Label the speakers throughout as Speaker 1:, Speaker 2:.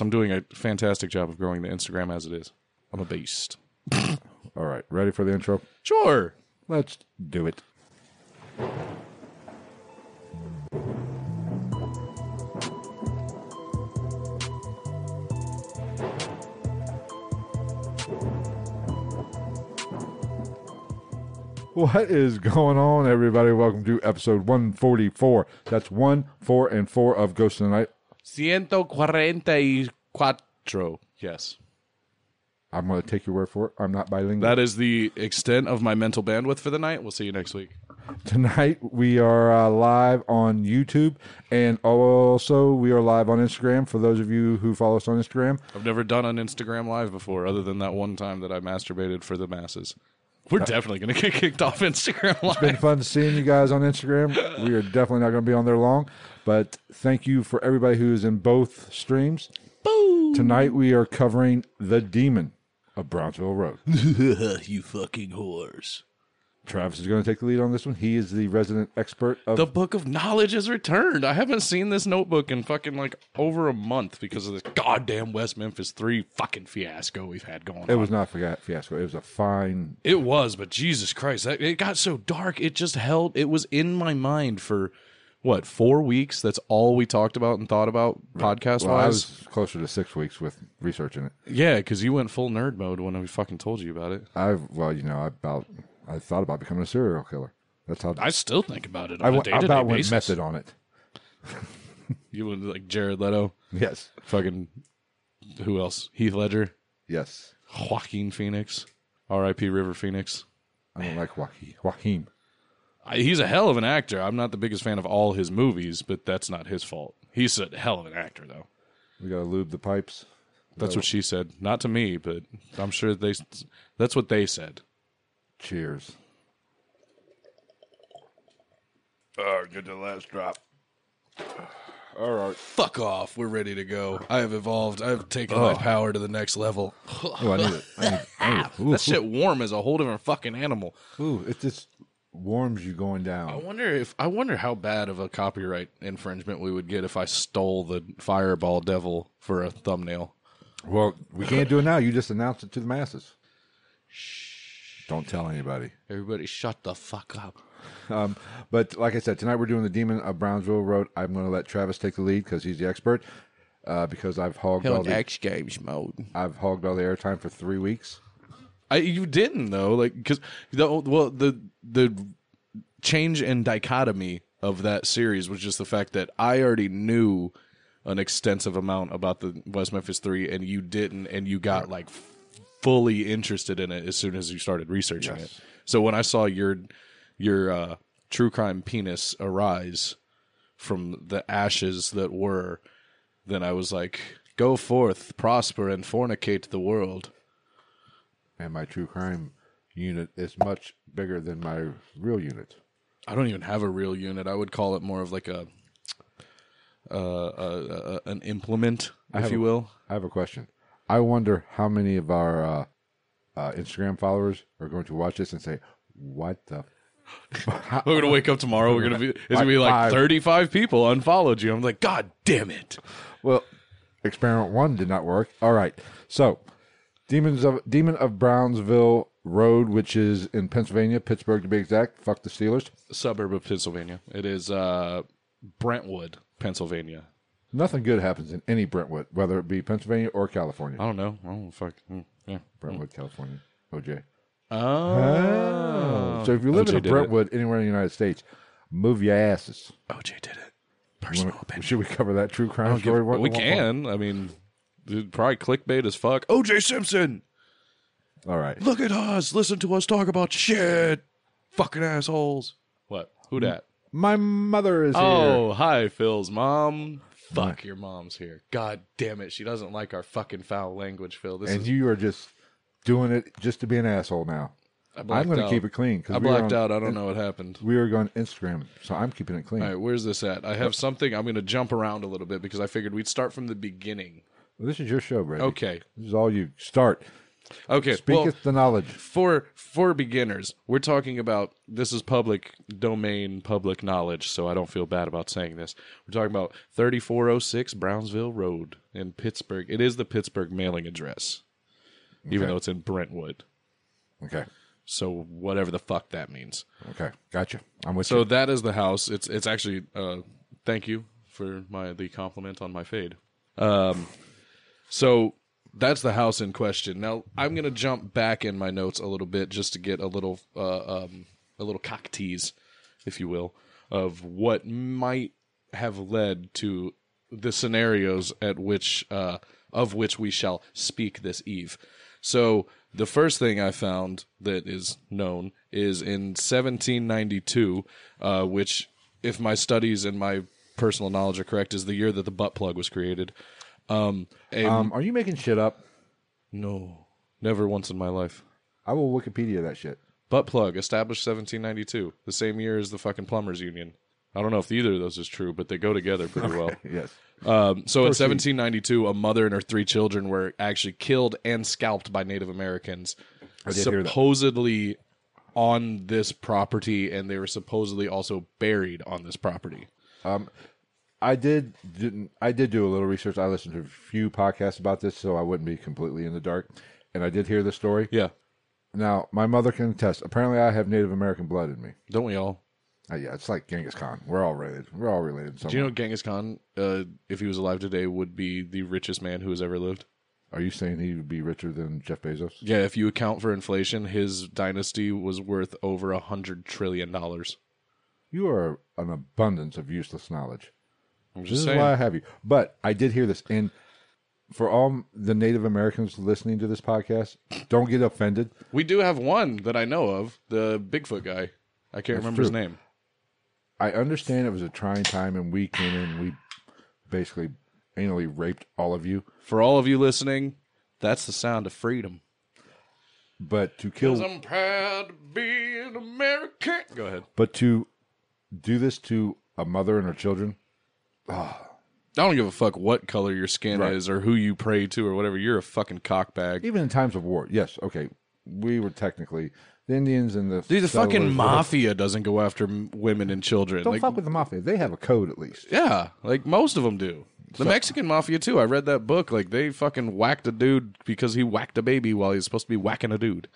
Speaker 1: I'm doing a fantastic job of growing the Instagram as it is. I'm a beast.
Speaker 2: All right, ready for the intro?
Speaker 1: Sure.
Speaker 2: Let's do it. What is going on, everybody? Welcome to episode 144. That's one, four, and four of Ghost of the Night.
Speaker 1: Ciento cuarenta y cuatro. Yes.
Speaker 2: I'm going to take your word for it. I'm not bilingual.
Speaker 1: That is the extent of my mental bandwidth for the night. We'll see you next week.
Speaker 2: Tonight we are uh, live on YouTube and also we are live on Instagram. For those of you who follow us on Instagram,
Speaker 1: I've never done an Instagram live before, other than that one time that I masturbated for the masses. We're definitely going to get kicked off Instagram
Speaker 2: been
Speaker 1: live.
Speaker 2: fun seeing you guys on Instagram. We are definitely not going to be on there long, but thank you for everybody who is in both streams. Tonight we are covering the Demon of Brownsville Road.
Speaker 1: you fucking whores.
Speaker 2: Travis is going to take the lead on this one. He is the resident expert of
Speaker 1: The book of knowledge is returned. I haven't seen this notebook in fucking like over a month because of this goddamn West Memphis 3 fucking fiasco we've had going on.
Speaker 2: It was not forgot fiasco. It was a fine.
Speaker 1: It was, but Jesus Christ, that, it got so dark. It just held. It was in my mind for what four weeks. That's all we talked about and thought about podcast
Speaker 2: Well, I
Speaker 1: wise.
Speaker 2: was closer to six weeks with researching it.
Speaker 1: Yeah, because you went full nerd mode when I fucking told you about it.
Speaker 2: I well, you know, I about I thought about becoming a serial killer. That's how
Speaker 1: I still think about it
Speaker 2: I
Speaker 1: on a
Speaker 2: went- I
Speaker 1: day to day
Speaker 2: about went
Speaker 1: basis.
Speaker 2: method on it.
Speaker 1: You went like Jared Leto,
Speaker 2: Yes,
Speaker 1: fucking who else? Heath Ledger,
Speaker 2: yes.
Speaker 1: Joaquin Phoenix, R.I.P. River Phoenix.
Speaker 2: I don't like Joaquin. Joaquin.
Speaker 1: I, he's a hell of an actor. I'm not the biggest fan of all his movies, but that's not his fault. He's a hell of an actor, though.
Speaker 2: We gotta lube the pipes.
Speaker 1: That's what she said. Not to me, but I'm sure they. That's what they said.
Speaker 2: Cheers.
Speaker 1: Fuck off. We're ready to go. I have evolved. I've taken my power to the next level.
Speaker 2: Oh, I need it. I need, oh, ooh,
Speaker 1: that shit warm is a whole different fucking animal.
Speaker 2: ooh, it just warms you going
Speaker 1: I
Speaker 2: down.
Speaker 1: wonder if I wonder how bad of a copyright infringement we would get if I stole the Fireball Devil for a thumbnail.
Speaker 2: Well, we can't do it now. You just announce it to the masses. Shh. Don't tell anybody.
Speaker 1: Everybody, shut the fuck up.
Speaker 2: But like I said, tonight we're doing the Demon of Brownsville Road. I'm going to let Travis take the lead because he's the expert. Uh, because I've hogged all the
Speaker 1: X Games mode.
Speaker 2: I've hogged all the airtime for three weeks.
Speaker 1: I, you didn't though, like because the well the the change in dichotomy of that series was just the fact that I already knew an extensive amount about the West Memphis Three, and you didn't, and you got like f- fully interested in it as soon as you started researching it. So when I saw your your uh, true crime penis arise from the ashes that were, then I was like, "Go forth, prosper, and fornicate the world."
Speaker 2: and my true crime unit is much bigger than my real unit.
Speaker 1: I don't even have a real unit. I would call it more of like a, uh, uh, uh an implement, if you will.
Speaker 2: I have a question. I wonder how many of our uh, uh, Instagram followers are going to watch this and say, "What the?"
Speaker 1: We're gonna wake up tomorrow. We're gonna be. It's gonna be like
Speaker 2: Five.
Speaker 1: thirty-five people unfollowed you. I'm like, God damn it!
Speaker 2: Well, experiment one did not work. All right, so demons of demon of Brownsville Road, which is in Pennsylvania, Pittsburgh to be exact. Fuck the Steelers.
Speaker 1: Suburb of Pennsylvania. It is uh, Brentwood, Pennsylvania.
Speaker 2: Nothing good happens in any Brentwood, whether it be Pennsylvania or California.
Speaker 1: I don't know. Oh fuck. Mm, Yeah.
Speaker 2: Brentwood, California. OJ.
Speaker 1: Oh.
Speaker 2: So if you live
Speaker 1: OJ
Speaker 2: in
Speaker 1: did it.
Speaker 2: Brentwood, anywhere in the United States, move your asses.
Speaker 1: OJ did it. Personal opinion.
Speaker 2: Should we cover that true crime story? one-
Speaker 1: we
Speaker 2: one-
Speaker 1: can. I mean, dude, probably clickbait as fuck. OJ Simpson.
Speaker 2: one? All right.
Speaker 1: Look at us. Listen to us talk about shit. Fucking assholes. What? Who dat?
Speaker 2: My mother is Mm.
Speaker 1: Oh, hi, Oh, Phil's mom. Fuck your mom's here. God damn it. She doesn't like our fucking foul language, Phil. This
Speaker 2: and
Speaker 1: is
Speaker 2: you are just doing it just to be an asshole now.
Speaker 1: I
Speaker 2: I'm
Speaker 1: blacked
Speaker 2: going to
Speaker 1: out.
Speaker 2: keep it clean. 'cause
Speaker 1: I
Speaker 2: we were
Speaker 1: blacked out.
Speaker 2: on-
Speaker 1: I don't know what happened.
Speaker 2: We were going Instagram, so I'm keeping it clean.
Speaker 1: All right, where's this at? I have something. I'm going to jump around a little bit because I figured we'd start from the beginning.
Speaker 2: Well, this is your show, Brady.
Speaker 1: Okay.
Speaker 2: This is all you. Start.
Speaker 1: Okay.
Speaker 2: Speaketh
Speaker 1: well,
Speaker 2: the knowledge.
Speaker 1: for for beginners, we're talking about this is public domain, public knowledge, so I don't feel bad about saying this. We're talking about 3406 Brownsville Road in Pittsburgh. It is the Pittsburgh mailing address, even
Speaker 2: Okay.
Speaker 1: though it's in Brentwood.
Speaker 2: Okay.
Speaker 1: So whatever the fuck that means.
Speaker 2: Okay. Gotcha. I'm with
Speaker 1: So
Speaker 2: you.
Speaker 1: that is the house. It's it's actually uh thank you for my the compliment on my fade. Um so that's the house in question. Now I'm going to jump back in my notes a little bit just to get a little uh, um a little cock tease if you will of what might have led to the scenarios at which uh of which we shall speak this eve. So the first thing I found that is known is in 1792, uh, which, if my studies and my personal knowledge are correct, is the year that the butt plug was created. Um, a-
Speaker 2: Um, are you making shit up?
Speaker 1: no, never once in my life.
Speaker 2: I will Wikipedia that shit.
Speaker 1: Butt plug established 1792, the same year as the fucking plumbers union. I don't know if either of those is true, but they go together pretty well.
Speaker 2: Yes.
Speaker 1: Um, so in 1792, a mother and her three children were actually killed and scalped by Native Americans,
Speaker 2: did hear that.
Speaker 1: supposedly on this property, and they were supposedly also buried on this property.
Speaker 2: I did didn't I did do a little research. I listened to a few podcasts about this, so I wouldn't be completely in the dark. And I did hear the story.
Speaker 1: Yeah,
Speaker 2: Now, my mother can attest. Apparently, I have Native American blood in me.
Speaker 1: don't we all?
Speaker 2: Uh, yeah, it's like Genghis Khan. We're all related. We're all related. Somewhere.
Speaker 1: Do you know Genghis Khan, uh, if he was alive today, would be the richest man who has ever lived?
Speaker 2: Are you saying he would be richer than Jeff Bezos?
Speaker 1: Yeah, if you account for inflation, his dynasty was worth over a hundred trillion dollars.
Speaker 2: You are an abundance of useless knowledge.
Speaker 1: I'm
Speaker 2: This
Speaker 1: just
Speaker 2: is why I
Speaker 1: saying.
Speaker 2: have you. But I did hear this, and for all the Native Americans listening to this podcast, don't get offended.
Speaker 1: We do have one that I know of, the Bigfoot guy. I can't remember his
Speaker 2: true.
Speaker 1: name.
Speaker 2: I understand it was a trying time, and we came in, and we basically anally raped all of you.
Speaker 1: For all of you listening, that's the sound of freedom.
Speaker 2: But to kill,
Speaker 1: I'm proud to be an American. Go ahead.
Speaker 2: but to do this to a mother and her children,
Speaker 1: I don't give a fuck what color your skin
Speaker 2: Right.
Speaker 1: is or who you pray to or whatever. You're a fucking cockbag.
Speaker 2: even in times of war. Yes, okay, we were technically the Indians and the
Speaker 1: Dude, the fucking
Speaker 2: settlers-
Speaker 1: mafia doesn't go after m- women and children.
Speaker 2: Don't
Speaker 1: like,
Speaker 2: fuck with the mafia. They have a code at least.
Speaker 1: yeah, like most of them do. The Mexican mafia too. I read that book. Like they fucking whacked a dude because he whacked a baby while he was supposed to be whacking a dude.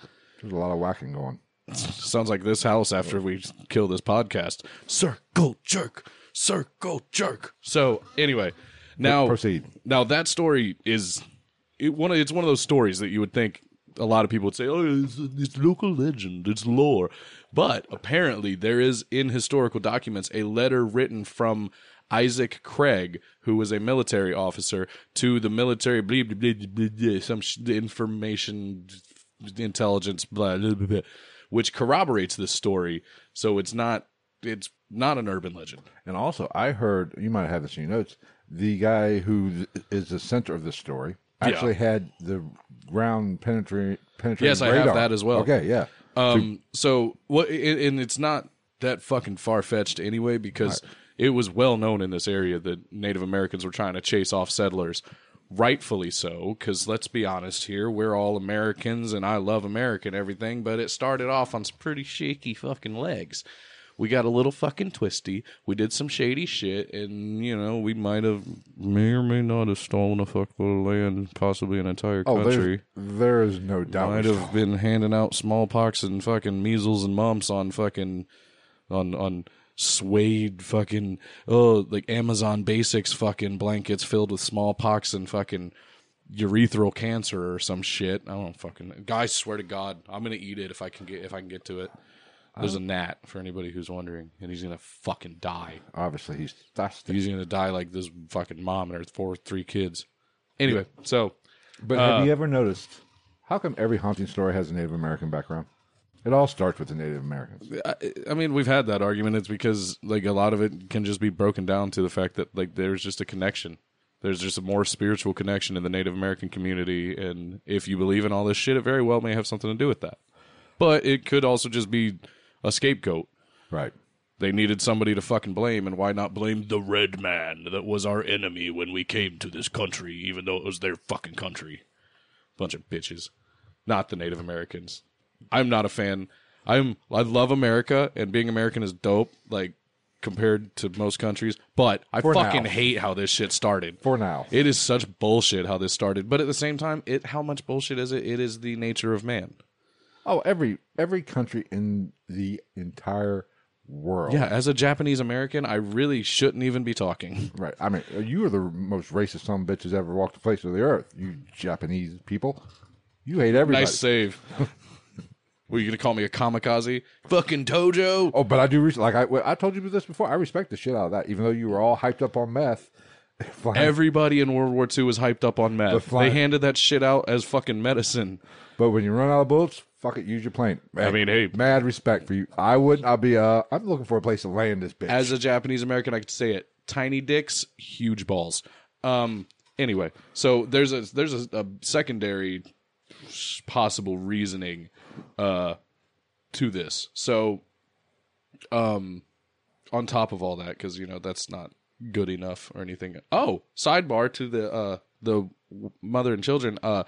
Speaker 2: There's a lot of whacking going.
Speaker 1: Sounds like this house after we kill this podcast. Circle jerk, circle jerk. So anyway, now
Speaker 2: Proceed.
Speaker 1: Now that story is it one. Of, it's one of those stories that you would think a lot of people would say, "Oh, it's, it's local legend, it's lore," but apparently there is in historical documents a letter written from Isaac Craig, who was a military officer, to the military, blah, blah, blah, blah, blah, some sh- information intelligence, blah, blah, blah, blah, which corroborates this story. So it's not it's not an urban legend.
Speaker 2: And also, I heard you might have this in your notes. The guy who is the center of the story actually had the ground penetrating. penetrating
Speaker 1: Yes, I have
Speaker 2: radar.
Speaker 1: that as well.
Speaker 2: Okay, yeah.
Speaker 1: Um, so what? And and it's not that fucking far fetched anyway, because it was well known in this area that Native Americans were trying to chase off settlers, rightfully so. Because let's be honest here, we're all Americans, and I love America and everything, but it started off on some pretty shaky fucking legs. We got a little fucking twisty. We did some shady shit, and you know we might have may or may not have stolen a fuckload of land, possibly an entire
Speaker 2: Oh,
Speaker 1: country.
Speaker 2: there's, there is no doubt.
Speaker 1: Might have been handing out smallpox and fucking measles and mumps on fucking on on suede fucking oh like Amazon basics fucking blankets filled with smallpox and fucking urethral cancer or some shit. I don't fucking guys swear to God, I'm gonna eat it if I can get if I can get to it. There's a gnat for anybody who's wondering, and he's gonna fucking die.
Speaker 2: Obviously, he's that's the-
Speaker 1: He's gonna die like this fucking mom and her four three kids. Anyway, so Uh,
Speaker 2: But have you ever noticed how come every haunting story has a Native American background? It all starts with the Native Americans.
Speaker 1: I, I mean, we've had that argument. It's because like a lot of it can just be broken down to the fact that like there's just a connection. There's just a more spiritual connection in the Native American community, and if you believe in all this shit, it very well may have something to do with that. But it could also just be a scapegoat.
Speaker 2: Right.
Speaker 1: They needed somebody to fucking blame, and why not blame the red man that was our enemy when we came to this country, even though it was their fucking country? Bunch of bitches. Not the Native Americans. I'm not a fan. I'm I love America and being American is dope, like compared to most countries. But I
Speaker 2: For now.
Speaker 1: fucking hate how this shit started.
Speaker 2: For now.
Speaker 1: It is such bullshit how this started. But at the same time, it how much bullshit is it? It is the nature of man.
Speaker 2: Oh, every every country in the entire world.
Speaker 1: Yeah, as a Japanese American, I really shouldn't even be talking.
Speaker 2: Right. I mean, uh, you are the most racist son of bitches ever walked the face of the earth. You Japanese people. You hate everybody.
Speaker 1: Nice save. Were you gonna call me a kamikaze? Fucking Tojo.
Speaker 2: Oh, but I do. Re- like I, I told you this before. I respect the shit out of that. Even though you were all hyped up on meth. Fine.
Speaker 1: Everybody in World War II was hyped up on meth. they
Speaker 2: fly-
Speaker 1: handed that shit out as fucking medicine.
Speaker 2: But when you run out of bullets, fuck it, use your plane.
Speaker 1: I mean, hey.
Speaker 2: mad respect for you. I wouldn't. I'll be. Uh, I'm looking for a place to land this bitch.
Speaker 1: As a Japanese American, I could say it: tiny dicks, huge balls. Um. Anyway, so there's a there's a, a secondary possible reasoning uh to this. So, um, on top of all that, because you know that's not good enough or anything. Oh, sidebar to the uh the mother and children. Uh,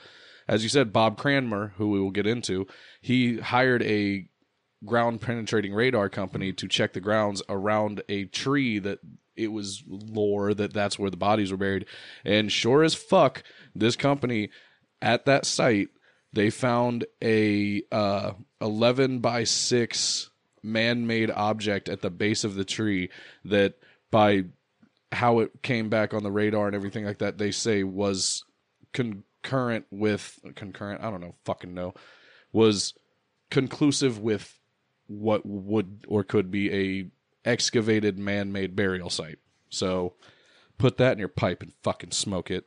Speaker 1: as you said, Bob Cranmer, who we will get into, he hired a ground penetrating radar company to check the grounds around a tree that it was lore that that's where the bodies were buried and sure as fuck this company at that site they found a uh, 11 by 6 man-made object at the base of the tree that by how it came back on the radar and everything like that they say was concurrent with concurrent i don't know fucking know was conclusive with what would or could be a excavated man-made burial site. So put that in your pipe and fucking smoke it.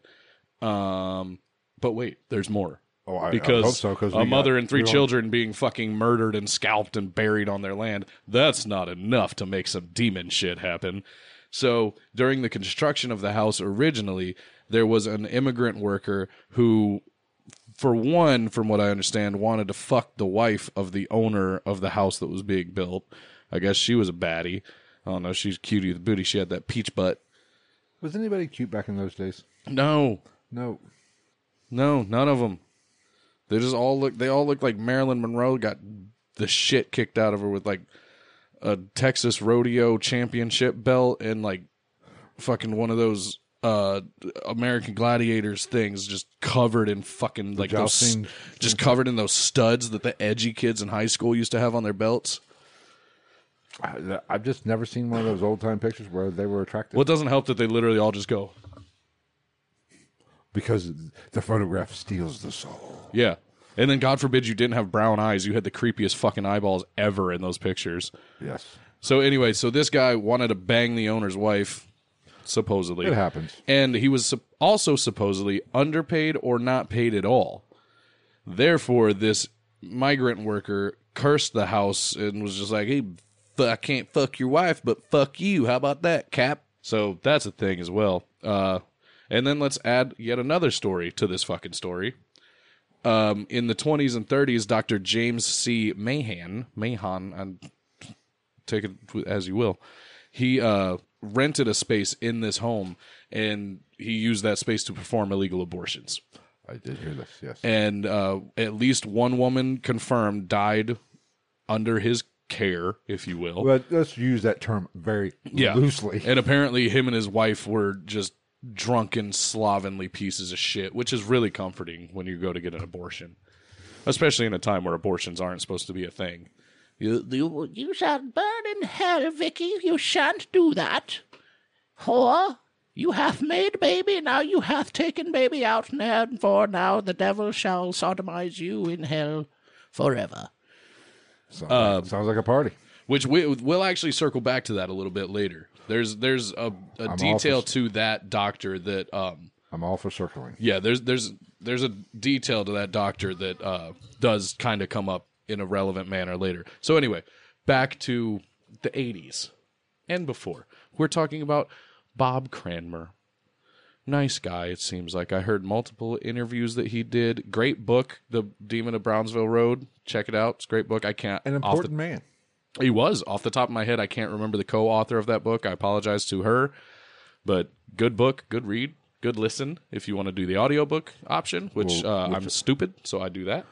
Speaker 1: Um, but wait, there's more.
Speaker 2: Oh, I- I
Speaker 1: because
Speaker 2: hope so, 'cause we
Speaker 1: a mother
Speaker 2: got-
Speaker 1: and three
Speaker 2: we don't-
Speaker 1: children being fucking murdered and scalped and buried on their land, that's not enough to make some demon shit happen. So during the construction of the house originally, there was an immigrant worker who for one, from what I understand, wanted to fuck the wife of the owner of the house that was being built. I guess she was a baddie. I don't know. She's cutie with booty. She had that peach butt.
Speaker 2: was anybody cute back in those days?
Speaker 1: No,
Speaker 2: No.
Speaker 1: no, none of them. They just all look. They all look like Marilyn Monroe got the shit kicked out of her with like a Texas rodeo championship belt and like fucking one of those uh American gladiators things just covered in fucking like those
Speaker 2: jousting-
Speaker 1: just covered in those studs that the edgy kids in high school used to have on their belts.
Speaker 2: I, I've just never seen one of those old time pictures where they were attractive.
Speaker 1: Well, it doesn't help that they literally all just go,
Speaker 2: Because the photograph steals the soul.
Speaker 1: yeah. And then God forbid you didn't have brown eyes. You had the creepiest fucking eyeballs ever in those pictures.
Speaker 2: Yes.
Speaker 1: So anyway, so this guy wanted to bang the owner's wife, supposedly.
Speaker 2: It happens.
Speaker 1: And he was sup- also supposedly underpaid or not paid at all. Therefore, this migrant worker cursed the house and was just like, "Hey, fu- I can't fuck your wife, but fuck you. How about that, Cap?" So that's a thing as well. Uh, and then let's add yet another story to this fucking story. Um, in the 20s and 30s, Dr. James C. Mahan, Mahan, I'm take it as you will. He uh, rented a space in this home, and he used that space to perform illegal abortions.
Speaker 2: I did hear this. Yes.
Speaker 1: And uh, at least one woman confirmed died under his care, if you will.
Speaker 2: but let's use that term very loosely.
Speaker 1: And apparently, him and his wife were just drunken, slovenly pieces of shit, which is really comforting when you go to get an abortion, especially in a time where abortions aren't supposed to be a thing. You, you, you shall burn in hell, Vicky. You shan't do that. Whore, you have made baby. Now you have taken baby out and hand for now the devil shall sodomize you in hell forever
Speaker 2: Sounds,
Speaker 1: uh,
Speaker 2: like, sounds like a party.
Speaker 1: which we, we'll actually circle back to that a little bit later. There's there's a, a
Speaker 2: all
Speaker 1: detail
Speaker 2: for-
Speaker 1: to that doctor that um
Speaker 2: I'm all for circling.
Speaker 1: yeah there's there's there's a detail to that doctor that uh does kind of come up in a relevant manner later. So anyway, back to the 80s and before. We're talking about Bob Cranmer. Nice guy, it seems like. I heard multiple interviews that he did. Great book, The Demon of Brownsville Road. Check it out. It's a great book. I can't
Speaker 2: An
Speaker 1: off the-
Speaker 2: important man.
Speaker 1: he was off the top of my head. I can't remember the co-author of that book. I apologize to her, but good book, good read, good listen. If you want to do the audiobook option, which uh, I'm stupid, so I do that.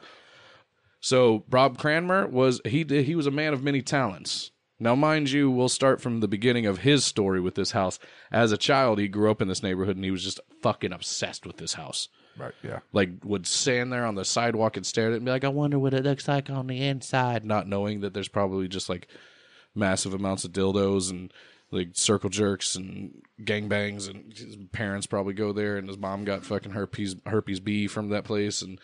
Speaker 1: So Rob Cranmer was he did, he was a man of many talents. Now, mind you, we'll start from the beginning of his story with this house. As a child, he grew up in this neighborhood and he was just fucking obsessed with this house
Speaker 2: Right. Yeah.
Speaker 1: like would stand there on the sidewalk and stare at it and be like, I wonder what it looks like on the inside, not knowing that there's probably just like massive amounts of dildos and like circle jerks and gangbangs and his parents probably go there and his mom got fucking herpes herpes B from that place and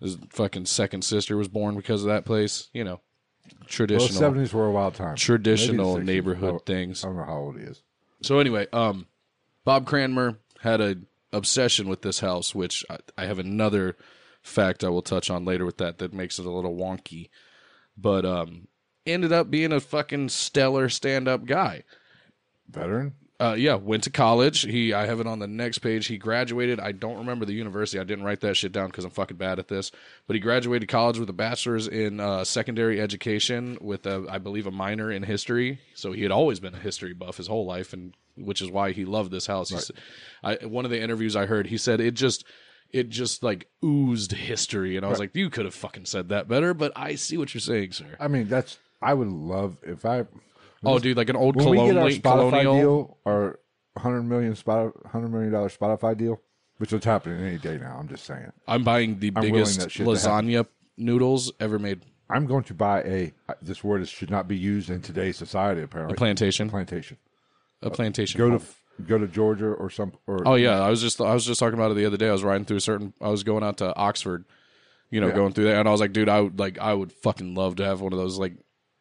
Speaker 1: his fucking second sister was born because of that place, you know.
Speaker 2: Well,
Speaker 1: Traditional
Speaker 2: seventies were a wild time. Maybe the
Speaker 1: traditional
Speaker 2: 60s.
Speaker 1: neighborhood
Speaker 2: I don't-
Speaker 1: things.
Speaker 2: I don't know how old he is.
Speaker 1: So anyway, um, Bob Cranmer had a obsession with this house, which I, I have another fact I will touch on later with that that makes it a little wonky, but um, ended up being a fucking stellar stand up guy.
Speaker 2: Veteran.
Speaker 1: Uh, yeah, went to college. He, I have it on the next page. He graduated. I don't remember the university. I didn't write that shit down because I'm fucking bad at this. But he graduated college with a bachelor's in uh, secondary education, with a, I believe, a minor in history. So he had always been a history buff his whole life, and which is why he loved this house. He s- I, one of the interviews I heard, he said it just, it just like oozed history, and I was like, you could have fucking said that better. But I see what you're saying, sir.
Speaker 2: I mean, that's. I would love if I.
Speaker 1: oh, dude, like an old
Speaker 2: When we get our
Speaker 1: colonial,
Speaker 2: Spotify
Speaker 1: colonial.
Speaker 2: deal, our hundred million spot, hundred million dollar Spotify deal, which is happening any day now. I'm just saying.
Speaker 1: I'm buying the
Speaker 2: willing
Speaker 1: biggest
Speaker 2: that shit to happen.
Speaker 1: lasagna noodles ever made.
Speaker 2: I'm going to buy a. This word is, should not be used in today's society. Apparently,
Speaker 1: A plantation.
Speaker 2: plantation.
Speaker 1: A plantation.
Speaker 2: Go to
Speaker 1: home.
Speaker 2: go to Georgia or some or
Speaker 1: Oh yeah, I was just I was just talking about it the other day. I was riding through a certain. I was going out to Oxford, you know, going through there, and I was like, dude, I would like I would fucking love to have one of those like.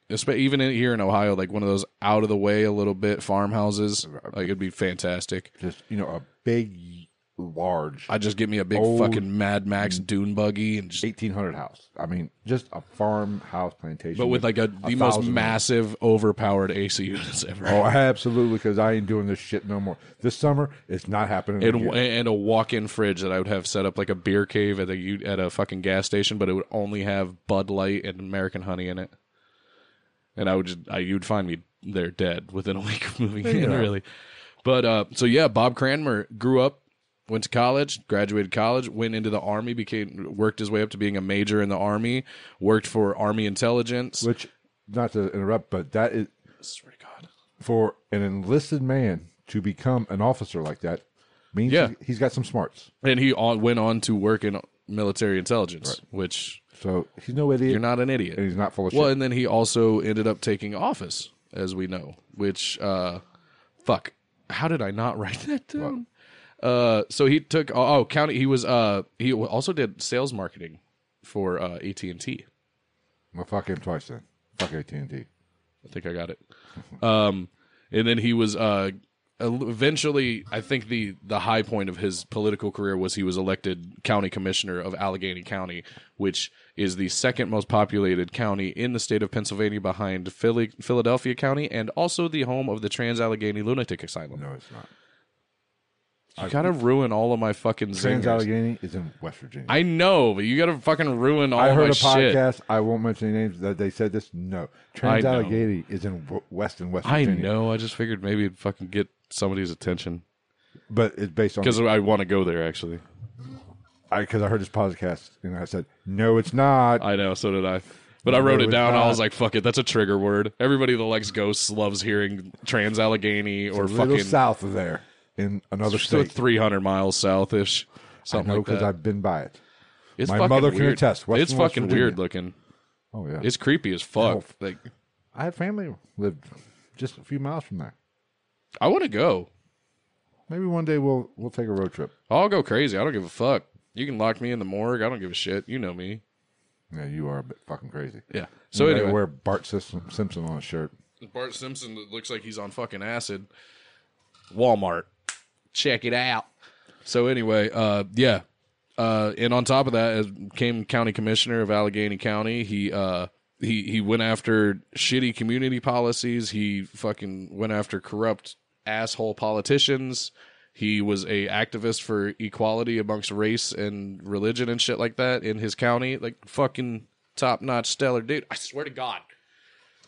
Speaker 1: espe- Even in, here in Ohio, like one of those out of the way a little bit farmhouses, like it'd be fantastic.
Speaker 2: just you know a big, large
Speaker 1: I just get me a big
Speaker 2: Old-
Speaker 1: fucking Mad Max dune buggy and just,
Speaker 2: 1800 house. I mean, just a farmhouse plantation,
Speaker 1: but with like a the most
Speaker 2: thousand-
Speaker 1: massive overpowered AC units ever.
Speaker 2: Oh, absolutely! Because I ain't doing this shit no more. This summer, it's not happening.
Speaker 1: and,
Speaker 2: again.
Speaker 1: and a walk-in fridge that I would have set up like a beer cave at a u- at a fucking gas station, but it would only have Bud Light and American Honey in it. And I would just, I you'd find me there dead within a week of moving in, really. But uh, so yeah, Bob Cranmer grew up, went to college, graduated college, went into the army, became worked his way up to being a major in the army, worked for Army intelligence.
Speaker 2: Which, not to interrupt, but that is
Speaker 1: Swear to God.
Speaker 2: for an enlisted man to become an officer like that means
Speaker 1: Yeah.
Speaker 2: he's- he's got some smarts.
Speaker 1: And he on, went on to work in military intelligence, which
Speaker 2: So he's no idiot,
Speaker 1: you're not an idiot.
Speaker 2: and he's not full of
Speaker 1: Well,
Speaker 2: shit.
Speaker 1: and then he also ended up taking office, as we know, which, uh, fuck, how did I not write that down? Uh, so he took oh, oh county. He was uh he also did sales marketing for uh, AT and T.
Speaker 2: Well, fuck him twice then. Fuck AT and T.
Speaker 1: I think I got it. Um, and then he was uh, el- eventually, I think the the high point of his political career was he was elected county commissioner of Allegheny County, which is the second most populated county in the state of Pennsylvania, behind Philly, Philadelphia County, and also the home of the Trans Allegheny Lunatic Asylum.
Speaker 2: No, it's not.
Speaker 1: You gotta ruin all of my fucking
Speaker 2: Trans
Speaker 1: zingers.
Speaker 2: Allegheny is in West Virginia.
Speaker 1: I know, but you gotta fucking ruin all
Speaker 2: I heard
Speaker 1: my
Speaker 2: a
Speaker 1: shit.
Speaker 2: podcast. I won't mention any names that they said this. No, Trans
Speaker 1: know.
Speaker 2: Allegheny is in w- West and West
Speaker 1: I
Speaker 2: Virginia.
Speaker 1: know. I just figured maybe it'd fucking get somebody's attention
Speaker 2: but it's based on
Speaker 1: because I want to go there. Actually,
Speaker 2: because I, heard this podcast and I said no, it's not.
Speaker 1: I know, so did I. But I wrote
Speaker 2: No,
Speaker 1: it
Speaker 2: it's
Speaker 1: down. I
Speaker 2: not.
Speaker 1: was like, "Fuck it, that's a trigger word." Everybody that likes ghosts loves hearing Trans Allegheny or
Speaker 2: a little
Speaker 1: fucking
Speaker 2: south of there in another state.
Speaker 1: three hundred miles southish,
Speaker 2: I
Speaker 1: something
Speaker 2: know
Speaker 1: like
Speaker 2: because
Speaker 1: that.
Speaker 2: I've been by it.
Speaker 1: it's
Speaker 2: my
Speaker 1: fucking
Speaker 2: mother can
Speaker 1: weird.
Speaker 2: attest. Western
Speaker 1: It's
Speaker 2: West
Speaker 1: fucking
Speaker 2: Virginia.
Speaker 1: weird looking.
Speaker 2: Oh yeah,
Speaker 1: It's creepy as fuck.
Speaker 2: Health.
Speaker 1: Like,
Speaker 2: I had family who lived just a few miles from there.
Speaker 1: I want to go.
Speaker 2: Maybe one day we'll we'll take a road trip.
Speaker 1: I'll go crazy. I don't give a fuck. You can lock me in the morgue. I don't give a shit. You know me.
Speaker 2: Yeah, you are a bit fucking crazy.
Speaker 1: Yeah. So
Speaker 2: You gotta
Speaker 1: anyway,
Speaker 2: wear Bart Simpson, Simpson on a shirt.
Speaker 1: Bart Simpson that looks like he's on fucking acid. Walmart. Check it out. So anyway, uh, yeah. Uh, and on top of that, as came county commissioner of Allegheny County. He uh, he he went after shitty community policies. He fucking went after corrupt asshole politicians. He was a activist for equality amongst race and religion and shit like that in his county. Like fucking top notch stellar dude. I swear to God,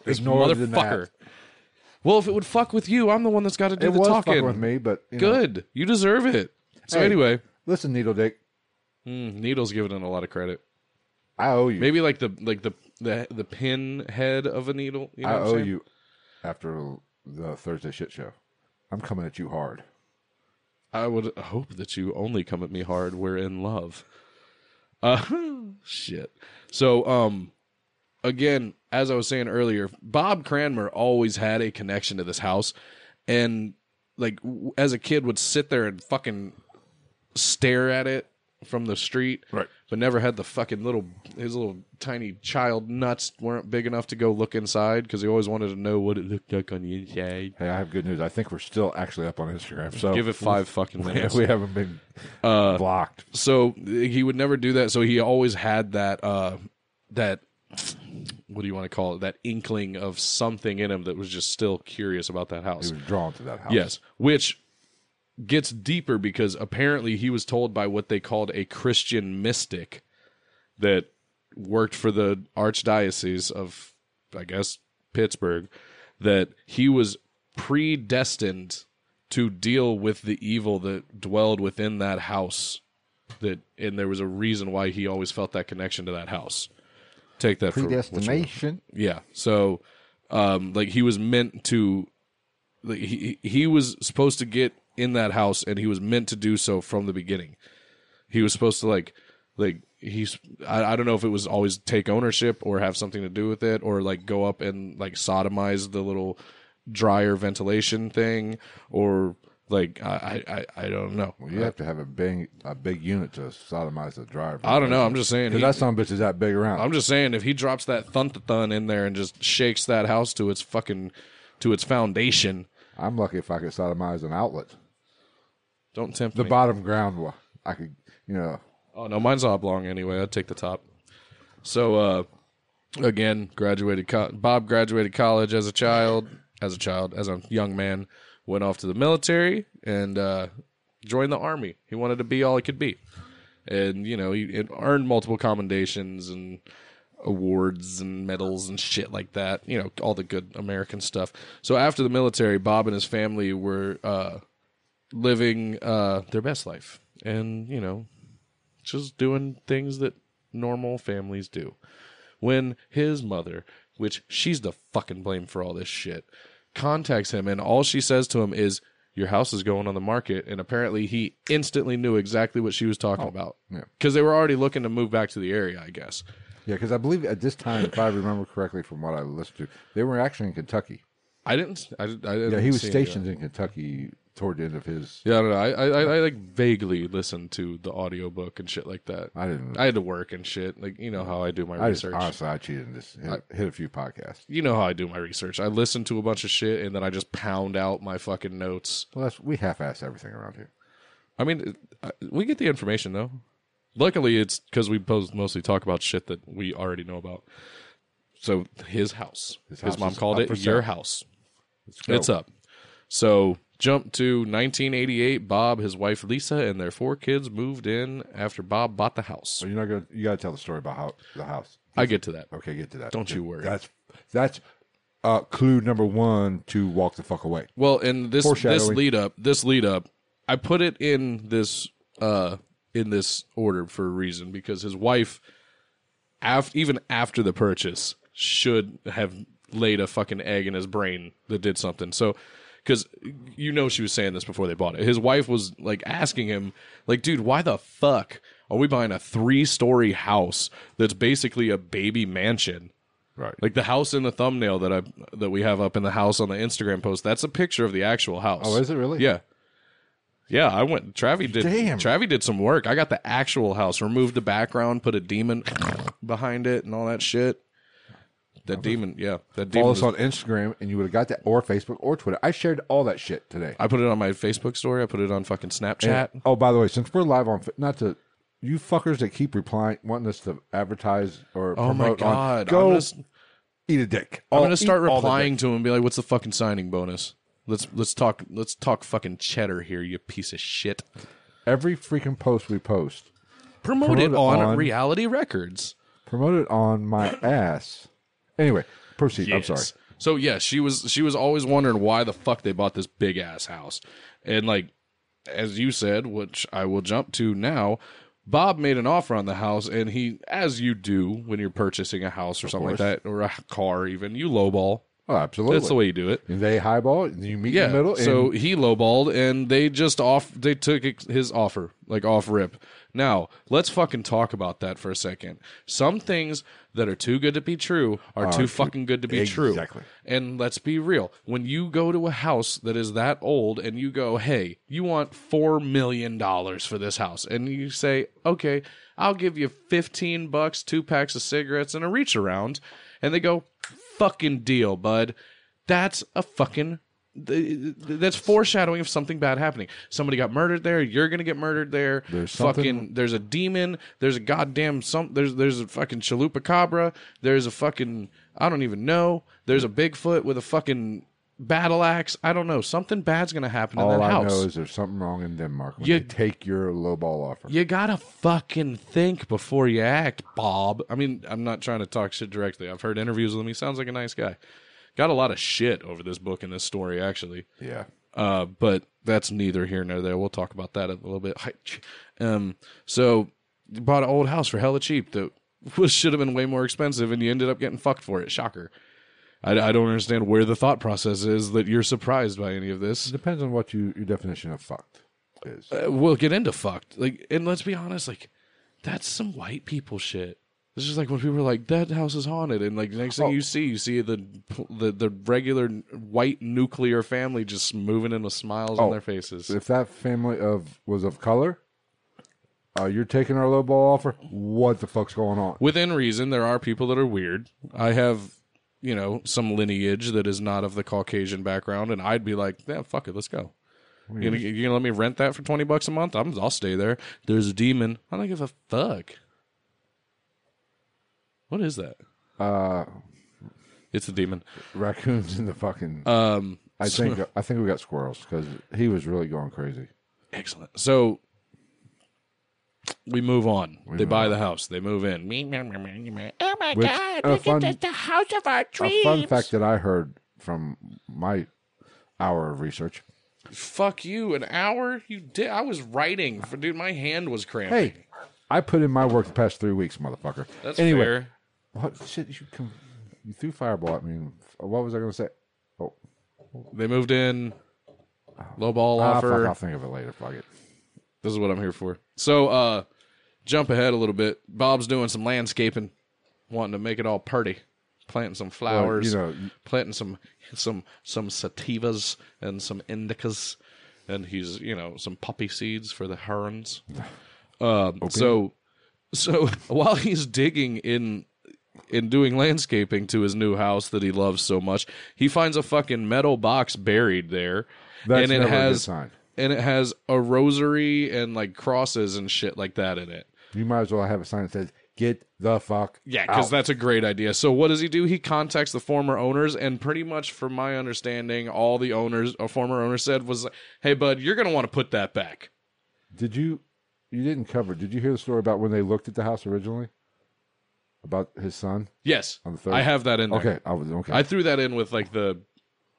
Speaker 1: this
Speaker 2: Ignore the
Speaker 1: motherfucker.
Speaker 2: gnat.
Speaker 1: Well, if it would fuck with you, I'm the one that's got to do
Speaker 2: It
Speaker 1: the
Speaker 2: was
Speaker 1: talking.
Speaker 2: fucking with me, but you know,
Speaker 1: Good, you deserve it. So
Speaker 2: Hey.
Speaker 1: anyway,
Speaker 2: listen, Needle Dick,
Speaker 1: mm, Needle's giving it a lot of credit.
Speaker 2: I owe you.
Speaker 1: Maybe like the like the the the pin head of a needle. You know
Speaker 2: I
Speaker 1: what I'm
Speaker 2: owe
Speaker 1: saying?
Speaker 2: you after the Thursday shit show. I'm coming at you hard.
Speaker 1: I would hope that you only come at me hard. We're in love. Uh, shit. So, um, again, as I was saying earlier, Bob Cranmer always had a connection to this house, and like w- as a kid would sit there and fucking stare at it from the street,
Speaker 2: Right.
Speaker 1: But never had the fucking little his little tiny child nuts weren't big enough to go look inside because he always wanted to know what it looked like on the inside.
Speaker 2: Hey, I have good news. I think we're still actually up on Instagram. So
Speaker 1: Give it five fucking
Speaker 2: Yeah,
Speaker 1: minutes. Uh,
Speaker 2: we haven't been blocked.
Speaker 1: so he would never do that so he always had that uh that what do you want to call it that inkling of something in him that was just still curious about that house
Speaker 2: He was drawn to that house.
Speaker 1: yes which gets deeper because apparently he was told by what they called a christian mystic that worked for the archdiocese of i guess pittsburgh that he was predestined to deal with the evil that dwelled within that house that and there was a reason why he always felt that connection to that house take that for what you will.
Speaker 2: Predestination.
Speaker 1: Yeah. So, um, like he was meant to, like he he he was supposed to get in that house, and he was meant to do so from the beginning. He was supposed to like, like he's I, I don't know if it was always take ownership or have something to do with it, or like go up and like sodomize the little dryer ventilation thing, or like I I I I don't know.
Speaker 2: Well, you have to have a big a big unit to sodomize the driver.
Speaker 1: I don't know. I'm just saying.
Speaker 2: Because
Speaker 1: he-
Speaker 2: that son of a bitch is that big around.
Speaker 1: I'm just saying, if he drops that thun in there and just shakes that house to its fucking to its foundation,
Speaker 2: I'm lucky if I could sodomize an outlet.
Speaker 1: don't tempt
Speaker 2: The
Speaker 1: me.
Speaker 2: bottom ground, wa- I could, you know,
Speaker 1: oh no, mine's oblong anyway. I'd take the top. So uh, again, graduated. Co- Bob graduated college as a child. As a child, as a young man, went off to the military and uh, joined the army. He wanted to be all he could be, and you know he it earned multiple commendations and awards and medals and shit like that. You know, all the good American stuff. So after the military, Bob and his family were uh, living uh, their best life and, you know, just doing things that normal families do. When his mother, which she's the fucking blame for all this shit, contacts him and all she says to him is, your house is going on the market, and apparently he instantly knew exactly what she was talking about.
Speaker 2: Oh, yeah.
Speaker 1: Because they were already looking to move back to the area, I guess.
Speaker 2: yeah. Because I believe at this time, if I remember correctly from what I listened to, they were actually in Kentucky.
Speaker 1: I didn't. I, didn't- I didn't.
Speaker 2: Yeah, he was
Speaker 1: see any of
Speaker 2: stationed in Kentucky toward the end of his.
Speaker 1: that. Yeah, I don't know. I, I, I, I like vaguely listened to the audiobook and shit like that.
Speaker 2: I didn't.
Speaker 1: I had to work and shit. Like you know how I do my
Speaker 2: I just
Speaker 1: research.
Speaker 2: honestly, I cheated and just hit, hit a few podcasts.
Speaker 1: you know how I do my research. I listen to a bunch of shit and then I just pound out my fucking notes.
Speaker 2: Well, that's we half-ass everything around here.
Speaker 1: I mean, I- we get the information though. Luckily, it's because we both mostly talk about shit that we already know about. So his house, his,
Speaker 2: house
Speaker 1: mom
Speaker 2: is
Speaker 1: called
Speaker 2: up
Speaker 1: it
Speaker 2: for
Speaker 1: your
Speaker 2: sale.
Speaker 1: house.
Speaker 2: go.
Speaker 1: It's up. So jump to 1988. Bob, his wife Lisa, and their four kids moved in after Bob bought the house.
Speaker 2: So you're not gonna. You gotta tell the story about how the house.
Speaker 1: I get to that.
Speaker 2: Okay, get to that.
Speaker 1: Don't you worry.
Speaker 2: That's that's uh, clue number one to walk the fuck away.
Speaker 1: Well, and this this
Speaker 2: Foreshadowing.
Speaker 1: lead up, this lead up, I put it in this uh in this order for a reason because his wife, af- even after the purchase, should have laid a fucking egg in his brain that did something. So. Because you know she was saying this before they bought it. His wife was like asking him, like, dude, why the fuck are we buying a three story house that's basically a baby mansion?
Speaker 2: Right.
Speaker 1: Like the house in the thumbnail that I that we have up in the house on the Instagram post, that's a picture of the actual house.
Speaker 2: Oh, is it really?
Speaker 1: Yeah. Yeah, I went Travi did
Speaker 2: Damn.
Speaker 1: Travi did some work. I got the actual house, removed the background, put a demon behind it and all that shit. That demon, yeah. That demon
Speaker 2: Follow
Speaker 1: was-
Speaker 2: us on Instagram, and you would have got that, or Facebook, or Twitter. I shared all that shit today.
Speaker 1: I put it on my Facebook story, I put it on fucking Snapchat.
Speaker 2: And- oh, by the way, since we're live on, Fa- not to you fuckers that keep replying, wanting us to advertise or
Speaker 1: oh my
Speaker 2: promote on-
Speaker 1: god. I'm
Speaker 2: go
Speaker 1: just-
Speaker 2: Eat a dick.
Speaker 1: I'm
Speaker 2: All-
Speaker 1: gonna start
Speaker 2: eat all the
Speaker 1: replying
Speaker 2: dick.
Speaker 1: to him and be like, "What's the fucking signing bonus? Let's let's talk let's talk fucking cheddar here, you piece of shit."
Speaker 2: every freaking post we post.
Speaker 1: Promote,
Speaker 2: Promote
Speaker 1: it
Speaker 2: it
Speaker 1: on,
Speaker 2: on-
Speaker 1: reality records.
Speaker 2: Promote it on my ass. Anyway, proceed. I'm
Speaker 1: Yes.
Speaker 2: sorry.
Speaker 1: So yeah, she was she was always wondering why the fuck they bought this big ass house, and like as you said, which I will jump to now. Bob made an offer on the house, and he, as you do when you're purchasing a house or something like that, or a car, even you lowball.
Speaker 2: Oh, absolutely.
Speaker 1: That's the way you do it.
Speaker 2: They highball it, and you meet
Speaker 1: Yeah.
Speaker 2: in the middle. And
Speaker 1: so he lowballed, and they just off. They took ex- his offer, like off rip. Now let's fucking talk about that for a second. Some things that are too good to be true are too fucking good to be true.
Speaker 2: Exactly.
Speaker 1: And let's be real. When you go to a house that is that old, and you go, "Hey, you want four million dollars for this house," and you say, "Okay, I'll give you fifteen bucks, two packs of cigarettes, and a reach around," and they go, "Fucking deal, bud." That's a fucking th- th- that's foreshadowing of something bad happening. Somebody got murdered there. You're gonna get murdered there.
Speaker 2: There's something-
Speaker 1: fucking. There's a demon. There's a goddamn some. There's there's a fucking chalupacabra. There's a fucking. I don't even know. There's a Bigfoot with a fucking battle axe. I don't know. Something bad's gonna happen in
Speaker 2: all
Speaker 1: that
Speaker 2: I
Speaker 1: house.
Speaker 2: know is there's something wrong in Denmark when
Speaker 1: You-
Speaker 2: you take your lowball offer.
Speaker 1: you gotta fucking think before you act, Bob. I mean, I'm not trying to talk shit directly. I've heard interviews with him. He sounds like a nice guy. Got a lot of shit over this book and this story, actually.
Speaker 2: yeah.
Speaker 1: Uh, but that's neither here nor there. We'll talk about that a little bit. Um, so you bought an old house for hella cheap that was should have been way more expensive, and you ended up getting fucked for it. Shocker. I, I don't understand where the thought process is that you're surprised by any of this.
Speaker 2: Depends on what you, your definition of fucked is.
Speaker 1: Uh, we'll get into fucked. Like, and let's be honest, like that's some white people shit. It's just like when people are like, "That house is haunted," and like next thing you see, you see the the the regular white nuclear family just moving in with smiles on their faces.
Speaker 2: if that family of was of color, uh, you're taking our lowball offer. What the fuck's going on?
Speaker 1: within reason there are people that are weird i have you know some lineage that is not of the caucasian background and i'd be like yeah fuck it let's go you gonna, you gonna let me rent that for 20 bucks a month I'm, i'll stay there there's a demon i don't give a fuck what is that
Speaker 2: Uh,
Speaker 1: it's a demon
Speaker 2: raccoons in the fucking.
Speaker 1: um
Speaker 2: I think I think we got squirrels because he was really going crazy.
Speaker 1: Excellent. So we move on. they buy the house. They move in. Me, me, me, me, me. Oh my
Speaker 2: Which-
Speaker 1: god!
Speaker 2: a
Speaker 1: Look
Speaker 2: fun-
Speaker 1: at the, the house of our dreams.
Speaker 2: A fun fact that I heard from my hour of research.
Speaker 1: Fuck you! An hour? You did? I was writing for dude. My hand was cramping.
Speaker 2: Hey, I put in my work the past three weeks, motherfucker.
Speaker 1: that's
Speaker 2: anyway,
Speaker 1: fair.
Speaker 2: what shit? You come, you threw fireball at me. and f- What was I going to say? Oh,
Speaker 1: They moved in. Low ball
Speaker 2: ah, fuck,
Speaker 1: offer.
Speaker 2: I'll think of it later. Fuck it.
Speaker 1: This is what I'm here for. So, uh, jump ahead a little bit. Bob's doing some landscaping, wanting to make it all pretty, planting some flowers,
Speaker 2: you know, you-
Speaker 1: planting some some some sativas and some indicas, and he's you know some poppy seeds for the herons. Um, So, so while he's digging in in doing landscaping to his new house that he loves so much, he finds a fucking metal box buried there,
Speaker 2: That's
Speaker 1: and it
Speaker 2: never a good
Speaker 1: has
Speaker 2: sign.
Speaker 1: and it has a rosary and like crosses and shit like that in it.
Speaker 2: You might as well have a sign that says "Get the fuck."
Speaker 1: Yeah, because
Speaker 2: out."
Speaker 1: that's a great idea. So what does he do? He contacts the former owners, and pretty much, from my understanding, all the owners, a former owner said was, "Hey, bud, you're gonna want to put that back."
Speaker 2: Did you? You didn't cover. Did you hear the story about when they looked at the house originally? About his son.
Speaker 1: Yes,
Speaker 2: On the third-
Speaker 1: I have that in there.
Speaker 2: Okay, I was okay.
Speaker 1: I threw that in with like the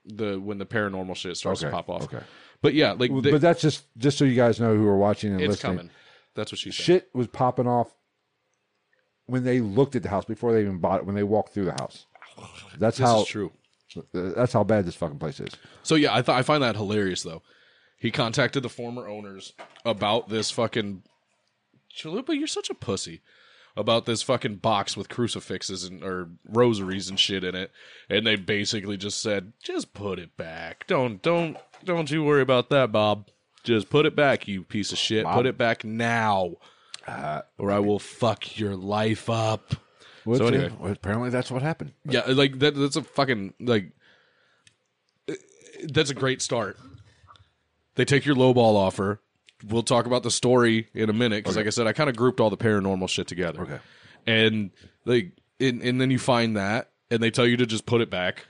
Speaker 1: the when the paranormal shit starts
Speaker 2: okay,
Speaker 1: to pop off.
Speaker 2: Okay,
Speaker 1: But yeah, like the,
Speaker 2: but that's just just so you guys know who are watching and
Speaker 1: it's
Speaker 2: listening.
Speaker 1: coming. That's what she said.
Speaker 2: Shit was popping off when they looked at the house before they even bought it. When they walked through the house, that's
Speaker 1: This
Speaker 2: how
Speaker 1: is true.
Speaker 2: that's how bad this fucking place is.
Speaker 1: So yeah, I th- I find that hilarious though. He contacted the former owners about this fucking Chalupa. You're such a pussy about this fucking box with crucifixes and or rosaries and shit in it, and they basically just said, "Just put it back. Don't don't don't you worry about that, Bob. Just put it back, you piece of shit. Put it back now, or I will fuck your life up."
Speaker 2: Which,
Speaker 1: So anyway.
Speaker 2: uh, well, apparently that's what happened.
Speaker 1: Yeah, like that. That's a fucking like. That's a great start. They take your lowball offer. We'll talk about the story in a minute because, like I said, I kind of grouped all the paranormal shit together.
Speaker 2: Okay.
Speaker 1: And like, and, and then you find that, and they tell you to just put it back.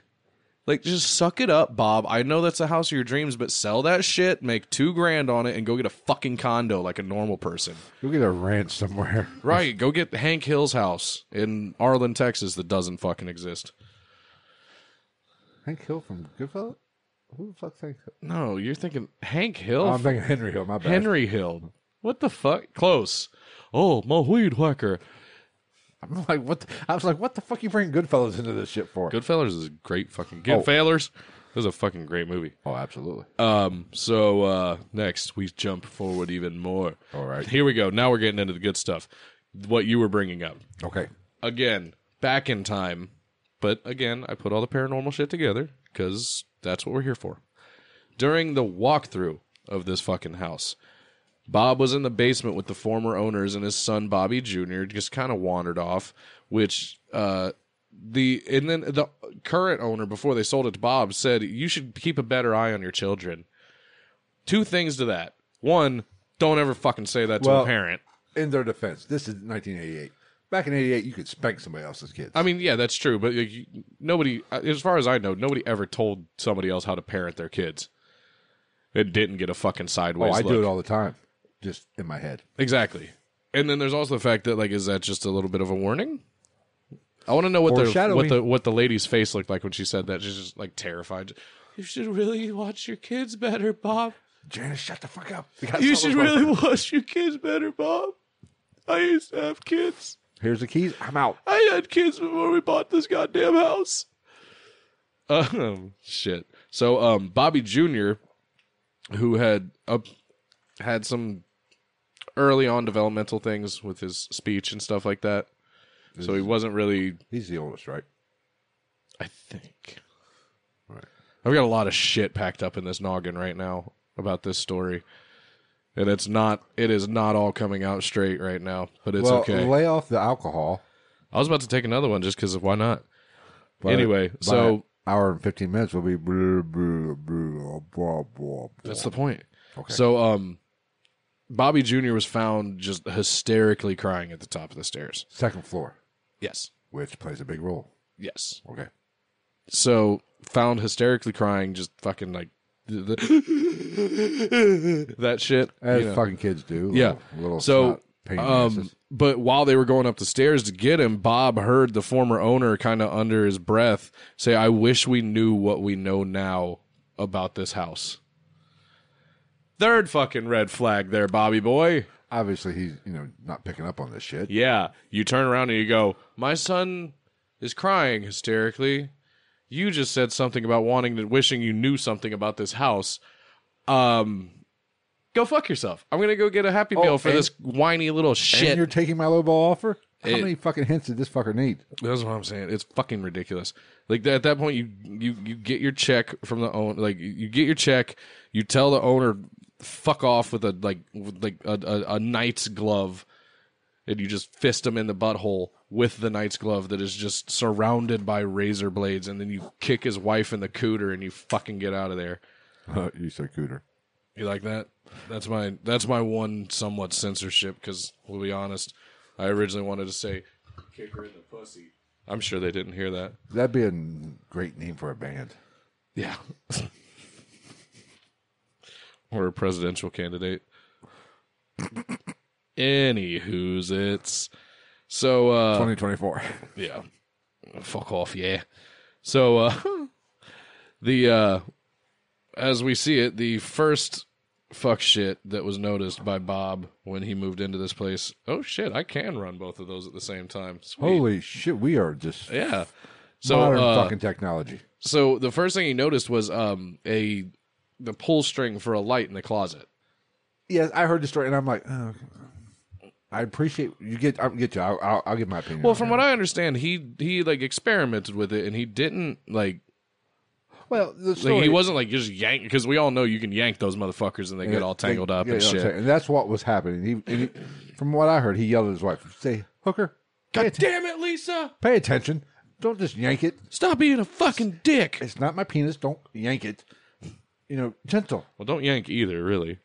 Speaker 1: Like, just suck it up, Bob. I know that's the house of your dreams, but sell that shit, make two grand on it, and go get a fucking condo like a normal person.
Speaker 2: Go get a ranch somewhere.
Speaker 1: Right, go get Hank Hill's house in Arlen, Texas that doesn't fucking exist.
Speaker 2: Hank Hill from Goodfellas? Who the fuck's Hank Hill?
Speaker 1: No, you're thinking Hank Hill?
Speaker 2: Oh, I'm thinking Henry Hill, my bad.
Speaker 1: Henry Hill. What the fuck? Close. Oh, my weed whacker.
Speaker 2: I'm like, what? The, I was like, what the fuck you bring Goodfellas into this shit for?
Speaker 1: Goodfellas is a great fucking Goodfellas. This is a fucking great movie.
Speaker 2: Oh, absolutely.
Speaker 1: Um, so uh next we jump forward even more.
Speaker 2: All right.
Speaker 1: Here we go. Now we're getting into the good stuff. What you were bringing up.
Speaker 2: okay.
Speaker 1: Again, back in time. But again, I put all the paranormal shit together cuz that's what we're here for. During the walkthrough of this fucking house, Bob was in the basement with the former owners and his son Bobby Jr. just kind of wandered off, which uh the and then the current owner before they sold it to Bob said you should keep a better eye on your children. Two things to that. One, don't ever fucking say that to a
Speaker 2: Well-
Speaker 1: parent.
Speaker 2: In their defense, this is 1988. Back in '88, you could spank somebody else's kids.
Speaker 1: I mean, yeah, that's true, but like, you, nobody, uh, as far as I know, nobody ever told somebody else how to parent their kids. It didn't get a fucking
Speaker 2: oh,
Speaker 1: sideways.
Speaker 2: I
Speaker 1: look.
Speaker 2: do it all the time, just in my head.
Speaker 1: exactly. And then there's also the fact that like, is that just a little bit of a warning? I want to know what the
Speaker 2: Foreshadowing.
Speaker 1: what the what the lady's face looked like when she said that. She's just like terrified. You should really watch your kids better, Bob.
Speaker 2: Janice, shut the fuck up.
Speaker 1: You should really watch your kids better, Bob. I used to have kids.
Speaker 2: Here's the keys. I'm out.
Speaker 1: I had kids before we bought this goddamn house. Um, shit. So, um, Bobby Jr., who had up had some early on developmental things with his speech and stuff like that, so he wasn't really.
Speaker 2: He's the oldest, right?
Speaker 1: I think.
Speaker 2: Right.
Speaker 1: I've got a lot of shit packed up in this noggin right now about this story, and it's not. It is not all coming out straight right now, but it's
Speaker 2: well,
Speaker 1: okay.
Speaker 2: lay off the alcohol.
Speaker 1: I was about to take another one just because of why not.
Speaker 2: but
Speaker 1: Anyway,
Speaker 2: by
Speaker 1: so-
Speaker 2: hour and 15 minutes will be. Blah, blah, blah, blah, blah, blah.
Speaker 1: That's the point.
Speaker 2: Okay.
Speaker 1: So, um, Bobby Jr. was found just hysterically crying at the top of the stairs.
Speaker 2: Second floor,
Speaker 1: Yes.
Speaker 2: which plays a big role.
Speaker 1: Yes.
Speaker 2: Okay.
Speaker 1: So, found hysterically crying, just fucking like the, the- that shit.
Speaker 2: As
Speaker 1: you know.
Speaker 2: fucking kids do.
Speaker 1: yeah.
Speaker 2: Little, little
Speaker 1: so,
Speaker 2: snot pain in the
Speaker 1: um,
Speaker 2: asses.
Speaker 1: but while they were going up the stairs to get him, Bob heard the former owner kind of under his breath say, I wish we knew what we know now about this house. Third fucking red flag there, Bobby boy.
Speaker 2: obviously he's you know not picking up on this shit.
Speaker 1: Yeah. You turn around and you go, My son is crying hysterically. You just said something about wanting to wishing you knew something about this house. Um go fuck yourself. I'm gonna go get a happy meal for
Speaker 2: Oh, and-
Speaker 1: this whiny little
Speaker 2: And you're
Speaker 1: shit.
Speaker 2: taking my lowball offer. How
Speaker 1: It-
Speaker 2: many fucking hints did this fucker need?
Speaker 1: That's what I'm saying. It's fucking ridiculous. Like at that point you you you get your check from the owner like you- you get your check, you tell the owner fuck off with a like with like a, a, a knight's glove and you just fist him in the butthole with the knight's glove that is just surrounded by razor blades, and then you kick his wife in the cooter and you fucking get out of there.
Speaker 2: Uh, you said cooter.
Speaker 1: You like that? That's my that's my one somewhat censorship because we'll be honest, I originally wanted to say kick her in the pussy. I'm sure they didn't hear that.
Speaker 2: That'd be a n- great name for a band.
Speaker 1: Yeah. or a presidential candidate. Anywho's it's so uh
Speaker 2: 2024.
Speaker 1: Yeah. Fuck off, yeah. So uh the uh as we see it, the first fuck shit that was noticed by Bob when he moved into this place. Oh shit, I can run both of those at the same time. Sweet.
Speaker 2: Holy shit, we are just
Speaker 1: yeah. So
Speaker 2: modern
Speaker 1: uh,
Speaker 2: fucking technology.
Speaker 1: so the first thing he noticed was um a the pull string for a light in the closet.
Speaker 2: Yes, I heard the story, and I'm like, oh, okay. I appreciate you get. I'll get you. I'll, I'll, I'll give my opinion.
Speaker 1: Well,
Speaker 2: on
Speaker 1: from
Speaker 2: it.
Speaker 1: what I understand, he he like experimented with it and he didn't like
Speaker 2: well, the
Speaker 1: like
Speaker 2: story,
Speaker 1: he wasn't like just yank because we all know you can yank those motherfuckers and they get all tangled up
Speaker 2: Yeah,
Speaker 1: and
Speaker 2: you know what I'm
Speaker 1: shit.
Speaker 2: saying? And that's what was happening. He, and he, from what I heard, he yelled at his wife, "Say, hooker, pay, atten-
Speaker 1: Damn it, Lisa!
Speaker 2: pay attention! Don't just yank it.
Speaker 1: Stop being a fucking dick.
Speaker 2: It's not my penis. Don't yank it. You know, gentle."
Speaker 1: Well, don't yank either, really.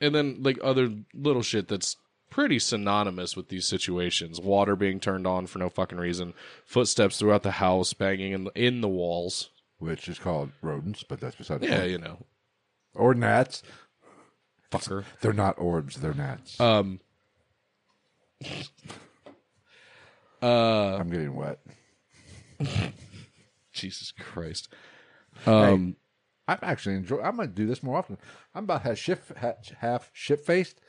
Speaker 1: And then like other little shit that's pretty synonymous with these situations. Water being turned on for no fucking reason, footsteps throughout the house, banging in the, in the walls.
Speaker 2: which is called rodents, but that's beside the
Speaker 1: Yeah,
Speaker 2: point.
Speaker 1: you know,
Speaker 2: Or gnats.
Speaker 1: fucker.
Speaker 2: They're not orbs, they're gnats.
Speaker 1: Um,
Speaker 2: I'm getting wet.
Speaker 1: Jesus Christ.
Speaker 2: Um, I'm actually enjoy. I'm gonna do this more often. I'm about half shit half, half shit faced,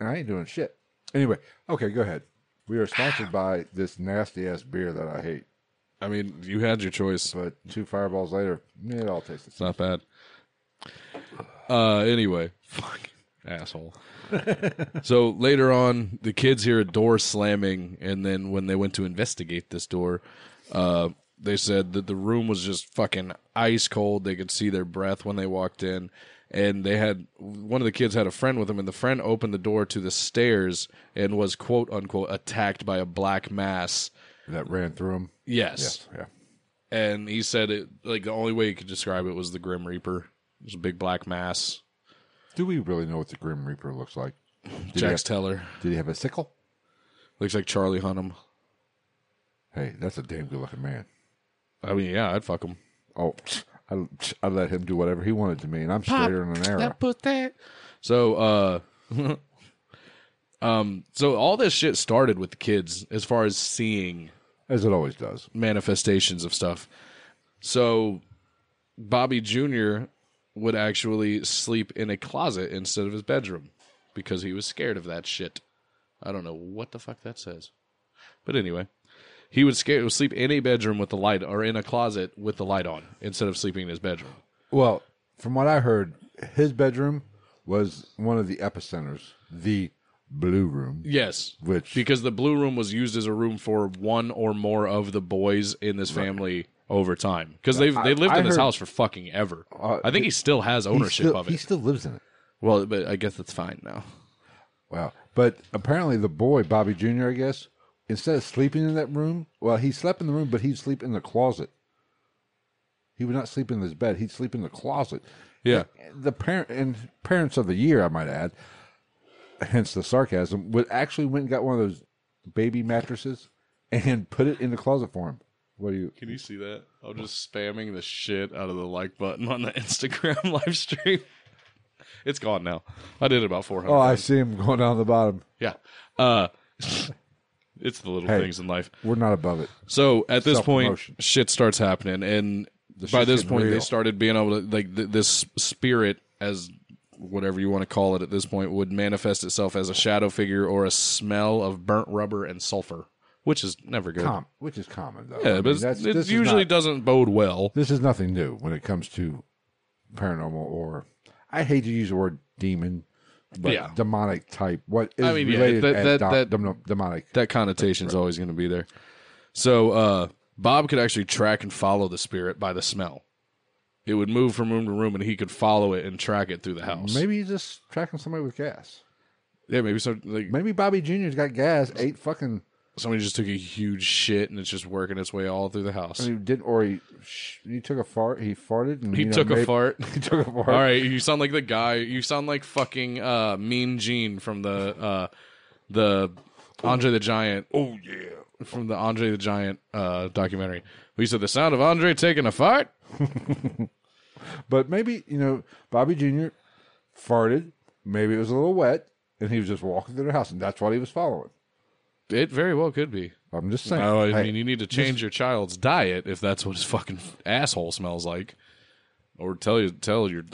Speaker 2: and I ain't doing shit. Anyway, okay, go ahead. We are sponsored by this nasty ass beer that I hate,
Speaker 1: I mean, you had your choice.
Speaker 2: but two fireballs later, it all tastes the
Speaker 1: It's
Speaker 2: same.
Speaker 1: not bad. Uh, anyway, fuck asshole. so later on, the kids hear a door slamming, and then when they went to investigate this door, uh, they said that the room was just fucking ice cold. They could see their breath when they walked in, and they had one of the kids had a friend with him, and the friend opened the door to the stairs and was quote unquote attacked by a black mass.
Speaker 2: That ran through them.
Speaker 1: Yes,
Speaker 2: Yeah,
Speaker 1: and he said it like the only way he could describe it was the Grim Reaper. It was a big black mass.
Speaker 2: Do we really know what the Grim Reaper looks like? Did,
Speaker 1: Jax
Speaker 2: he, have,
Speaker 1: Teller
Speaker 2: did he have a sickle?
Speaker 1: looks like Charlie Hunnam.
Speaker 2: Hey, that's a damn good looking man.
Speaker 1: I mean, yeah, I'd fuck him.
Speaker 2: Oh, I, I let him do whatever he wanted to me, and I'm straighter than an arrow.
Speaker 1: put that. So, uh, um, so all this shit started with the kids as far as seeing
Speaker 2: As it always does.
Speaker 1: manifestations of stuff. So, Bobby Jr. would actually sleep in a closet instead of his bedroom because he was scared of that shit. I don't know what the fuck that says, but anyway, he would scare would sleep in a bedroom with the light or in a closet with the light on instead of sleeping in his bedroom.
Speaker 2: Well, from what I heard, his bedroom was one of the epicenters, the blue room,
Speaker 1: Yes,
Speaker 2: which
Speaker 1: because the blue room was used as a room for one or more of the boys in this family over time because they've they lived
Speaker 2: I
Speaker 1: in this
Speaker 2: heard-
Speaker 1: house for fucking ever.
Speaker 2: Uh,
Speaker 1: I think he still has
Speaker 2: he
Speaker 1: ownership
Speaker 2: still,
Speaker 1: of it.
Speaker 2: he still lives in it.
Speaker 1: Well, but I guess that's fine now.
Speaker 2: Wow. But apparently, the boy, Bobby Jr., I guess, instead of sleeping in that room, well, he slept in the room, but he'd sleep in the closet. He would not sleep in his bed. He'd sleep in the closet.
Speaker 1: Yeah.
Speaker 2: The parent and parents of the year, I might add, hence the sarcasm, would actually went and got one of those baby mattresses and put it in the closet for him. What do you?
Speaker 1: Can you see that? I'm just spamming the shit out of the like button on the Instagram live stream. It's gone now. I did about 400.
Speaker 2: Oh, I see him going down the bottom.
Speaker 1: yeah. Uh, it's the little
Speaker 2: Hey.
Speaker 1: things in life.
Speaker 2: We're not above it.
Speaker 1: So at this point,
Speaker 2: Self-promotion.
Speaker 1: shit starts happening, and by
Speaker 2: shit's
Speaker 1: this
Speaker 2: getting
Speaker 1: point, they
Speaker 2: real.
Speaker 1: started being able to like th- this spirit, as whatever you want to call it, at this point would manifest itself as a shadow figure or a smell of burnt rubber and sulfur, which is never good.
Speaker 2: Com, which is common though. I
Speaker 1: Yeah,
Speaker 2: mean,
Speaker 1: but it's-
Speaker 2: that's-
Speaker 1: it
Speaker 2: this is
Speaker 1: usually
Speaker 2: not-
Speaker 1: doesn't bode well.
Speaker 2: this is nothing new when it comes to paranormal or I hate to use the word demon, but
Speaker 1: Yeah.
Speaker 2: demonic type. What is
Speaker 1: I mean, yeah,
Speaker 2: related
Speaker 1: that-
Speaker 2: as
Speaker 1: that-
Speaker 2: dom-
Speaker 1: that-
Speaker 2: dom- demonic?
Speaker 1: That connotation's always going to be there. So uh, Bob could actually track and follow the spirit by the smell. It would move from room to room, and he could follow it and track it through the house.
Speaker 2: Maybe he's just tracking somebody with gas.
Speaker 1: yeah, maybe some, like
Speaker 2: Maybe Bobby Junior's got gas. Ate fucking.
Speaker 1: somebody just took a huge shit, and it's just working its way all through the house.
Speaker 2: He didn't, or he sh- he took a fart. He farted. And,
Speaker 1: He
Speaker 2: you know,
Speaker 1: took a
Speaker 2: maybe-
Speaker 1: fart.
Speaker 2: He took a fart.
Speaker 1: All right, you sound like the guy. You sound like fucking uh, Mean Gene from the uh, the Andre the Giant. Oh yeah, from the Andre the Giant uh, documentary. We said the sound of Andre taking a fart.
Speaker 2: But maybe you know Bobby Junior farted. Maybe it was a little wet, and he was just walking through the house, and that's what he was following.
Speaker 1: It very well could be.
Speaker 2: I'm just saying.
Speaker 1: Oh, I
Speaker 2: Hey,
Speaker 1: mean, you need to change your child's diet if that's what his fucking asshole smells like, or tell you tell your.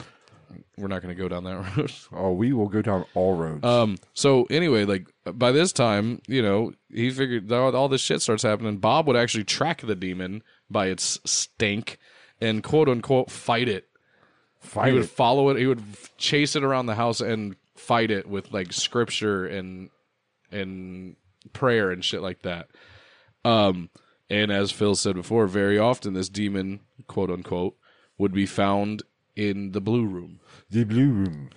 Speaker 1: We're not going to go down that road.
Speaker 2: oh, we will go down all roads.
Speaker 1: Um. So anyway, like by this time, you know, he figured all, all this shit starts happening. Bob would actually track the demon by its stink and quote unquote fight it.
Speaker 2: Fight
Speaker 1: He
Speaker 2: it.
Speaker 1: would follow it. He would chase it around the house and fight it with like scripture and and prayer and shit like that. Um. And as Phil said before, very often this demon, quote unquote, would be found in the blue room.
Speaker 2: The Blue Room.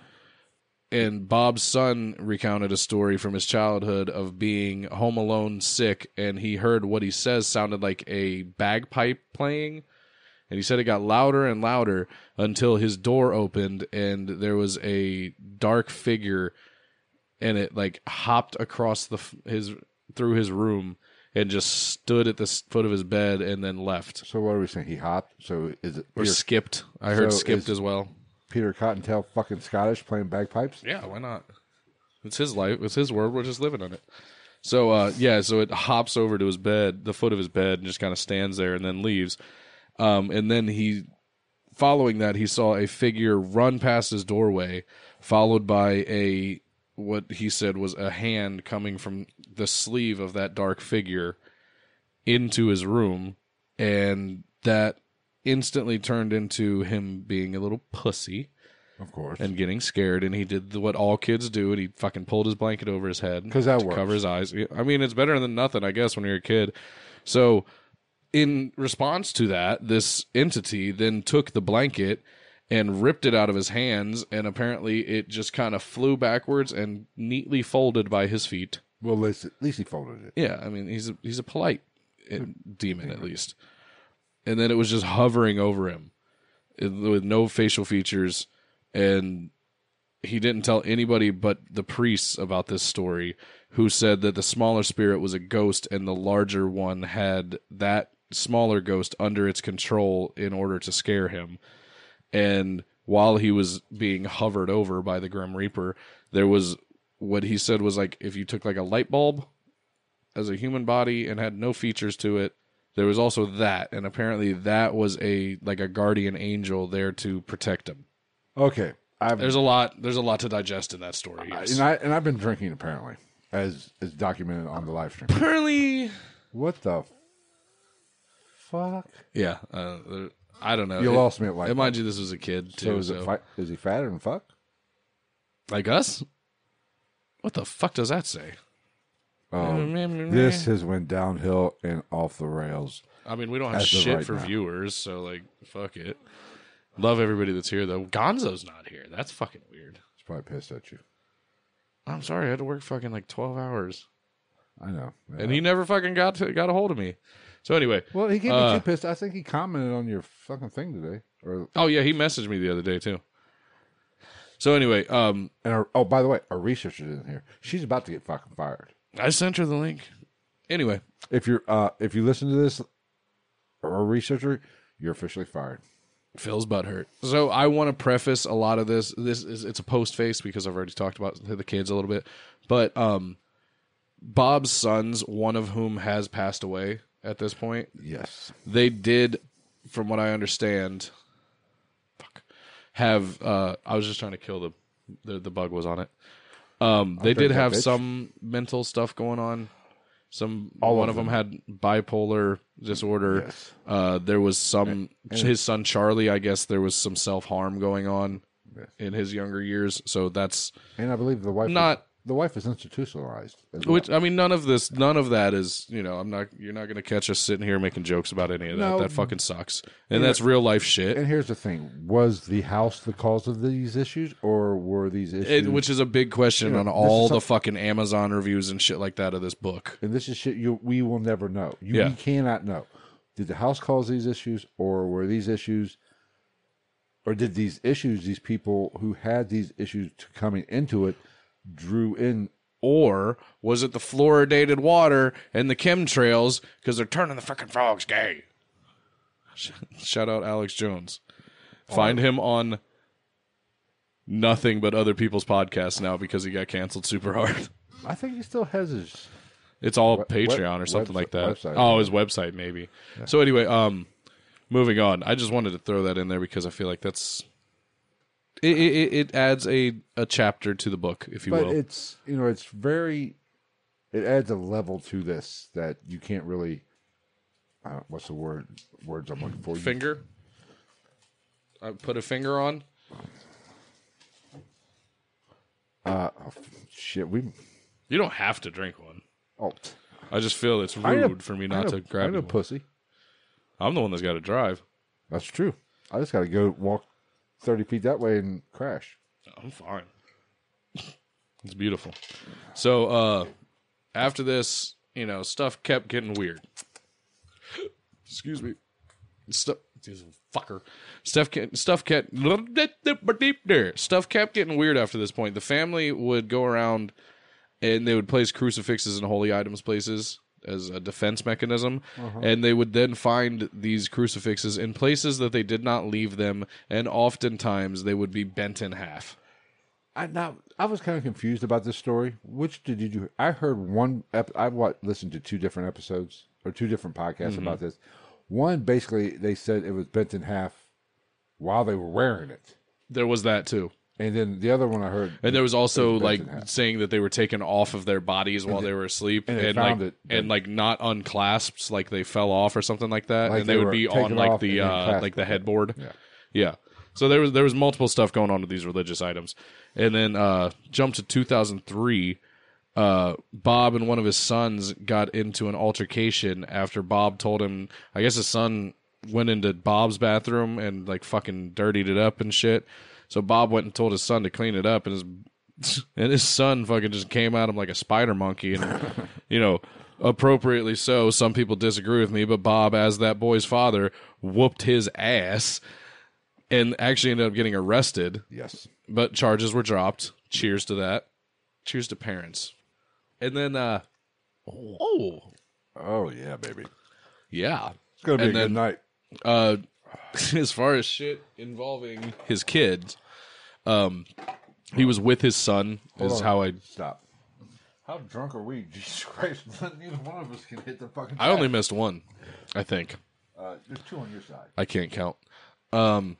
Speaker 1: and Bob's son recounted a story from his childhood of being home alone sick and he heard what he says sounded like a bagpipe playing and he said it got louder and louder until his door opened and there was a dark figure and it like hopped across the f- his through his room and just stood at the s- foot of his bed and then left
Speaker 2: So what are we saying? He hopped. So is it
Speaker 1: or
Speaker 2: Peter,
Speaker 1: skipped. I heard
Speaker 2: So
Speaker 1: skipped
Speaker 2: is-
Speaker 1: as well.
Speaker 2: Peter Cottontail fucking Scottish playing bagpipes?
Speaker 1: Yeah, why not? It's his life. It's his world. We're just living in it. So uh, yeah, so it hops over to his bed, the foot of his bed, and just kind of stands there, and then leaves. Um, and then he, following that, he saw a figure run past his doorway, followed by a what he said was a hand coming from the sleeve of that dark figure into his room, and that instantly turned into him being a little pussy
Speaker 2: Of course.
Speaker 1: and getting scared, and he did the, what all kids do, and he fucking pulled his blanket over his head
Speaker 2: 'Cause that
Speaker 1: to
Speaker 2: works.
Speaker 1: cover his eyes. I mean, it's better than nothing, I guess, when you're a kid. So, in response to that, this entity then took the blanket and ripped it out of his hands, and apparently it just kind of flew backwards and neatly folded by his feet.
Speaker 2: well, at least, at least he folded it.
Speaker 1: Yeah, I mean, he's a, he's a polite eh, demon at least. And then it was just hovering over him eh, with no facial features and he didn't tell anybody but the priests about this story who said that the smaller spirit was a ghost and the larger one had that smaller ghost under its control in order to scare him and while he was being hovered over by the grim reaper there was what he said was like if you took like a light bulb as a human body and had no features to it. There was also that, and apparently that was a like a guardian angel there to protect him.
Speaker 2: Okay. I've,
Speaker 1: There's a lot. There's a lot to digest in that story. yes.
Speaker 2: and, I, and I've been drinking, apparently, as is documented on the live stream.
Speaker 1: apparently,
Speaker 2: What the fuck?
Speaker 1: yeah. Uh, there- I don't know.
Speaker 2: You
Speaker 1: It-
Speaker 2: lost me at light
Speaker 1: And mind you, this was a kid
Speaker 2: So
Speaker 1: too.
Speaker 2: is,
Speaker 1: So,
Speaker 2: it fi- is he fatter than fuck?
Speaker 1: like us. What the fuck does that say?
Speaker 2: Um, this has went downhill and off the rails.
Speaker 1: I mean, we don't have
Speaker 2: As of
Speaker 1: shit
Speaker 2: right
Speaker 1: for
Speaker 2: now.
Speaker 1: viewers, so like, fuck it. Love everybody that's here though. Gonzo's not here. That's fucking weird.
Speaker 2: He's probably pissed at you.
Speaker 1: I'm sorry. I had to work fucking like twelve hours.
Speaker 2: I know.
Speaker 1: and he never fucking got to, got a hold of me. So anyway,
Speaker 2: well, he gave
Speaker 1: uh,
Speaker 2: me two pissed. I think he commented on your fucking thing today. Or
Speaker 1: oh yeah, he messaged me the other day too. So anyway, um,
Speaker 2: and our, oh, by the way, our researcher's in here. She's about to get fucking fired.
Speaker 1: I sent her the link. Anyway,
Speaker 2: If you're uh, if you listen to this, or a researcher, you're officially fired.
Speaker 1: Phil's butthurt. So I want to preface a lot of this. This is it's a post face because I've already talked about the kids a little bit, but um, Bob's sons, one of whom has passed away at this point,
Speaker 2: Yes.
Speaker 1: they did, from what I understand, fuck, have uh, I was just trying to kill the the, the bug was on it. Um, they
Speaker 2: drink
Speaker 1: did
Speaker 2: that
Speaker 1: have
Speaker 2: bitch.
Speaker 1: some mental stuff going on. Some
Speaker 2: All
Speaker 1: one
Speaker 2: of
Speaker 1: of them. had bipolar disorder.
Speaker 2: Yes.
Speaker 1: Uh, there was some his son Charlie. I guess there was some self harm going on
Speaker 2: Yes.
Speaker 1: in his younger years. So that's
Speaker 2: And I believe the wife
Speaker 1: Not-
Speaker 2: is, the wife is institutionalized. As well.
Speaker 1: which I mean, none of this, none of that is you know. I'm not. You're not going to catch us sitting here making jokes about any of that.
Speaker 2: No.
Speaker 1: That fucking sucks. And that's real life shit.
Speaker 2: and here's the thing: was the house the cause of these issues, or were these issues?
Speaker 1: It, which is a big question on
Speaker 2: this
Speaker 1: all
Speaker 2: is
Speaker 1: the fucking Amazon reviews and shit like that of this book.
Speaker 2: and this is shit you we will never know. You,
Speaker 1: Yeah.
Speaker 2: We cannot know. Did the house cause these issues, or were these issues, or did these issues, these people who had these issues to coming into it, drew in?
Speaker 1: Or was it the fluoridated water and the chemtrails because they're turning the fucking frogs gay? Sh- Shout out Alex Jones. Find him on nothing but other people's podcasts now because he got canceled super hard.
Speaker 2: I think he still has his.
Speaker 1: It's all
Speaker 2: web-
Speaker 1: Patreon or something like that.
Speaker 2: website.
Speaker 1: Oh, his website maybe. So anyway, um, moving on. I just wanted to throw that in there because I feel like that's it. It, it- it adds a a chapter to the book, if you
Speaker 2: But
Speaker 1: will.
Speaker 2: it's you know it's very, it adds a level to this that you can't really. Uh, what's the word? Words I'm looking for. You-
Speaker 1: finger. I put a finger on.
Speaker 2: oh, shit, we.
Speaker 1: You don't have to drink one.
Speaker 2: Oh,
Speaker 1: I just feel it's
Speaker 2: I
Speaker 1: rude
Speaker 2: ain't a-
Speaker 1: for me
Speaker 2: I
Speaker 1: not
Speaker 2: ain't
Speaker 1: to
Speaker 2: a- I
Speaker 1: grab
Speaker 2: ain't a
Speaker 1: you one.
Speaker 2: pussy.
Speaker 1: I'm the one that's got to drive.
Speaker 2: That's true. I just got to go walk 30 feet that way and crash.
Speaker 1: I'm fine. it's beautiful. So uh after this, you know, stuff kept getting weird. Excuse me. Stuff He's a fucker. Stuff kept, stuff kept stuff kept getting weird after this point. The family would go around and they would place crucifixes in holy items places as a defense mechanism and they would then find these crucifixes in places that they did not leave them and oftentimes they would be bent in half
Speaker 2: I now I was kind of confused about this story. Which did you do? I heard one. Ep- I wa listened to two different episodes or two different podcasts
Speaker 1: Mm-hmm.
Speaker 2: about this. One basically they said it was bent in half while they were wearing it,
Speaker 1: there was that too
Speaker 2: and then the other one I heard
Speaker 1: And there was also
Speaker 2: It was
Speaker 1: like
Speaker 2: bent in half.
Speaker 1: saying that they were taken off of their bodies while they were asleep, and,
Speaker 2: they
Speaker 1: like
Speaker 2: found it, but-
Speaker 1: and like not unclasped, like they fell off or something like that,
Speaker 2: Like
Speaker 1: and they,
Speaker 2: they
Speaker 1: would
Speaker 2: were
Speaker 1: be on
Speaker 2: taken
Speaker 1: like
Speaker 2: off
Speaker 1: the
Speaker 2: and then
Speaker 1: uh,
Speaker 2: clasped
Speaker 1: like the
Speaker 2: with it.
Speaker 1: headboard. Yeah. So there was there was multiple stuff going on with these religious items, and then uh, jump to 2003. Uh, Bob and one of his sons got into an altercation after Bob told him. I guess his son went into Bob's bathroom and like fucking dirtied it up and shit. So Bob went and told his son to clean it up, and his and his son fucking just came at him like a spider monkey and you know appropriately so some people disagree with me but bob as that boy's father whooped his ass and actually ended up getting arrested
Speaker 2: yes.
Speaker 1: but charges were dropped cheers to that cheers to parents and then uh oh
Speaker 2: Oh yeah, baby.
Speaker 1: yeah
Speaker 2: It's gonna be
Speaker 1: And
Speaker 2: a
Speaker 1: then-
Speaker 2: good night.
Speaker 1: uh as far as shit involving his kids um he was with his son is
Speaker 2: on.
Speaker 1: how i
Speaker 2: Stop. How drunk are we? Jesus Christ! Neither one of us can hit the fucking.
Speaker 1: i only missed one i think
Speaker 2: Uh, there's two on your side.
Speaker 1: I can't count. Um,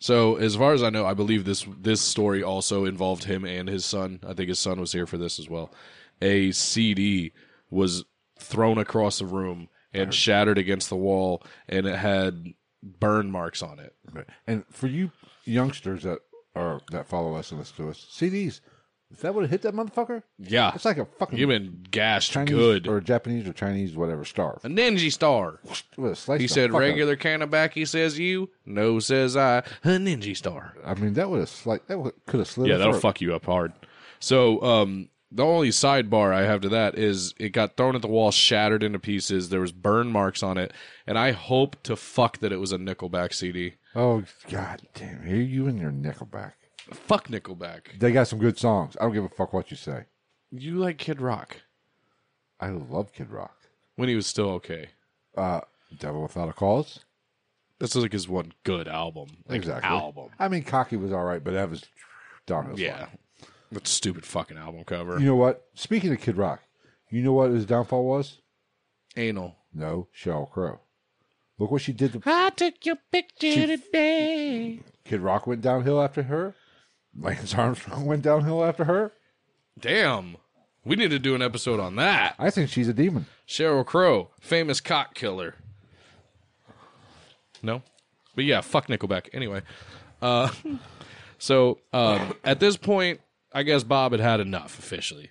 Speaker 1: so as far as I know, I believe this this story also involved him and his son. I think his son was here for this as well. A CD was thrown across the room and shattered against the wall, and it had burn marks on it.
Speaker 2: And for you youngsters that are that follow us and listen to us, CDs. If that would have hit that motherfucker,
Speaker 1: Yeah,
Speaker 2: it's like a fucking
Speaker 1: you've been gashed
Speaker 2: Chinese
Speaker 1: good.
Speaker 2: or Japanese or Chinese whatever star.
Speaker 1: a ninja star.
Speaker 2: With a slice
Speaker 1: He
Speaker 2: the
Speaker 1: said,
Speaker 2: fuck out-
Speaker 1: "Regular Kanabaki says you, no says I, a ninja star."
Speaker 2: I mean, that would have slight. That would, could have slid.
Speaker 1: Yeah,
Speaker 2: her
Speaker 1: that'll
Speaker 2: throat.
Speaker 1: fuck you up hard. So, um, the only sidebar I have to that is it got thrown at the wall, shattered into pieces. There was burn marks on it, and I hope to fuck that it was a Nickelback CD.
Speaker 2: Oh god damn! Here you and your Nickelback.
Speaker 1: Fuck Nickelback.
Speaker 2: They got some good songs. I don't give a fuck what you say.
Speaker 1: You like Kid Rock
Speaker 2: I love Kid Rock.
Speaker 1: when he was still okay.
Speaker 2: Uh, Devil Without a Cause.
Speaker 1: That's like his one good album. Like,
Speaker 2: Exactly.
Speaker 1: Album.
Speaker 2: I mean, Cocky was all right, but that was downhill.
Speaker 1: Yeah. That stupid fucking album cover.
Speaker 2: You know what? Speaking of Kid Rock, you know what his downfall was?
Speaker 1: Anal.
Speaker 2: No, Sheryl Crow. Look what she did to
Speaker 1: I took your picture today.
Speaker 2: Kid Rock went downhill after her. Lance Armstrong went downhill after her.
Speaker 1: Damn. We need to do an episode on that.
Speaker 2: I think she's a demon.
Speaker 1: Cheryl Crow, famous cock killer. No, but yeah, fuck Nickelback. Anyway, uh, so um, at this point, I guess Bob had had enough officially.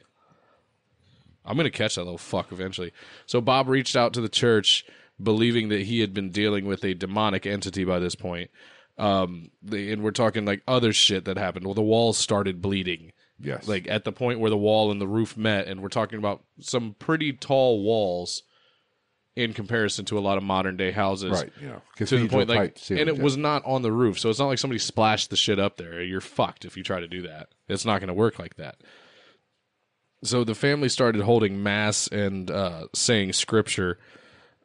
Speaker 1: I'm gonna catch that little fuck eventually. So Bob reached out to the church, believing that he had been dealing with a demonic entity by this point. Um, the, and we're talking like other shit that happened. Well, the walls started bleeding
Speaker 2: Yes.
Speaker 1: like at the point where the wall and the roof met and we're talking about some pretty tall walls in comparison to a lot of modern day houses
Speaker 2: right, you know,
Speaker 1: to the
Speaker 2: cathedral
Speaker 1: point like
Speaker 2: type ceiling,
Speaker 1: and it
Speaker 2: yeah.
Speaker 1: was not on the roof so it's not like somebody splashed the shit up there you're fucked if you try to do that it's not going to work like that so the family started holding mass and uh, saying scripture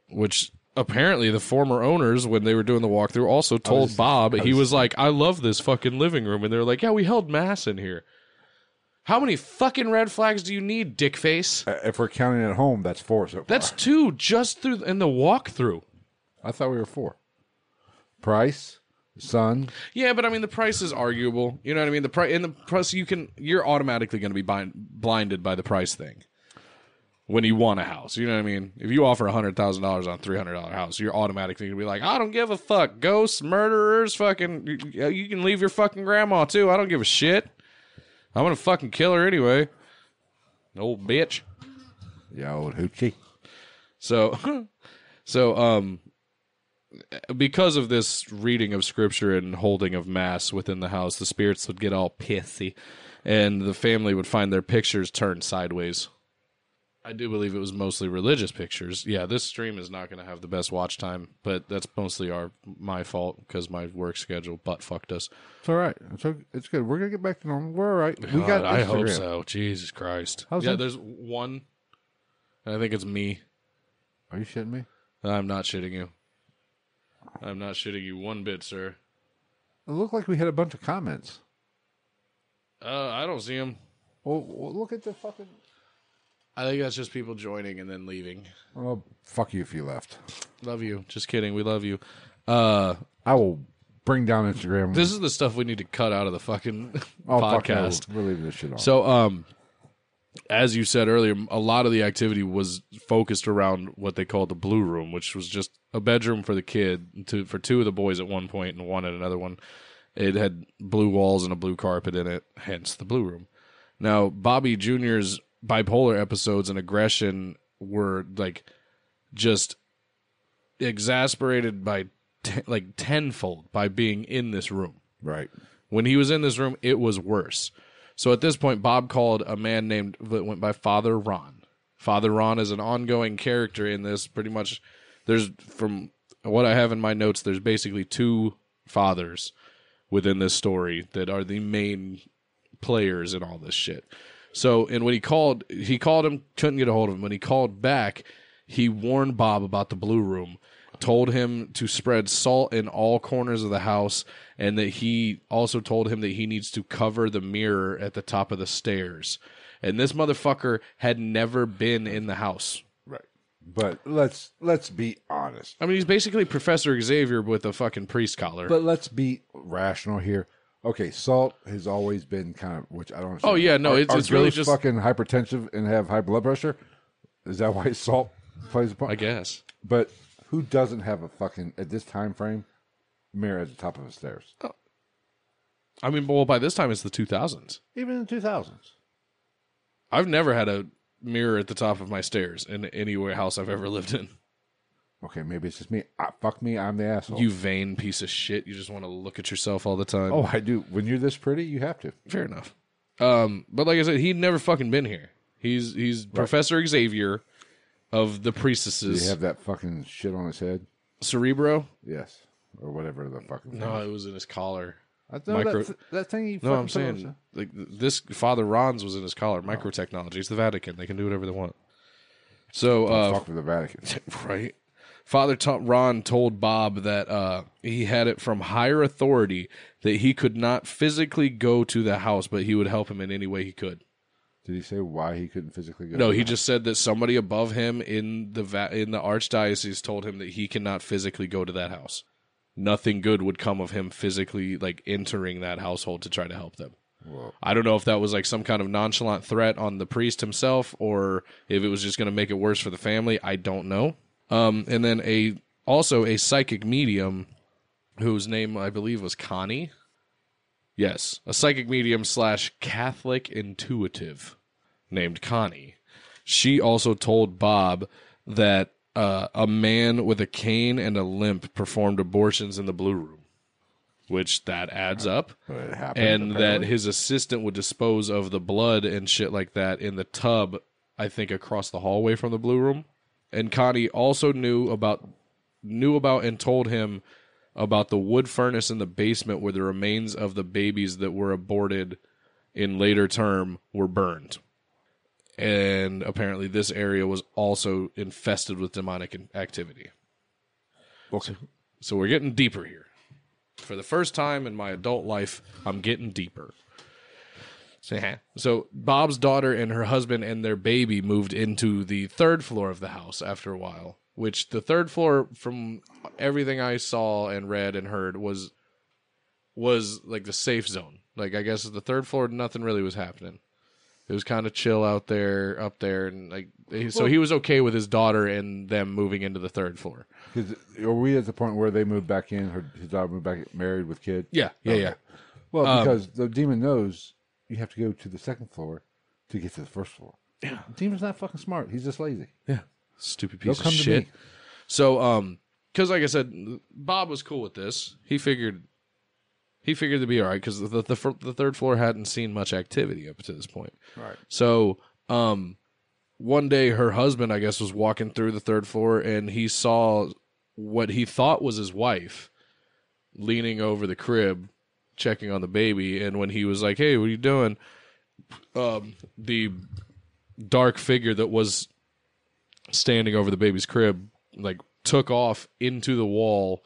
Speaker 1: which apparently the former owners when they were doing the walkthrough also told bob he was like i love this fucking living room and they were like yeah we held mass in here how many fucking red flags do you need dick face
Speaker 2: Uh, if we're counting at home, that's four so far.
Speaker 1: that's two just through in the walkthrough
Speaker 2: I thought we were four. Price, son,
Speaker 1: Yeah, but I mean the price is arguable. You know what I mean? The price and the price you can you're automatically going to be bind- blinded by the price thing when you want a house. You know what I mean? If you offer hundred thousand dollars on a three hundred dollar house, you're automatically going to be like, I don't give a fuck. Ghosts, murderers, fucking. You, you can leave your fucking grandma too. I don't give a shit. I'm gonna fucking kill her anyway. Old bitch.
Speaker 2: yeah, old hoochie.
Speaker 1: So, so um, because of this reading of scripture and holding of mass within the house, the spirits would get all pissy, and the family would find their pictures turned sideways. I do believe it was mostly religious pictures. Yeah, this stream is not going to have the best watch time, but that's mostly our my fault because my work schedule butt fucked us.
Speaker 2: It's all right. It's, o- it's good. We're gonna get back to normal. We're all right. We got.
Speaker 1: God, I hope
Speaker 2: Instagram.
Speaker 1: so. Jesus Christ.
Speaker 2: How's
Speaker 1: yeah,
Speaker 2: that?
Speaker 1: there's one. and I think it's me.
Speaker 2: Are you shitting me?
Speaker 1: I'm not shitting you. I'm not shitting you one bit, sir.
Speaker 2: It looked like we had a bunch of comments.
Speaker 1: Uh, I don't see him.
Speaker 2: Well, well look at the fucking.
Speaker 1: I think that's just people joining and then leaving.
Speaker 2: Oh, fuck you if you left.
Speaker 1: Love you. Just kidding. We love you. Uh,
Speaker 2: I will bring down Instagram.
Speaker 1: this is the stuff we need to cut out of the fucking
Speaker 2: oh, fuck no.
Speaker 1: podcast.
Speaker 2: We're leaving this shit on.
Speaker 1: So, um, as you said earlier, a lot of the activity was focused around what they called the blue room, which was just a bedroom for the kid to for two of the boys at one point and one at another one. It had blue walls and a blue carpet in it, hence the blue room. Now, Bobby Jr.'s bipolar episodes and aggression were like just exasperated by te- like tenfold by being in this room.
Speaker 2: right.
Speaker 1: When he was in this room, it was worse. So at this point, Bob called a man named that went by Father Ron. Father Ron is an ongoing character in this. Pretty much, there's from what I have in my notes, there's basically two fathers within this story that are the main players in all this shit. So, and when he called, he called him, couldn't get a hold of him. When he called back, he warned Bob about the blue room, told him to spread salt in all corners of the house, and that he also told him that he needs to cover the mirror at the top of the stairs. And this motherfucker had never been in the house.
Speaker 2: Right. But let's let's be honest.
Speaker 1: I mean, he's basically Professor Xavier with a fucking priest collar.
Speaker 2: But let's be rational here. Okay, salt has always been kind of which I don't. Understand.
Speaker 1: Oh, yeah, no,
Speaker 2: Are-
Speaker 1: it's-
Speaker 2: are
Speaker 1: it's really
Speaker 2: girls
Speaker 1: just-
Speaker 2: fucking hypertensive and have high blood pressure. Is that why salt plays a part?
Speaker 1: I guess.
Speaker 2: But who doesn't have a fucking at this time frame mirror at the top of the stairs?
Speaker 1: Oh. I mean, well, by this time it's the 2000s.
Speaker 2: Even in the two thousands.
Speaker 1: I've never had a mirror at the top of my stairs in any house I've ever lived in.
Speaker 2: Okay, maybe it's just me. I, fuck me, I'm the asshole.
Speaker 1: You vain piece of shit. You just want to look at yourself all the time.
Speaker 2: Oh, I do. When you're this pretty, you have to.
Speaker 1: fair enough. Um, but like I said, he'd never fucking been here. He's he's Professor Xavier of the
Speaker 2: You
Speaker 1: priestesses.
Speaker 2: have that fucking shit on his head.
Speaker 1: Cerebro?
Speaker 2: Yes, or whatever the fucking.
Speaker 1: No, it was in his collar.
Speaker 2: I know
Speaker 1: micro-
Speaker 2: that, th- that thing. He
Speaker 1: No,
Speaker 2: fucking
Speaker 1: I'm
Speaker 2: put on
Speaker 1: saying like this Father Ron's was in his collar. Microtechnology. It's the Vatican. They can do whatever they want. So
Speaker 2: his-
Speaker 1: uh,
Speaker 2: fuck with the Vatican.
Speaker 1: right? Father T- Ron told Bob that uh, he had it from higher authority that he could not physically go to the house, but he would help him in any way he could.
Speaker 2: Did he say why he couldn't physically go?
Speaker 1: No,
Speaker 2: to
Speaker 1: he
Speaker 2: the-
Speaker 1: just said that somebody above him in the va- in the archdiocese told him that he cannot physically go to that house. Nothing good would come of him physically like entering that household to try to help them.
Speaker 2: Whoa.
Speaker 1: I don't know if that was like some kind of nonchalant threat on the priest himself or if it was just going to make it worse for the family. I don't know. Um, and then a also a psychic medium whose name I believe was Connie. Yes, a psychic medium slash Catholic intuitive named Connie. She also told Bob that uh, a man with a cane and a limp performed abortions in the blue room, which that adds up
Speaker 2: But it happened.
Speaker 1: and that
Speaker 2: apparently.
Speaker 1: his assistant would dispose of the blood and shit like that in the tub, I think across the hallway from the blue room. And Connie also knew about knew about and told him about the wood furnace in the basement where the remains of the babies that were aborted in later term were burned. And apparently this area was also infested with demonic in- activity.
Speaker 2: Okay.
Speaker 1: So we're getting deeper here. For the first time in my adult life, I'm getting deeper. So, so Bob's daughter and her husband and their baby moved into the third floor of the house after a while, which the third floor from everything I saw and read and heard was was like the safe zone. Like I guess the third floor nothing really was happening. It was kind of chill out there up there and like so he was okay with his daughter and them moving into the third floor.
Speaker 2: 'Cause are we at the point where they moved back in? Her, his daughter moved back, in, married with kid.
Speaker 1: Yeah, um, yeah, yeah.
Speaker 2: Well, because the demon knows you have to go to the second floor to get to the first floor. Yeah. demon's not fucking smart. He's just lazy.
Speaker 1: Yeah. Stupid
Speaker 2: They'll
Speaker 1: piece
Speaker 2: come
Speaker 1: of
Speaker 2: to
Speaker 1: shit.
Speaker 2: me.
Speaker 1: So, um, because like I said, Bob was cool with this. He figured he figured to be all right because the, the the fir- the third floor hadn't seen much activity up to this point.
Speaker 2: Right.
Speaker 1: So, um, one day her husband, I guess, was walking through the third floor and he saw what he thought was his wife leaning over the crib, checking on the baby. And when he was like, "Hey, what are you doing?" Um, the dark figure that was standing over the baby's crib like took off into the wall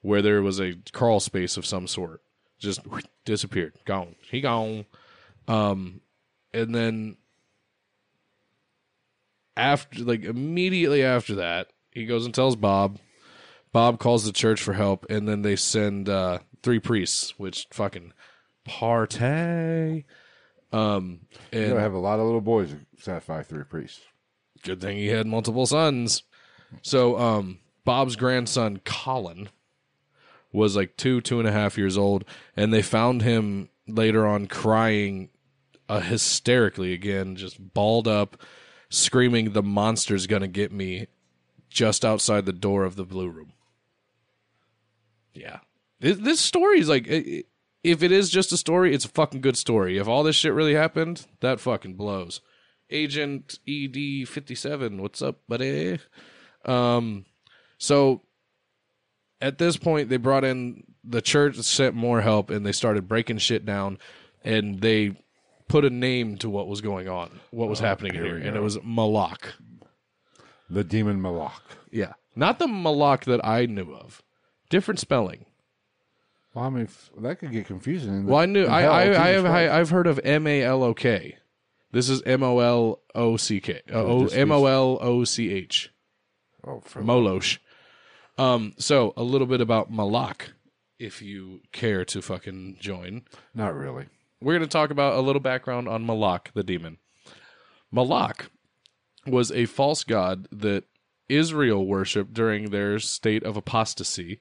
Speaker 1: where there was a crawl space of some sort just disappeared gone he gone um and then after like immediately after that he goes and tells bob bob calls the church for help and then they send uh three priests which fucking partay um
Speaker 2: You
Speaker 1: and
Speaker 2: gotta have a lot of little boys who satisfy three priests.
Speaker 1: good thing he had multiple sons. So, um, Bob's grandson Colin was like two, two and a half years old, and they found him later on crying uh, hysterically again, just balled up, screaming, "The monster's gonna get me!" just outside the door of the blue room. Yeah, this, this story is like. i- i- if it is just a story, it's a fucking good story. If all this shit really happened, that fucking blows. Agent ED fifty seven. What's up, buddy? Um, so at this point, they brought in the church, sent more help, and they started breaking shit down, and they put a name to what was going on, what was happening Oh, here, and it was Malak.
Speaker 2: The demon Malak.
Speaker 1: Yeah, not the Malak that I knew of. Different spelling.
Speaker 2: Well, I mean, f- that could get confusing. in the-
Speaker 1: Well, I knew
Speaker 2: in
Speaker 1: I
Speaker 2: hell,
Speaker 1: I, I
Speaker 2: Jesus
Speaker 1: have I,
Speaker 2: Christ.
Speaker 1: I've heard of M A L O K. This is M O L O C K. Uh, O
Speaker 2: this is-
Speaker 1: M O L O C H.
Speaker 2: Oh, for-
Speaker 1: Molosh. Um, so a little bit about Malak, if you care to fucking join.
Speaker 2: not really.
Speaker 1: We're going to talk about a little background on Malak, the demon. Malak was a false god that Israel worshipped during their state of apostasy,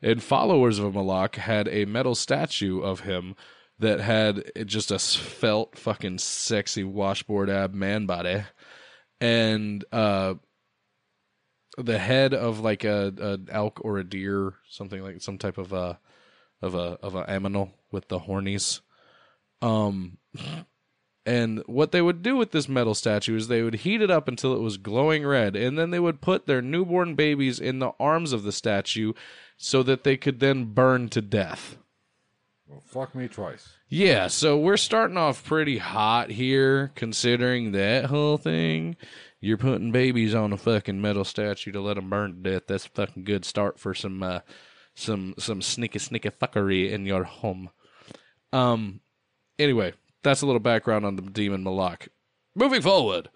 Speaker 1: and followers of Malak had a metal statue of him that had just a felt fucking sexy washboard ab man body, and uh, the head of like a an elk or a deer, something like some type of a of a of a aminal with the hornies. Um, and what they would do with this metal statue is they would heat it up until it was glowing red, and then they would put their newborn babies in the arms of the statue so that they could then burn to death.
Speaker 2: Well, fuck me twice.
Speaker 1: Yeah, so we're starting off pretty hot here, considering that whole thing. You're putting babies on a fucking metal statue to let them burn to death. That's a fucking good start for some, uh, some, some sneaky, sneaky fuckery in your home. Um, anyway, that's a little background on the demon Malak. Moving forward,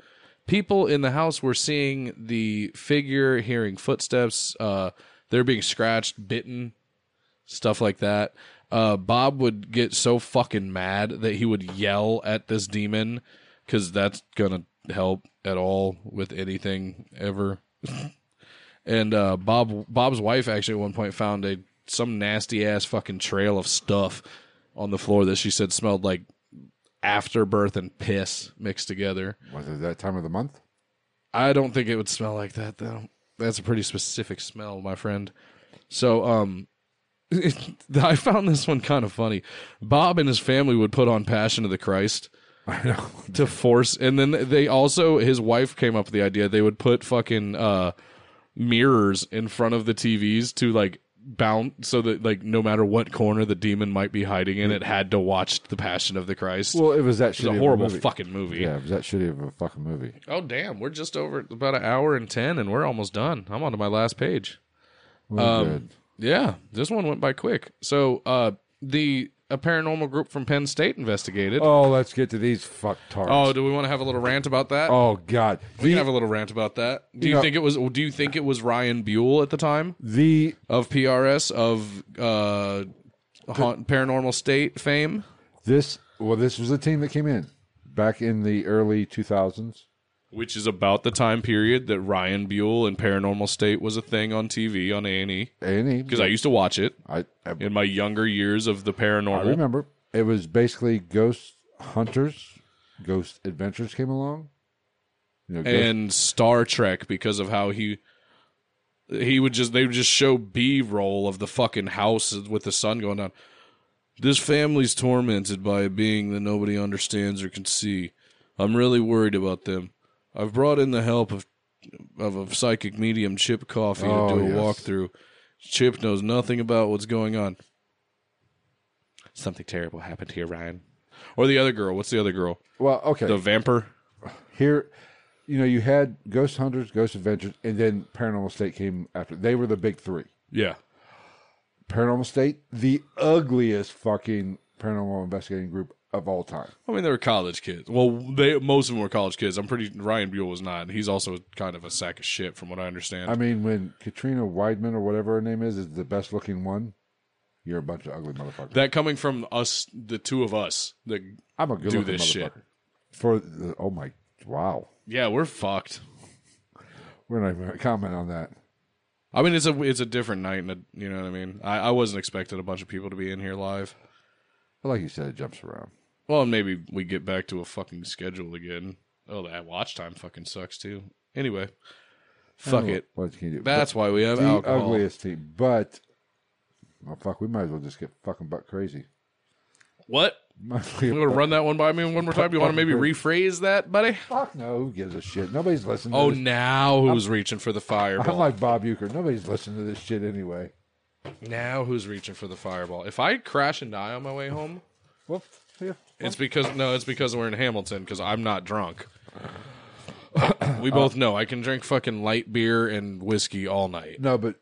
Speaker 1: people in the house were seeing the figure, hearing footsteps. Uh, they're being scratched, bitten, stuff like that. Uh, Bob would get so fucking mad that he would yell at this demon because that's gonna help at all with anything ever. and uh, Bob Bob's wife actually at one point found a some nasty ass fucking trail of stuff on the floor that she said smelled like afterbirth and piss mixed together.
Speaker 2: Was it that time of the month?
Speaker 1: I don't think it would smell like that though. That's a pretty specific smell, my friend. So, um, I found this one kind of funny. Bob and his family would put on Passion of the Christ
Speaker 2: I know.
Speaker 1: to force, and then they also his wife came up with the idea they would put fucking uh mirrors in front of the TVs to like bound so that like no matter what corner the demon might be hiding in, it had to watch the Passion of the Christ.
Speaker 2: Well, it was that shitty
Speaker 1: it's
Speaker 2: of
Speaker 1: a horrible
Speaker 2: movie.
Speaker 1: fucking movie.
Speaker 2: Yeah, it was that shitty of a fucking movie.
Speaker 1: Oh damn, we're just over about an hour and ten, and we're almost done. I'm on to my last page.
Speaker 2: Well, good.
Speaker 1: Yeah, this one went by quick. So, uh, the a paranormal group from Penn State investigated. Oh,
Speaker 2: Oh, let's get to these fuck tarts. Oh,
Speaker 1: do we want to have a little rant about that?
Speaker 2: God.
Speaker 1: Oh, we can
Speaker 2: The,
Speaker 1: have a little rant about that. Do you
Speaker 2: Yeah.
Speaker 1: think it was? Do you think it was Ryan Buell at the time
Speaker 2: the
Speaker 1: of PRS of uh, haunt, paranormal state fame?
Speaker 2: this well, this was a team that came in back in the early two thousands.
Speaker 1: Which is about the time period that Ryan Buell and Paranormal State was a thing on TV on A and E.
Speaker 2: Any,
Speaker 1: Because I used to watch it.
Speaker 2: I, I
Speaker 1: in my younger years of the
Speaker 2: I
Speaker 1: paranormal.
Speaker 2: remember it was basically ghost hunters, ghost adventures came along. You know, ghost-
Speaker 1: and Star Trek because of how he he would just they would just show B roll of the fucking house with the sun going down. This family's tormented by a being that nobody understands or can see. I'm really worried about them. I've brought in the help of of a psychic medium, Chip Coffee,
Speaker 2: Oh,
Speaker 1: to do a
Speaker 2: yes.
Speaker 1: walkthrough. Chip knows nothing about what's going on. Something terrible happened here, Ryan. Or the other girl. What's the other girl?
Speaker 2: Well, okay.
Speaker 1: The vampire.
Speaker 2: Here, you know, you had Ghost Hunters, Ghost Adventures, and then Paranormal State came after. They were the big three.
Speaker 1: Yeah.
Speaker 2: Paranormal State, the ugliest fucking paranormal investigating group of all time.
Speaker 1: I mean, they were college kids. Well, they most of them were college kids. I'm pretty. Ryan Buell was not. He's also kind of a sack of shit, from what I understand.
Speaker 2: I mean, when Katrina Weidman or whatever her name is is the best looking one, you're a bunch of ugly motherfuckers.
Speaker 1: that coming from us, the two of us. That
Speaker 2: I'm a good
Speaker 1: do
Speaker 2: looking
Speaker 1: this
Speaker 2: motherfucker.
Speaker 1: shit.
Speaker 2: For the, oh my wow,
Speaker 1: yeah, we're fucked.
Speaker 2: we're not even gonna comment on that.
Speaker 1: I mean, it's a it's a different night, and a, you know what I mean. I, I wasn't expecting a bunch of people to be in here live.
Speaker 2: But like you said, it jumps around.
Speaker 1: Well, and maybe we get back to a fucking schedule again. Oh, that watch time fucking sucks too. Anyway, fuck it.
Speaker 2: What can you do?
Speaker 1: That's why we have
Speaker 2: But Oh. the
Speaker 1: alcohol.
Speaker 2: ugliest team. But oh fuck, we might as well just get fucking butt crazy.
Speaker 1: What?
Speaker 2: Might as well
Speaker 1: You
Speaker 2: get
Speaker 1: want to
Speaker 2: butt-
Speaker 1: run that one by me one more time? You want to maybe rephrase that, buddy?
Speaker 2: Fuck no, who gives a shit? Nobody's listening.
Speaker 1: Oh,
Speaker 2: to this.
Speaker 1: now who's reaching for the fireball?
Speaker 2: I'm like Bob Euchre. Nobody's listening to this shit anyway.
Speaker 1: now who's reaching for the fireball? If I crash and die on my way home,
Speaker 2: Well, yeah.
Speaker 1: it's because no, it's because we're in Hamilton because I'm not drunk. we both know I can drink fucking light beer and whiskey all night.
Speaker 2: No, but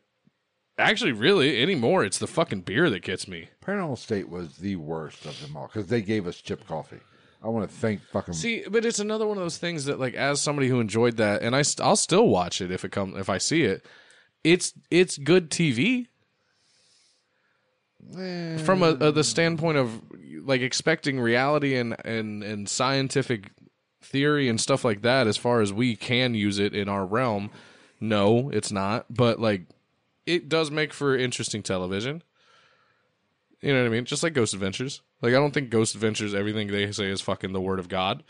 Speaker 1: Actually, really, anymore, it's the fucking beer that gets me.
Speaker 2: Paranormal State was the worst of them all because they gave us chip coffee. I want to thank fucking.
Speaker 1: See, but it's another one of those things that, like, as somebody who enjoyed that, and I st- I'll still watch it if it comes if I see it. It's it's good TV from a, a the standpoint of like expecting reality and and and scientific theory and stuff like that. As far as we can use it in our realm, no, it's not. But like, it does make for interesting television. You know what I mean? Just like Ghost Adventures. Like I don't think Ghost Adventures everything they say is fucking the word of God,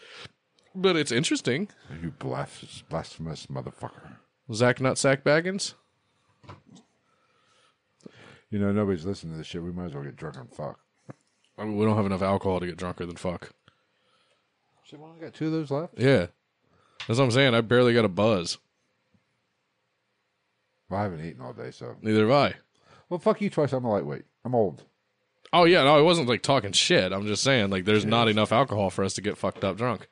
Speaker 1: but it's interesting.
Speaker 2: you blas- blasphemous motherfucker.
Speaker 1: Zach Nutsack Baggins.
Speaker 2: You know, nobody's listening to this shit. We might as well get drunk and fuck.
Speaker 1: I mean, we don't have enough alcohol to get drunker than fuck.
Speaker 2: Shit, we only got two of those left.
Speaker 1: Yeah, that's what I'm saying. I barely got a buzz.
Speaker 2: Well, I haven't eaten all day, so.
Speaker 1: Neither have I.
Speaker 2: Well, fuck you twice. I'm a lightweight. I'm old.
Speaker 1: Oh yeah, no, I wasn't like talking shit. I'm just saying like there's not enough alcohol for us to get fucked up drunk.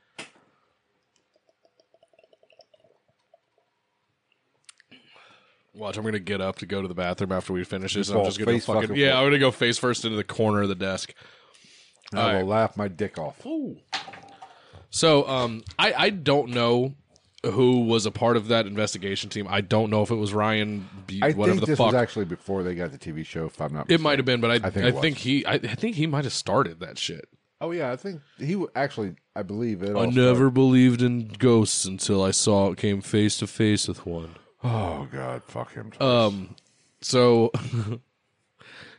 Speaker 1: Watch, I'm gonna get up to go to the bathroom after we finish this. I'm
Speaker 2: fall
Speaker 1: just gonna
Speaker 2: face
Speaker 1: fucking,
Speaker 2: fucking
Speaker 1: yeah,
Speaker 2: forward.
Speaker 1: I'm gonna go face first into the corner of the desk.
Speaker 2: And I will laugh my dick off.
Speaker 1: So um, I I don't know who was a part of that investigation team. I don't know if it was Ryan, B,
Speaker 2: I
Speaker 1: whatever
Speaker 2: think
Speaker 1: the
Speaker 2: this
Speaker 1: fuck.
Speaker 2: was actually before they got the TV show. If I'm not,
Speaker 1: it might have been, but I I
Speaker 2: I think
Speaker 1: think,
Speaker 2: it was.
Speaker 1: he I, I think he might have started that shit.
Speaker 2: Oh yeah, I think he w- actually. I believe it.
Speaker 1: I
Speaker 2: all
Speaker 1: never believed in ghosts until I saw it came face to face with one.
Speaker 2: started- Oh god, fuck him. twice.
Speaker 1: Um, So,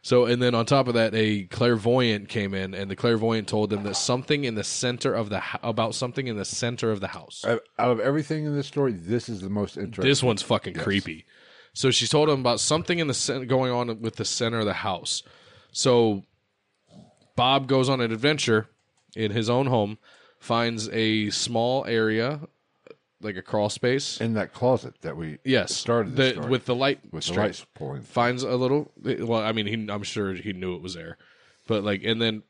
Speaker 1: so and then on top of that, a clairvoyant came in, and the clairvoyant told them that something in the center of the hou- about something in the center of the house.
Speaker 2: Out out of everything in this story, this is the most interesting.
Speaker 1: This one's fucking creepy. So she told him about something in the cen- going on with the center of the house. So Bob goes on an adventure in his own home, finds a small area like a crawl space.
Speaker 2: in that closet that we
Speaker 1: yes,
Speaker 2: started the,
Speaker 1: the-
Speaker 2: story
Speaker 1: with the light
Speaker 2: with the
Speaker 1: strip.
Speaker 2: lights pulling.
Speaker 1: Finds a little. Well, I mean, he, I'm sure he knew it was there, but like, and then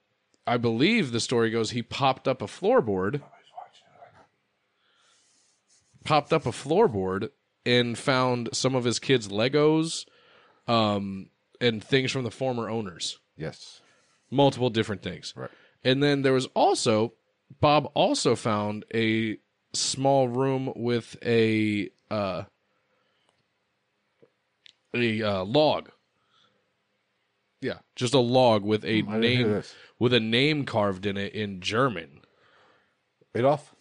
Speaker 1: I believe the story goes he popped up a floorboard, popped up a floorboard, and found some of his kids' Legos, um, and things from the former owners,
Speaker 2: Yes,
Speaker 1: multiple different things.
Speaker 2: right.
Speaker 1: And then there was also Bob also found a small room with a uh, a uh, log. Yeah, just a log with a
Speaker 2: Oh, I didn't hear
Speaker 1: name
Speaker 2: this.
Speaker 1: with a name carved in it in German.
Speaker 2: Adolf.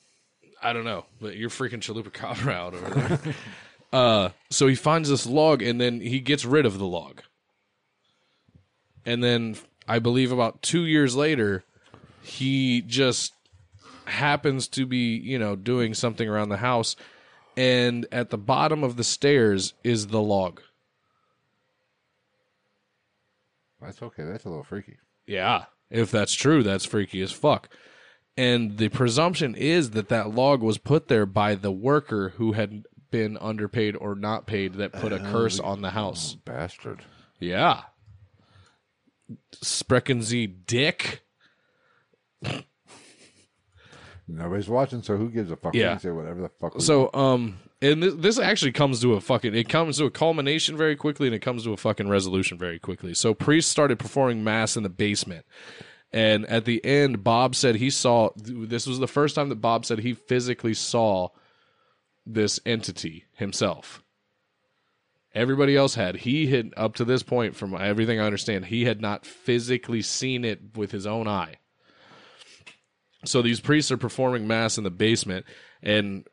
Speaker 1: I don't know, but you're freaking chalupa copper out over there. uh, so he finds this log and then he gets rid of the log. And then I believe about two years later, he just happens to be, you know, doing something around the house. And at the bottom of the stairs is the log.
Speaker 2: That's okay. That's a little freaky.
Speaker 1: Yeah. If that's true, that's freaky as fuck. And the presumption is that that log was put there by the worker who had been underpaid or not paid that put a curse on the house.
Speaker 2: Bastard.
Speaker 1: Yeah. Spreckensy dick.
Speaker 2: Nobody's watching, so who gives a fuck? We
Speaker 1: Yeah.
Speaker 2: can say whatever the fuck. we-
Speaker 1: So, um, and th- this actually comes to a fucking, it comes to a culmination very quickly and it comes to a fucking resolution very quickly. So, priests started performing mass in the basement. And at the end, Bob said he saw, this was the first time that Bob said he physically saw this entity himself. Everybody else had. He had, up to this point, from everything I understand, he had not physically seen it with his own eye. So these priests are performing mass in the basement, and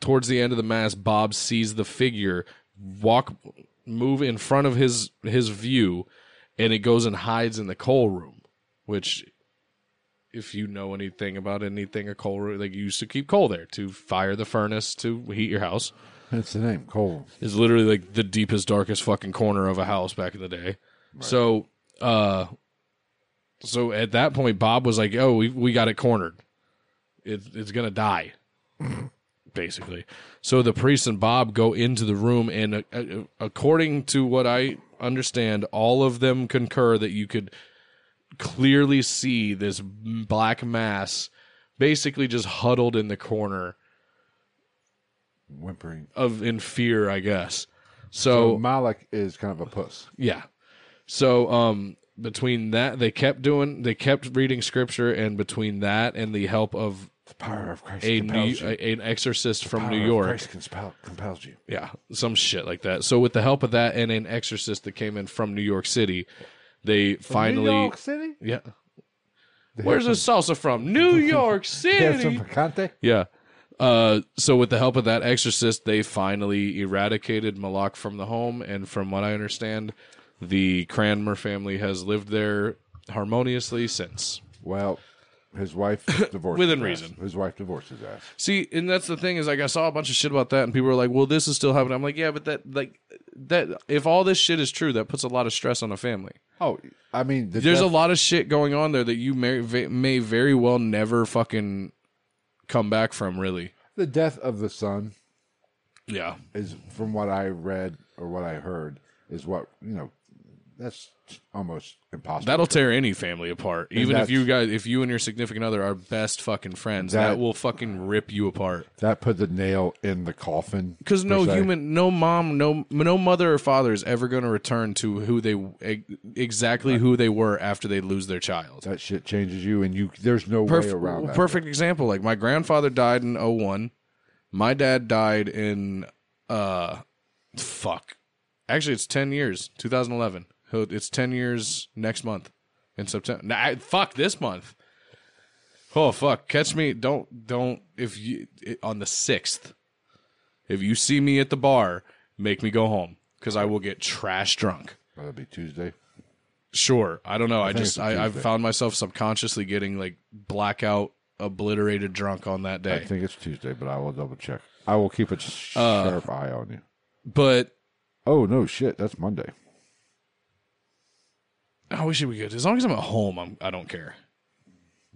Speaker 1: towards the end of the mass, Bob sees the figure walk, move in front of his his view, and it goes and hides in the coal room, which. If you know anything about anything, a coal room, like you used to keep coal there to fire the furnace to heat your house
Speaker 2: that's the name, Cole.
Speaker 1: is literally like the deepest, darkest fucking corner of a house back in the day. So, uh, so at that point, Bob was like, "Oh, we we got it cornered. It's it's gonna die, basically." So the priest and Bob go into the room, and uh, uh, according to what I understand, all of them concur that you could clearly see this black mass, basically just huddled in the corner
Speaker 2: Whimpering.
Speaker 1: of in fear, I guess.
Speaker 2: So
Speaker 1: So
Speaker 2: Malik is kind of a puss.
Speaker 1: Yeah. So um between that they kept doing they kept reading scripture and between that and the help of
Speaker 2: The power of Christ
Speaker 1: a,
Speaker 2: compels
Speaker 1: new,
Speaker 2: you.
Speaker 1: a an exorcist from
Speaker 2: Power
Speaker 1: New
Speaker 2: of
Speaker 1: York.
Speaker 2: Christ conspel- compels you.
Speaker 1: Yeah, some shit like that. So with the help of that and an exorcist that came in from New York City, they finally
Speaker 2: New York City.
Speaker 1: Yeah. Where's this salsa from? New York
Speaker 2: Have
Speaker 1: City.
Speaker 2: some picante.
Speaker 1: Yeah. Uh, so with the help of that exorcist, they finally eradicated Malak from the home, and from what I understand, the Cranmer family has lived there harmoniously since.
Speaker 2: Well, his wife divorced
Speaker 1: Within
Speaker 2: his ass.
Speaker 1: reason.
Speaker 2: His wife divorced his ass.
Speaker 1: See, and that's the thing is, like, I saw a bunch of shit about that, and people were like, "Well, this is still happening." I'm like, "Yeah, but that, like, that if all this shit is true, that puts a lot of stress on a family.
Speaker 2: Oh, I mean, the
Speaker 1: There's
Speaker 2: death-
Speaker 1: a lot of shit going on there that you may may very well never fucking come back from, really.
Speaker 2: The death of the son
Speaker 1: Yeah,
Speaker 2: is, from what I read or what I heard, is what you know. That's almost impossible.
Speaker 1: That'll tear any family apart. Even if
Speaker 2: that's-
Speaker 1: you guys, if you and your significant other are best fucking friends, that,
Speaker 2: That-
Speaker 1: will fucking rip you apart.
Speaker 2: that put the nail in the coffin.
Speaker 1: Because no
Speaker 2: per se.
Speaker 1: human, no mom, no no mother or father is ever going to return to who they e- exactly who they were after they lose their child.
Speaker 2: that shit changes you, and you there's no way around
Speaker 1: Perf-
Speaker 2: that.
Speaker 1: perfect example. Like my grandfather died in 01. My dad died in uh, fuck. Actually, it's ten years. 2011. He'll- It's ten years next month in September. Nah, fuck this month. Oh fuck! Catch me. Don't don't. If you it- on the sixth, if you see me at the bar, make me go home because I will get trash drunk.
Speaker 2: That'll be Tuesday.
Speaker 1: Sure. I don't know. I, just
Speaker 2: it's a
Speaker 1: I, I
Speaker 2: Tuesday.
Speaker 1: found myself subconsciously getting like blackout obliterated drunk on that
Speaker 2: I
Speaker 1: day.
Speaker 2: think it's Tuesday, but I will double check. I will keep a sh-
Speaker 1: Uh.
Speaker 2: sharp eye on you.
Speaker 1: But
Speaker 2: Oh no, shit, that's Monday.
Speaker 1: I wish it would be good. As long as I'm at home, I'm I don't care.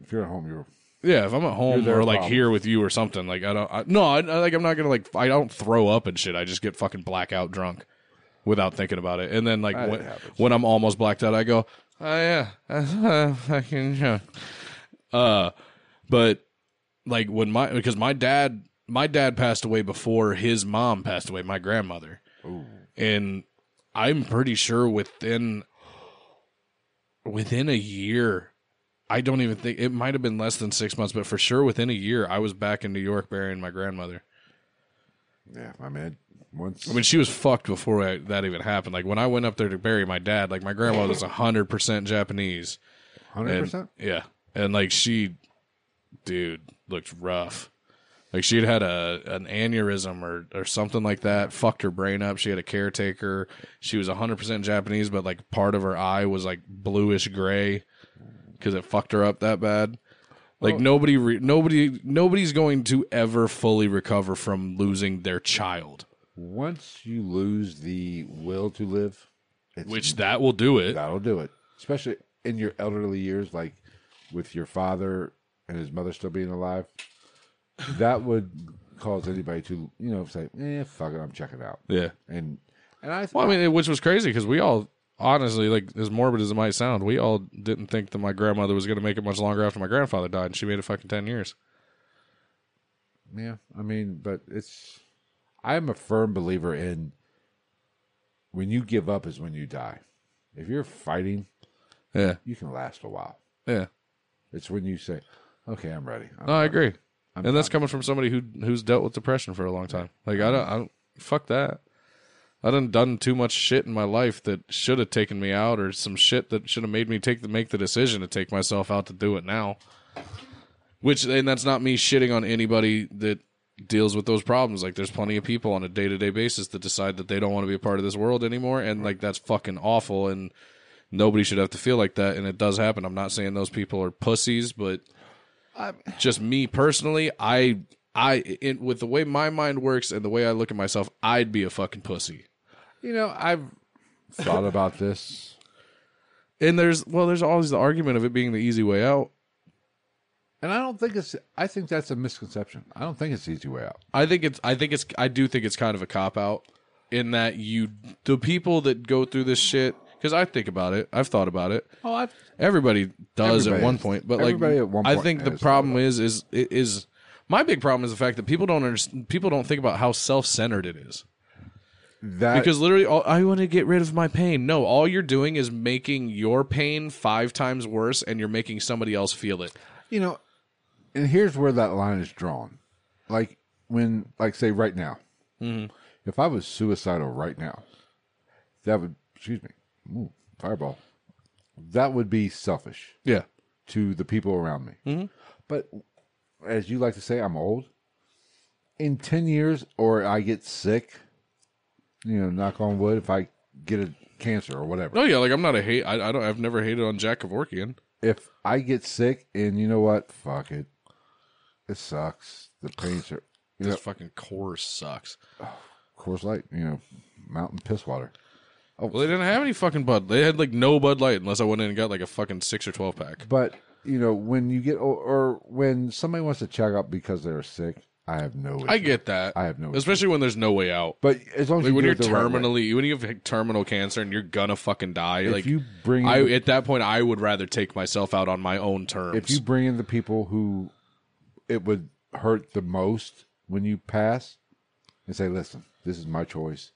Speaker 2: If you're at home, you're
Speaker 1: Yeah, if I'm at home
Speaker 2: their
Speaker 1: or like
Speaker 2: problem.
Speaker 1: here with you or something, like I don't I, no, I, I- like I'm not gonna like I don't throw up and shit. I just get fucking blackout drunk without thinking about it, and then like
Speaker 2: That
Speaker 1: when,
Speaker 2: happens.
Speaker 1: when I'm almost blacked out, I go, oh yeah, that's what I fucking drunk." Uh, but like when my because my dad my dad passed away before his mom passed away, my grandmother,
Speaker 2: oh,
Speaker 1: and I'm pretty sure within within a year I don't even think it might have been less than six months, but for sure within a year, I was back in New York burying my grandmother.
Speaker 2: yeah. I mean, once
Speaker 1: I mean, she was fucked before I, that even happened. Like when I went up there to bury my dad, like my grandma was hundred percent Japanese.
Speaker 2: hundred
Speaker 1: And-
Speaker 2: percent.
Speaker 1: Yeah, and like she, dude, looked rough. Like she'd had a an aneurysm or or something like that. Fucked her brain up. She had a caretaker. She was hundred percent Japanese, but like part of her eye was like bluish gray because it fucked her up that bad. Like nobody, re- nobody, nobody's going to ever fully recover from losing their child,
Speaker 2: Once you lose the will to live, it's,
Speaker 1: which that will do it.
Speaker 2: that'll do it. Especially in your elderly years, like with your father and his mother still being alive, that would cause anybody to, you know, say, eh, fuck it, I'm checking out.
Speaker 1: Yeah.
Speaker 2: And and I,
Speaker 1: Well, I mean, it- which was crazy because we all, honestly, like as morbid as it might sound, we all didn't think that my grandmother was going to make it much longer after my grandfather died, and she made it fucking ten years.
Speaker 2: yeah, I mean, but it's, I'm a firm believer in when you give up is when you die. If you're fighting,
Speaker 1: Yeah,
Speaker 2: you can last a while.
Speaker 1: yeah.
Speaker 2: It's when you say, okay, I'm ready. I'm-
Speaker 1: No, I agree, and that's coming from somebody who who's dealt with depression for a long time. Like I don't, I don't fuck that. I done done too much shit in my life that should have taken me out, or some shit that should have made me take the make the decision to take myself out to do it now. Which and that's not me shitting on anybody that deals with those problems. Like there's plenty of people on a day to day basis that decide that they don't want to be a part of this world anymore, and like that's fucking awful. And nobody should have to feel like that. And it does happen. I'm not saying those people are pussies, but just me personally, I I in, with the way my mind works and the way I look at myself, I'd be a fucking pussy.
Speaker 2: You know, I've thought about this.
Speaker 1: And there's well, there's always the argument of it being the easy way out.
Speaker 2: And I don't think it's. I think that's a misconception. I don't think it's the easy way out.
Speaker 1: I think it's I think it's I do think it's kind of a cop out in that you the people that go through this shit because I think about it, I've thought about it.
Speaker 2: Oh, I've,
Speaker 1: Everybody does
Speaker 2: Everybody
Speaker 1: at one
Speaker 2: is-
Speaker 1: point, but like
Speaker 2: everybody at one
Speaker 1: I
Speaker 2: point
Speaker 1: think the
Speaker 2: has
Speaker 1: problem is is is my big problem is the fact that people don't understand, people don't think about how self centered it is.
Speaker 2: that
Speaker 1: Because literally, all, I want to get rid of my pain. No, all you're doing is making your pain five times worse, and you're making somebody else feel it.
Speaker 2: you know, and here's where that line is drawn. Like when, like, say, right now, if I was suicidal right now, that would excuse me, ooh, fireball. That would be selfish
Speaker 1: Yeah,
Speaker 2: to the people around me.
Speaker 1: Mm-hmm.
Speaker 2: But as you like to say, I'm old. In ten years, or I get sick, you know, knock on wood, if I get a cancer or whatever.
Speaker 1: no, yeah. Like I'm not a hate. I, I don't. I've never hated on Jack Kevorkian.
Speaker 2: if I get sick and you know what, fuck it, it sucks. The pains are, you know,
Speaker 1: This fucking course sucks.
Speaker 2: Coors Light, you know, mountain piss water. Oh.
Speaker 1: Well, they didn't have any fucking Bud. They had like no Bud Light unless I went in and got like a fucking six or twelve pack.
Speaker 2: But you know, when you get or, or when somebody wants to check up because they're sick, I have no. Issue.
Speaker 1: I get that.
Speaker 2: I have no
Speaker 1: Especially when there's no way out.
Speaker 2: but as long as
Speaker 1: Like
Speaker 2: you
Speaker 1: when
Speaker 2: do
Speaker 1: you're
Speaker 2: it the right way.
Speaker 1: terminally, when you have like, terminal cancer and you're gonna fucking die,
Speaker 2: if
Speaker 1: like
Speaker 2: you bring,
Speaker 1: I
Speaker 2: in the-
Speaker 1: at that point, I would rather take myself out on my own terms.
Speaker 2: if you bring in the people who it would hurt the most when you pass, and say, "Listen, this is my choice.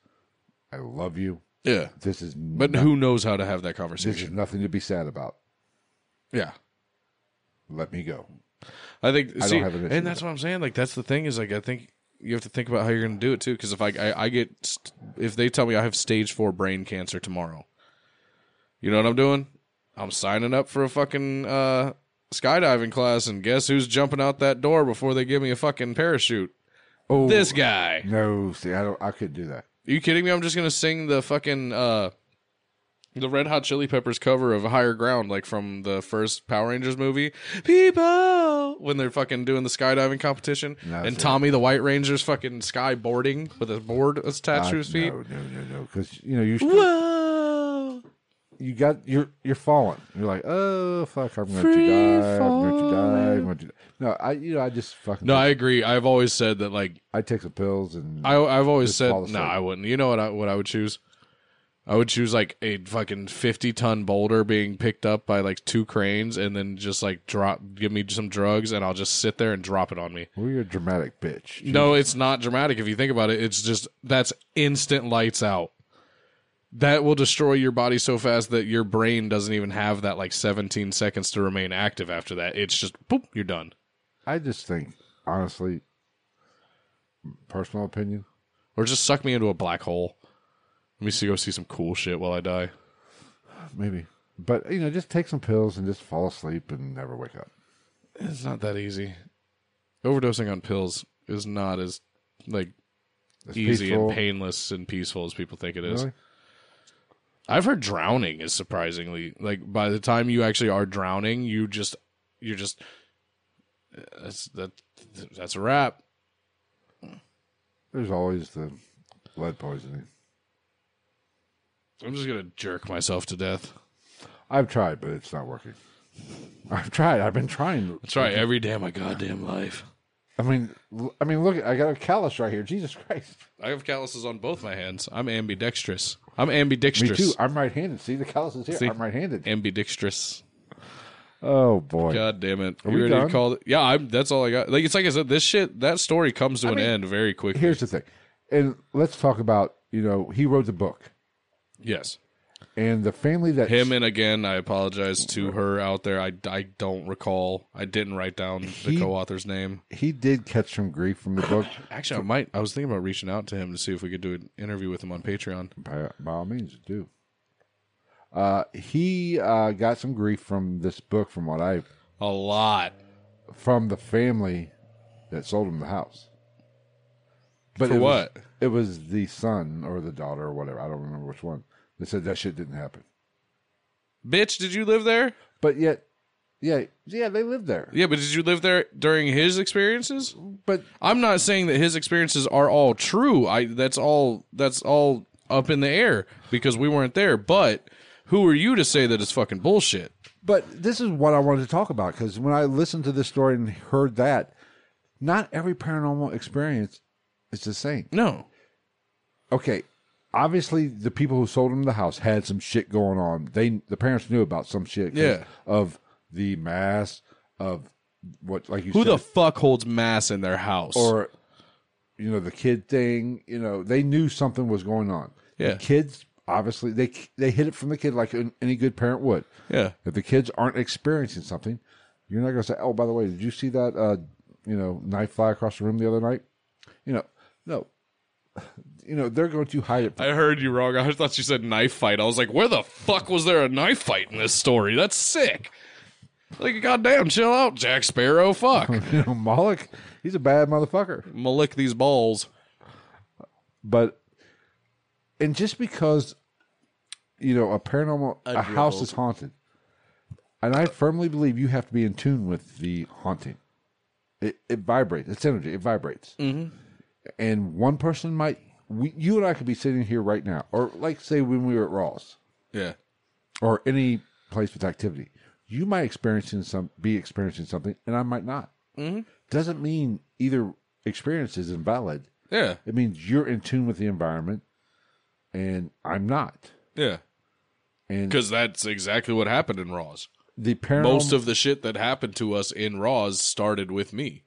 Speaker 2: I love you.
Speaker 1: yeah,
Speaker 2: This is
Speaker 1: but who knows how to have that
Speaker 2: this
Speaker 1: conversation?
Speaker 2: is nothing to be sad about.
Speaker 1: Yeah.
Speaker 2: Let me go."
Speaker 1: I think see,
Speaker 2: have an issue
Speaker 1: and
Speaker 2: with
Speaker 1: that's what I'm saying. Like that's the thing is like I think you have to think about how you're going to do it too. Because if I, I I get st- if they tell me I have stage four brain cancer tomorrow, you know what I'm doing? I'm signing up for a fucking uh, skydiving class, and guess who's jumping out that door before they give me a fucking parachute?
Speaker 2: Oh,
Speaker 1: This guy.
Speaker 2: No, see, I don't. I couldn't do
Speaker 1: Are
Speaker 2: that.
Speaker 1: you kidding me? I'm just gonna sing the fucking uh the Red Hot Chili Peppers cover of Higher Ground, like from the first Power Rangers movie. People when they're fucking doing the skydiving competition.
Speaker 2: No,
Speaker 1: and
Speaker 2: see.
Speaker 1: Tommy the White Ranger's fucking skyboarding with a board attached
Speaker 2: I-
Speaker 1: to his feet.
Speaker 2: No, no, no, no. Because you know you str-
Speaker 1: Whoa.
Speaker 2: you got you're you're falling. You're like, oh fuck, I'm going to die. I'm going to die. I'm going to. Die. No, I you know I just fucking.
Speaker 1: No, I agree. I've always said that like
Speaker 2: I take some pills and
Speaker 1: I I've always said
Speaker 2: fall
Speaker 1: no,
Speaker 2: asleep.
Speaker 1: I wouldn't. You know what I what I would choose? I would choose like a fucking fifty ton boulder being picked up by like two cranes, and then just like drop, give me some drugs, and I'll just sit there and drop it on me.
Speaker 2: well, you're a dramatic bitch.
Speaker 1: No, it's not dramatic if you think about it. It's just that's instant lights out. That will destroy your body so fast that your brain doesn't even have that like seventeen seconds to remain active after that. It's just boop, you're done.
Speaker 2: I just think honestly, personal opinion.
Speaker 1: Or just suck me into a black hole. Let me see go see some cool shit while I die.
Speaker 2: Maybe, but you know, just take some pills and just fall asleep and never wake up.
Speaker 1: It's not that easy. Overdosing on pills is not as like
Speaker 2: It's
Speaker 1: easy
Speaker 2: peaceful.
Speaker 1: and painless and peaceful as people think it is.
Speaker 2: Really?
Speaker 1: I've heard drowning is surprisingly like by the time you actually are drowning, you just you're just that's that that's a wrap.
Speaker 2: There's always the lead poisoning.
Speaker 1: I'm just gonna jerk myself to death.
Speaker 2: I've tried, but it's not working. I've tried. I've been trying.
Speaker 1: Try every day of my goddamn life.
Speaker 2: I mean, l- I mean, look, I got a callus right here. Jesus Christ.
Speaker 1: I have calluses on both my hands. I'm ambidextrous. I'm
Speaker 2: Me
Speaker 1: ambidextrous.
Speaker 2: too. I'm right-handed. See, the callus is here.
Speaker 1: See?
Speaker 2: I'm right-handed.
Speaker 1: Ambidextrous.
Speaker 2: Oh boy.
Speaker 1: God damn it!
Speaker 2: we
Speaker 1: you ready
Speaker 2: done?
Speaker 1: to call it? Yeah, I'm. That's all I got. Like it's like I said, this shit, that story comes to an end very quickly.
Speaker 2: Here's the thing, and let's talk about you know he wrote the book
Speaker 1: yes,
Speaker 2: and the family that
Speaker 1: him and again, I apologize to her out there. I, I don't recall. I didn't write down
Speaker 2: He-
Speaker 1: the co-author's name.
Speaker 2: he did catch some grief from the book.
Speaker 1: Actually, I might. I was thinking about reaching out to him to see if we could do an interview with him on Patreon.
Speaker 2: by, by all means, do. Uh, he uh, got some grief from this book, from what I
Speaker 1: A lot
Speaker 2: from the family that sold him the house. But
Speaker 1: For
Speaker 2: it was-
Speaker 1: what?
Speaker 2: it was the son or the daughter or whatever. I don't remember which one. They said that shit didn't happen.
Speaker 1: Bitch, did you live there?
Speaker 2: But yet, yeah, yeah, they lived there.
Speaker 1: Yeah, but did you live there during his experiences?
Speaker 2: But
Speaker 1: I'm not saying that his experiences are all true. I that's all that's all up in the air because we weren't there. But who are you to say that it's fucking bullshit?
Speaker 2: But this is what I wanted to talk about because when I listened to this story and heard that, not every paranormal experience is the same.
Speaker 1: No.
Speaker 2: Okay, obviously the people who sold him the house had some shit going on. They the parents knew about some shit. 'cause
Speaker 1: Yeah.
Speaker 2: of the mass of what like you
Speaker 1: Who
Speaker 2: said,
Speaker 1: the fuck holds mass in their house?
Speaker 2: or you know the kid thing. You know they knew something was going on.
Speaker 1: Yeah.
Speaker 2: the kids obviously they they hid it from the kid like an- any good parent would.
Speaker 1: yeah.
Speaker 2: If the kids aren't experiencing something, you're not going to say, "Oh, by the way, did you see that uh, you know knife fly across the room the other night?" You know, no. You know they're going to hide it.
Speaker 1: I heard you wrong. I thought you said knife fight. I was like, where the fuck was there a knife fight in this story? That's sick. Like, goddamn, chill out, Jack Sparrow. Fuck.
Speaker 2: You know, Moloch, he's a bad motherfucker.
Speaker 1: Malik these balls.
Speaker 2: But and just because you know a paranormal a house is haunted, and I firmly believe you have to be in tune with the haunting. It, it vibrates. It's energy. It vibrates. Mm-hmm. And one person might. We, you and I could be sitting here right now, or like say when we were at Ross
Speaker 1: Yeah.
Speaker 2: or any place with activity, you might experiencing some be experiencing something, and I might not. Mm-hmm. Doesn't mean either experience is invalid.
Speaker 1: Yeah.
Speaker 2: It means you're in tune with the environment, and I'm not.
Speaker 1: Yeah.
Speaker 2: And
Speaker 1: Because that's exactly what happened in Raws.
Speaker 2: the paranormal,
Speaker 1: most of the shit that happened to us in Raws started with me.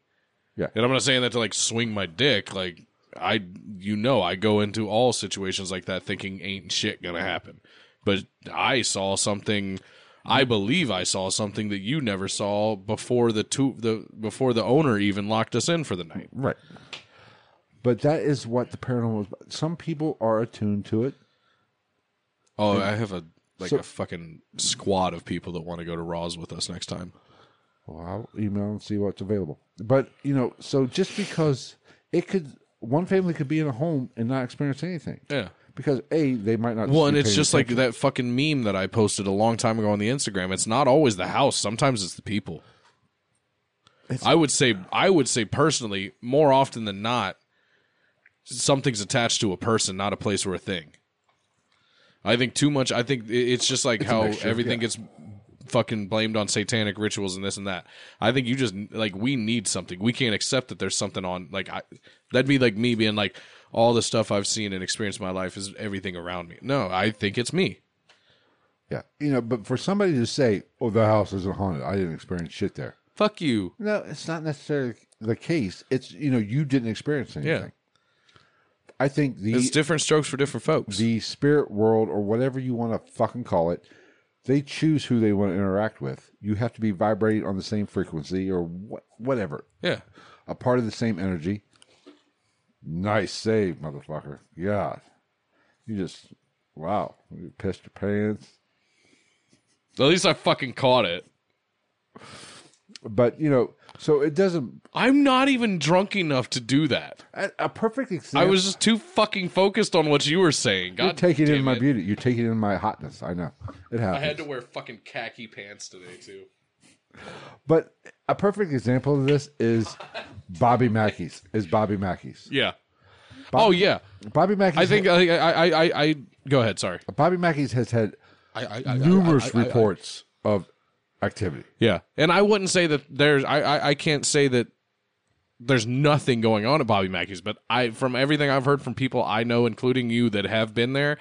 Speaker 2: Yeah.
Speaker 1: And I'm not saying that to like swing my dick. Like I, you know, I go into all situations like that thinking ain't shit gonna happen. But I saw something. I believe I saw something that you never saw before the two the before the owner even locked us in for the night.
Speaker 2: right, but that is what the paranormal. Is. about. Some people are attuned to it.
Speaker 1: Oh, I have a like
Speaker 2: So-
Speaker 1: a fucking squad of people that want to go to Raws with us next time.
Speaker 2: Well, I'll email and see what's available. But you know, so just because it could, one family could be in a home and not experience anything.
Speaker 1: Yeah.
Speaker 2: Because a they might not.
Speaker 1: Well,
Speaker 2: be
Speaker 1: and it's
Speaker 2: paying
Speaker 1: just
Speaker 2: attention.
Speaker 1: like that fucking meme that I posted a long time ago on the Instagram. It's not always the house. Sometimes it's the people. I would say, I would say personally, more often than not, something's attached to a person, not a place or a thing. I think too much. I think i- it's just like how
Speaker 2: mixture,
Speaker 1: everything
Speaker 2: yeah.
Speaker 1: gets fucking blamed on satanic rituals and this and that. I think you just like we need something. We can't accept that there's something on like I that'd be like me being like all the stuff I've seen and experienced in my life is everything around me. No, I think it's me.
Speaker 2: yeah, you know. But for somebody to say, "Oh, the house isn't haunted," I didn't experience shit there.
Speaker 1: Fuck you.
Speaker 2: No, it's not necessarily the case. It's you know you didn't experience anything. I think the
Speaker 1: It's different strokes for different folks.
Speaker 2: the spirit world or whatever you want to fucking call it, they choose who they want to interact with. You have to be vibrating on the same frequency or what, whatever,
Speaker 1: yeah.
Speaker 2: a part of the same energy. Nice save, motherfucker. God, you just wow, you pissed your pants.
Speaker 1: At least I fucking caught it.
Speaker 2: But you know, so it doesn't.
Speaker 1: I'm not even drunk enough to do that.
Speaker 2: A, a perfect example.
Speaker 1: I was just too fucking focused on what you were saying. God
Speaker 2: You're taking
Speaker 1: damn
Speaker 2: in my
Speaker 1: it.
Speaker 2: beauty. You're taking in my hotness. I know it happens.
Speaker 1: I had to wear fucking khaki pants today too.
Speaker 2: But a perfect example of this is Bobby Mackey's. Is Bobby Mackey's?
Speaker 1: Yeah. oh yeah.
Speaker 2: Bobby Mackey's.
Speaker 1: I think I I I, I, I go ahead. Sorry.
Speaker 2: Bobby Mackey's has had
Speaker 1: I, I,
Speaker 2: numerous reports of activity.
Speaker 1: Yeah, and I wouldn't say that there's. I, I I can't say that there's nothing going on at Bobby Mackey's, but I from everything I've heard from people I know, including you that have been there,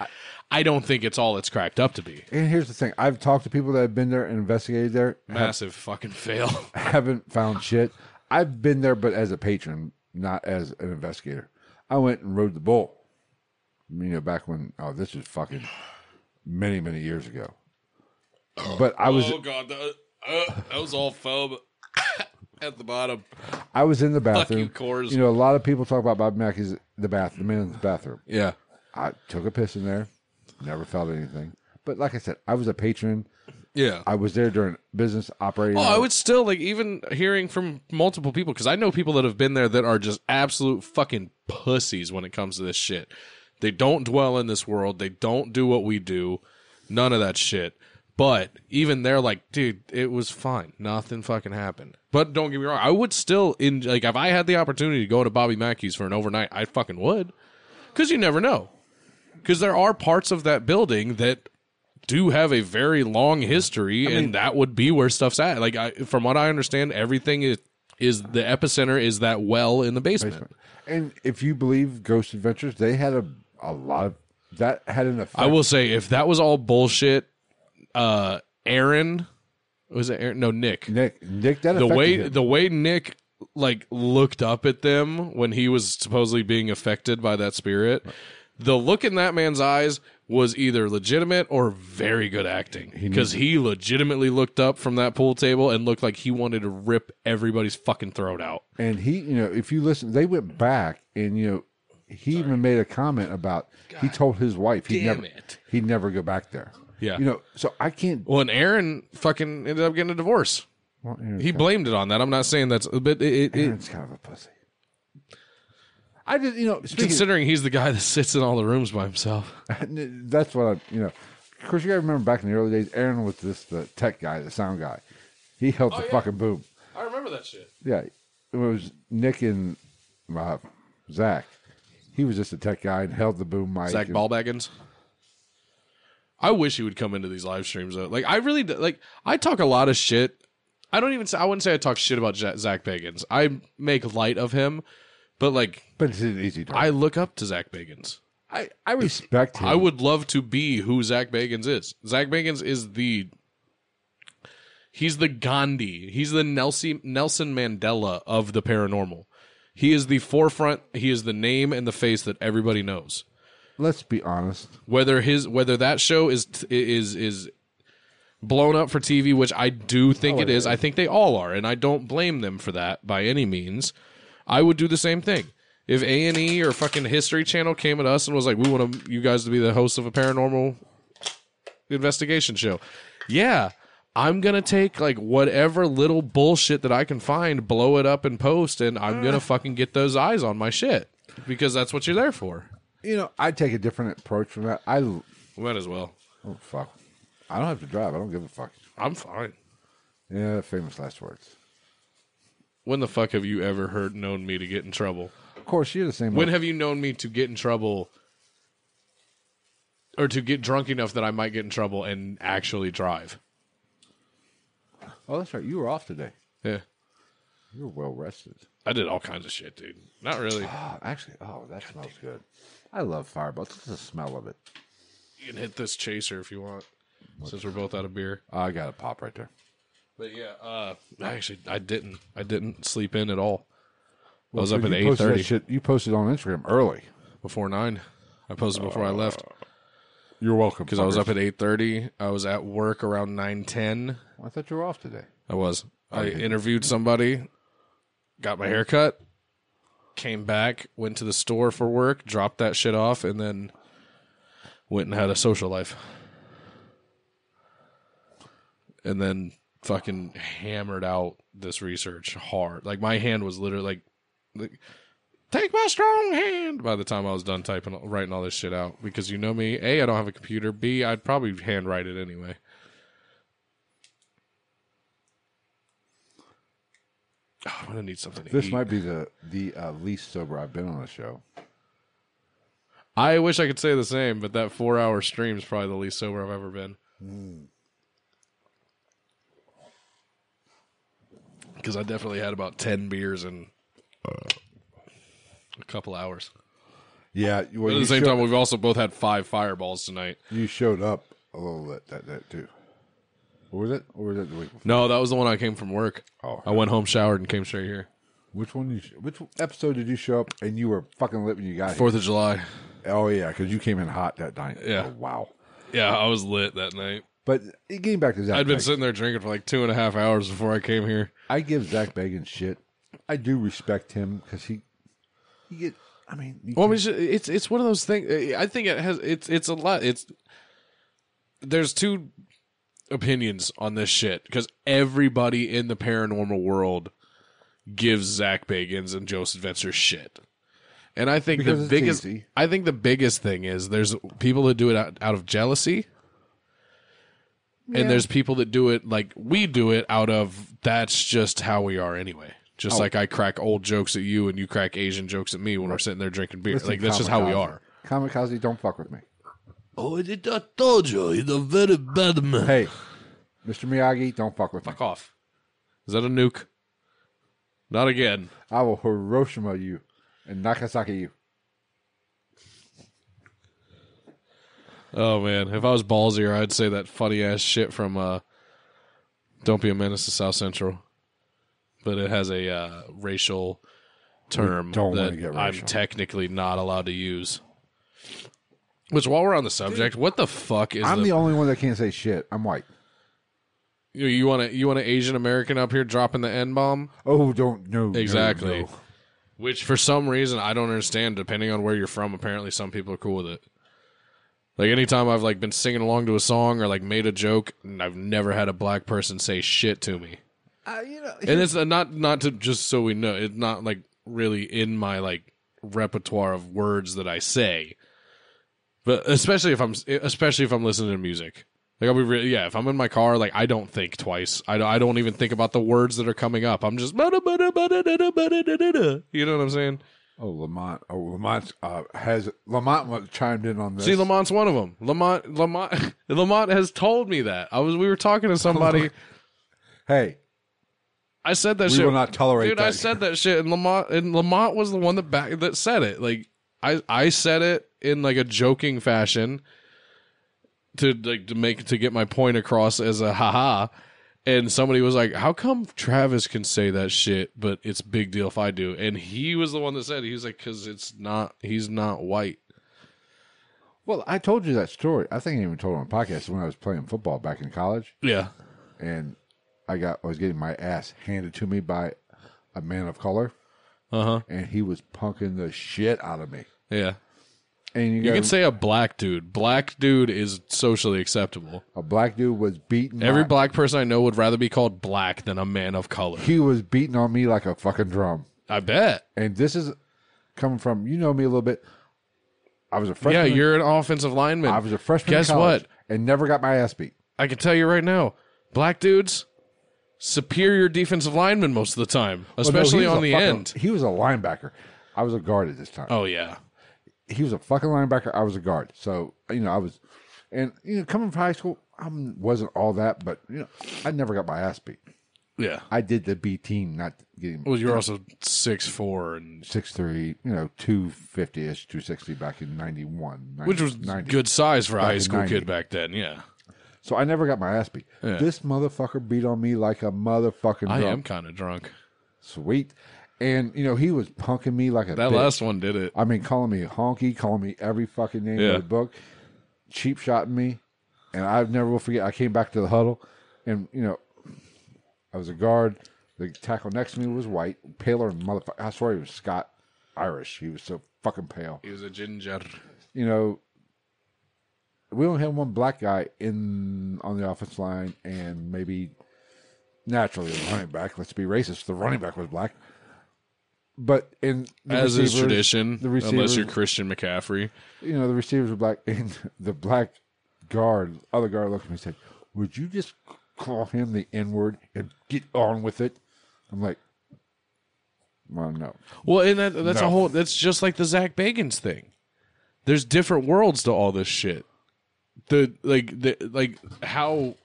Speaker 1: I don't think it's all it's cracked up to be.
Speaker 2: And here's the thing: I've talked to people that have been there and investigated there,
Speaker 1: Massive fucking fail.
Speaker 2: haven't found shit. I've been there, but as a patron, not as an investigator. I went and rode the bull. You know, back when oh, this is fucking many many years ago. But I was
Speaker 1: Oh, god, that, uh, that was all foam at the bottom.
Speaker 2: I was in the bathroom.
Speaker 1: you, Coors.
Speaker 2: know, a lot of people talk about Bob Mackey's the bath, the men's bathroom.
Speaker 1: Yeah,
Speaker 2: I took a piss in there, never felt anything. But like I said, I was a patron.
Speaker 1: yeah.
Speaker 2: I was there during business operating.
Speaker 1: Oh, I would still like even hearing from multiple people because I know people that have been there that are just absolute fucking pussies when it comes to this shit. They don't dwell in this world. They don't do what we do. None of that shit. But even they're like, dude, it was fine. Nothing fucking happened. But don't get me wrong, I would still in like if I had the opportunity to go to Bobby Mackey's for an overnight, I fucking would. Cuz you never know. Cuz there are parts of that building that do have a very long history, and that would be where stuff's at. Like I, from what I understand, everything is is the epicenter is that well in the basement.
Speaker 2: and if you believe Ghost Adventures, they had a a lot of that had an effect.
Speaker 1: I will say, if that was all bullshit, uh, Aaron was it Aaron? No, Nick.
Speaker 2: Nick, Nick, that
Speaker 1: the
Speaker 2: affected
Speaker 1: way
Speaker 2: him.
Speaker 1: the way Nick like looked up at them when he was supposedly being affected by that spirit, the look in that man's eyes was either legitimate or very good acting because he legitimately looked up from that pool table and looked like he wanted to rip everybody's fucking throat out.
Speaker 2: And he, you know, if you listen, they went back and you know, he even made a comment about he told his wife he
Speaker 1: damn
Speaker 2: never
Speaker 1: it.
Speaker 2: he'd never go back there.
Speaker 1: Yeah.
Speaker 2: you know, so I can't.
Speaker 1: Well, and Aaron fucking ended up getting a divorce.
Speaker 2: Well, Aaron's,
Speaker 1: He blamed it on that. I'm not saying that's, but it, it, it,
Speaker 2: Aaron's kind of a pussy. I just, you know, speaking,
Speaker 1: considering he's the guy that sits in all the rooms by himself.
Speaker 2: that's what I, you know. Of course, you gotta remember back in the early days, Aaron was this the tech guy, the sound guy. He held the fucking boom.
Speaker 1: I remember that shit.
Speaker 2: Yeah, it was Nick and uh, Zach. He was just a tech guy and held the boom mic.
Speaker 1: Zach
Speaker 2: and-
Speaker 1: Ballbaggins. I wish he would come into these live streams though. Like I really d- like. I talk a lot of shit. I don't even. Say, I wouldn't say I talk shit about Ja- Zach Bagans. I make light of him, but like
Speaker 2: but it's an easy target.
Speaker 1: I look up to Zach Bagans.
Speaker 2: I, I respect him.
Speaker 1: I would love to be who Zach Bagans is. Zach Bagans is the. He's the Gandhi. He's the Nelson Nelson Mandela of the paranormal. He is the forefront. He is the name and the face that everybody knows.
Speaker 2: Let's be honest.
Speaker 1: whether his whether that show is is is blown up for TV, which I do think Oh, it is. I think they all are, and I don't blame them for that by any means. I would do the same thing. If A and E or fucking History Channel came at us and was like, "We want you guys to be the host of a paranormal investigation show," yeah, I'm gonna take like whatever little bullshit that I can find, blow it up and post, and I'm gonna fucking get those eyes on my shit because that's what you're there for.
Speaker 2: You know, I take a different approach from that. I oh
Speaker 1: Might as well.
Speaker 2: fuck, I don't have to drive. I don't give a fuck.
Speaker 1: I'm fine.
Speaker 2: Yeah, famous last words.
Speaker 1: When the fuck have you ever heard known me to get in trouble?
Speaker 2: Of course, you're the same.
Speaker 1: When have you known me to get in trouble or to get drunk enough that I might get in trouble and actually drive?
Speaker 2: oh, that's right. You were off today.
Speaker 1: Yeah.
Speaker 2: You were well rested.
Speaker 1: I did all kinds of shit, dude. Not really.
Speaker 2: Oh, actually, oh, that smells good. I love fireballs. Just the smell of it.
Speaker 1: You can hit this chaser if you want. Since we're both out of beer.
Speaker 2: Oh, I got a pop right there.
Speaker 1: But yeah, uh I actually I didn't. I didn't sleep in at all. I was
Speaker 2: So
Speaker 1: up at
Speaker 2: you
Speaker 1: eight
Speaker 2: posted that
Speaker 1: thirty
Speaker 2: shit- You posted on Instagram early.
Speaker 1: before nine. I posted before I left.
Speaker 2: Oh, You're welcome.
Speaker 1: Because I was up at eight thirty. I was at work around nine ten.
Speaker 2: I thought you were off today.
Speaker 1: I was. I interviewed somebody, got my hair cut, came back, went to the store for work, dropped that shit off, and then went and had a social life. And then fucking hammered out this research hard. Like my hand was literally like, like take my strong hand by the time I was done typing writing all this shit out. Because you know me, A, I don't have a computer, B, I'd probably handwrite it anyway. Oh, I'm gonna need something to
Speaker 2: This
Speaker 1: eat.
Speaker 2: might be the the uh, least sober I've been on a show.
Speaker 1: I wish I could say the same, but that four hour stream is probably the least sober I've ever been. because I definitely had about ten beers in a couple hours.
Speaker 2: Yeah. Well,
Speaker 1: But at
Speaker 2: you,
Speaker 1: the same
Speaker 2: showed,
Speaker 1: time, we've also both had five fireballs tonight.
Speaker 2: you showed up a little bit that that too. Or was it? Or was that the week? before?
Speaker 1: No, that was the one I came from work.
Speaker 2: Oh.
Speaker 1: I went home, showered, and came straight here.
Speaker 2: Which one? You, which episode did you show up and you were fucking lit when you got
Speaker 1: Fourth of July.
Speaker 2: here? Oh yeah, because you came in hot that night.
Speaker 1: Yeah.
Speaker 2: Oh, wow.
Speaker 1: Yeah, I was lit that night.
Speaker 2: But getting back to Zach,
Speaker 1: I'd been
Speaker 2: Bagans,
Speaker 1: sitting there drinking for like two and a half hours before I came here.
Speaker 2: I give Zach Bagan shit. I do respect him because he, he get. I mean, you
Speaker 1: Well, we should- it's it's one of those things. I think it has. It's it's a lot. It's there's two opinions on this shit because everybody in the paranormal world gives Zach Bagans and Joe's Adventure shit, and I think
Speaker 2: Because
Speaker 1: the
Speaker 2: it's
Speaker 1: biggest.
Speaker 2: easy.
Speaker 1: I think the biggest thing is there's people that do it out, out of jealousy. And there's people that do it like we do it out of that's just how we are anyway. Just
Speaker 2: Oh.
Speaker 1: like I crack old jokes at you and you crack Asian jokes at me when we're sitting there drinking beer.
Speaker 2: listen,
Speaker 1: like that's just how we
Speaker 2: Kamikaze.
Speaker 1: are.
Speaker 2: Kamikaze, don't fuck with me.
Speaker 1: Oh, I told you, he's a very bad man.
Speaker 2: Hey, Mr. Miyagi, don't fuck with me.
Speaker 1: Fuck off. Is that a nuke? Not again.
Speaker 2: I will Hiroshima you and Nagasaki you.
Speaker 1: Oh man, if I was ballsier, I'd say that funny ass shit from uh, "Don't Be a Menace to South Central," but it has a uh, racial term
Speaker 2: don't wanna
Speaker 1: that
Speaker 2: get
Speaker 1: I'm
Speaker 2: racial.
Speaker 1: technically not allowed to use. Which, while we're on the subject, what the fuck is
Speaker 2: I'm
Speaker 1: the,
Speaker 2: the only one that can't say shit. I'm white.
Speaker 1: you, you want to you want an Asian American up here dropping the n bomb?
Speaker 2: Oh, don't no. no,
Speaker 1: Exactly.
Speaker 2: no.
Speaker 1: Which for some reason I don't understand. Depending on where you're from, apparently some people are cool with it. Like anytime I've like been singing along to a song or like made a joke, and I've never had a black person say shit to me.
Speaker 2: Uh, you know,
Speaker 1: And it's not not to just so we know it's not like really in my like repertoire of words that I say. But especially if I'm especially if I'm listening to music. Like I'll be really yeah. If I'm in my car, like I don't think twice. I don't, I don't even think about the words that are coming up. I'm just "Bada, bada, bada, da, da, bada, da, da, da." you know what I'm saying.
Speaker 2: oh Lamont. Oh Lamont uh, has Lamont wa- chimed in on this.
Speaker 1: See, Lamont's one of them. Lamont, Lamont, Lamont has told me that. I was, we were talking to somebody.
Speaker 2: hey,
Speaker 1: I said that
Speaker 2: we
Speaker 1: shit.
Speaker 2: will not tolerate
Speaker 1: Dude,
Speaker 2: that.
Speaker 1: I said that shit, and Lamont, and Lamont was the one that back that said it. Like, I, I said it in like a joking fashion to like to make to get my point across as a haha. And somebody was like, "How come Travis can say that shit, but it's big deal if I do?" And he was the one that said it. he was like, "Cause it's not. He's not white."
Speaker 2: well, I told you that story. I think I even told it on podcast when I was playing football back in college,
Speaker 1: Yeah.
Speaker 2: and I got I was getting my ass handed to me by a man of color,
Speaker 1: Uh huh.
Speaker 2: and he was punking the shit out of me.
Speaker 1: Yeah.
Speaker 2: And you,
Speaker 1: You
Speaker 2: got
Speaker 1: can say a black dude. Black dude is socially acceptable.
Speaker 2: a black dude was beating
Speaker 1: Every
Speaker 2: my-
Speaker 1: black person I know would rather be called black than a man of color.
Speaker 2: he was beating on me like a fucking drum.
Speaker 1: I bet.
Speaker 2: And this is coming from you know me a little bit. I was a
Speaker 1: Yeah,
Speaker 2: freshman.
Speaker 1: you're an offensive lineman.
Speaker 2: I was a freshman.
Speaker 1: Guess
Speaker 2: in college
Speaker 1: what?
Speaker 2: And never got my ass beat.
Speaker 1: I can tell you right now, black dudes superior defensive linemen most of the time,
Speaker 2: Well, Oh, no, he
Speaker 1: especially on
Speaker 2: was a
Speaker 1: the
Speaker 2: fucking-
Speaker 1: end.
Speaker 2: He was a linebacker. I was a guard at this time.
Speaker 1: Oh yeah,
Speaker 2: He was a fucking linebacker. I was a guard. So you know I was, and you know coming from high school, I wasn't all that, but you know I never got my ass beat.
Speaker 1: yeah.
Speaker 2: I did the B team, not getting
Speaker 1: Well, you're also six four, and
Speaker 2: six three, you know two fifty ish, two sixty back in 91,
Speaker 1: which was
Speaker 2: 90.
Speaker 1: good size for a high
Speaker 2: in
Speaker 1: school
Speaker 2: 90.
Speaker 1: kid back then. Yeah,
Speaker 2: So I never got my ass beat. This motherfucker beat on me like a motherfucking
Speaker 1: I
Speaker 2: drum.
Speaker 1: am kind of drunk.
Speaker 2: Sweet. And you know, he was punking me like a
Speaker 1: That
Speaker 2: bitch.
Speaker 1: last one did it.
Speaker 2: I mean, calling me honky, calling me every fucking name
Speaker 1: Yeah.
Speaker 2: in the book, cheap shotting me. And I never will forget I came back to the huddle and you know I was a guard. The tackle next to me was white, paler than motherfucker. I swear he was Scott Irish. He was so fucking pale.
Speaker 1: He was a ginger.
Speaker 2: You know, we only had one black guy in on the offense line, and maybe naturally the running back. Let's be racist. The running back was black, but in the
Speaker 1: As is
Speaker 2: receivers-
Speaker 1: tradition,
Speaker 2: the
Speaker 1: unless
Speaker 2: receivers,
Speaker 1: you're Christian McCaffrey.
Speaker 2: you know, the receivers were black, and the black guard, other guard, looked at me and said, "Would you just call him the N word and get on with it?" I'm like, "Well, no."
Speaker 1: Well, and that, that's a
Speaker 2: No.
Speaker 1: whole. That's just like the Zach Bagans thing. There's different worlds to all this shit. The like the like how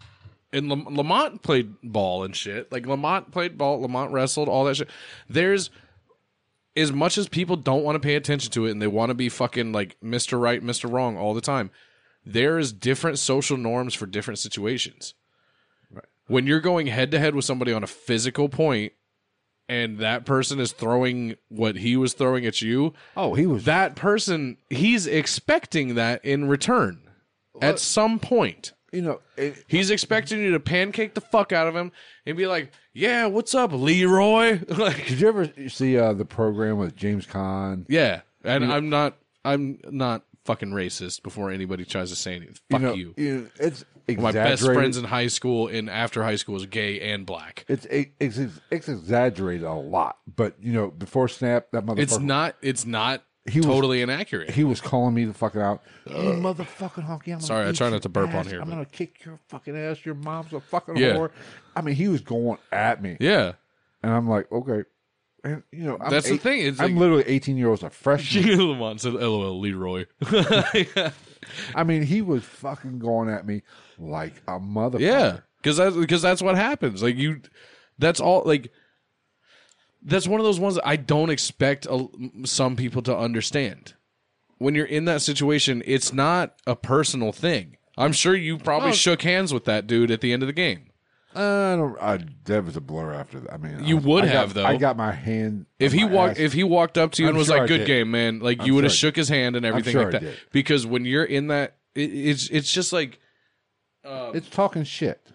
Speaker 1: and Lam- Lamont played ball and shit. Like Lamont played ball, Lamont wrestled, all that shit. There's as much as people don't want to pay attention to it and they want to be fucking like Mr. Right, Mr. Wrong all the time. There is different social norms for different situations. When you're going head to head with somebody on a physical point and that person is throwing what he was throwing at you,
Speaker 2: Oh, he was
Speaker 1: that person he's expecting that in return at some point
Speaker 2: you know it,
Speaker 1: he's expecting you to pancake the fuck out of him and be like yeah what's up leroy like
Speaker 2: did you ever see uh, the program with James Caan?
Speaker 1: yeah and i'm not i'm not fucking racist before anybody tries to say anything fuck you,
Speaker 2: know, know, it's
Speaker 1: my
Speaker 2: exaggerated.
Speaker 1: best friends in high school and after high school is gay and black
Speaker 2: It's, it's it's exaggerated a lot, but you know before snap that motherfucker
Speaker 1: it's not it's not
Speaker 2: He was-
Speaker 1: totally inaccurate
Speaker 2: he was calling me the fucking out. You motherfucking honky! I'm
Speaker 1: Sorry, I try not to burp on here,
Speaker 2: I'm
Speaker 1: but-
Speaker 2: gonna kick your fucking ass. Your mom's a fucking
Speaker 1: Yeah.
Speaker 2: whore. I mean, he was going at me,
Speaker 1: yeah
Speaker 2: and I'm like, okay. And you know, I'm
Speaker 1: That's the thing, it's
Speaker 2: I'm
Speaker 1: like-
Speaker 2: literally 18 year olds, a freshman.
Speaker 1: Lamont said, "LOL, Leroy."
Speaker 2: I mean, he was fucking going at me like a motherfucker.
Speaker 1: Yeah, because that's because that's what happens. Like you, that's all. Like that's one of those ones that I don't expect a, some people to understand. When you're in that situation, it's not a personal thing. I'm sure you probably
Speaker 2: Oh.
Speaker 1: shook hands with that dude at the end of the game.
Speaker 2: I don't. I, that was a blur after that. I mean,
Speaker 1: You
Speaker 2: I-
Speaker 1: would
Speaker 2: I got-
Speaker 1: have, though.
Speaker 2: I got my hand.
Speaker 1: If
Speaker 2: on
Speaker 1: he
Speaker 2: my
Speaker 1: walked,
Speaker 2: ass.
Speaker 1: if he walked up to you
Speaker 2: I'm
Speaker 1: and was
Speaker 2: sure
Speaker 1: like,
Speaker 2: I
Speaker 1: "Good
Speaker 2: did.
Speaker 1: game, man," like you would have
Speaker 2: sure I
Speaker 1: shook his hand and everything
Speaker 2: sure
Speaker 1: like
Speaker 2: I
Speaker 1: that.
Speaker 2: did.
Speaker 1: Because when you're in that, it, it's it's just like
Speaker 2: it's talking shit.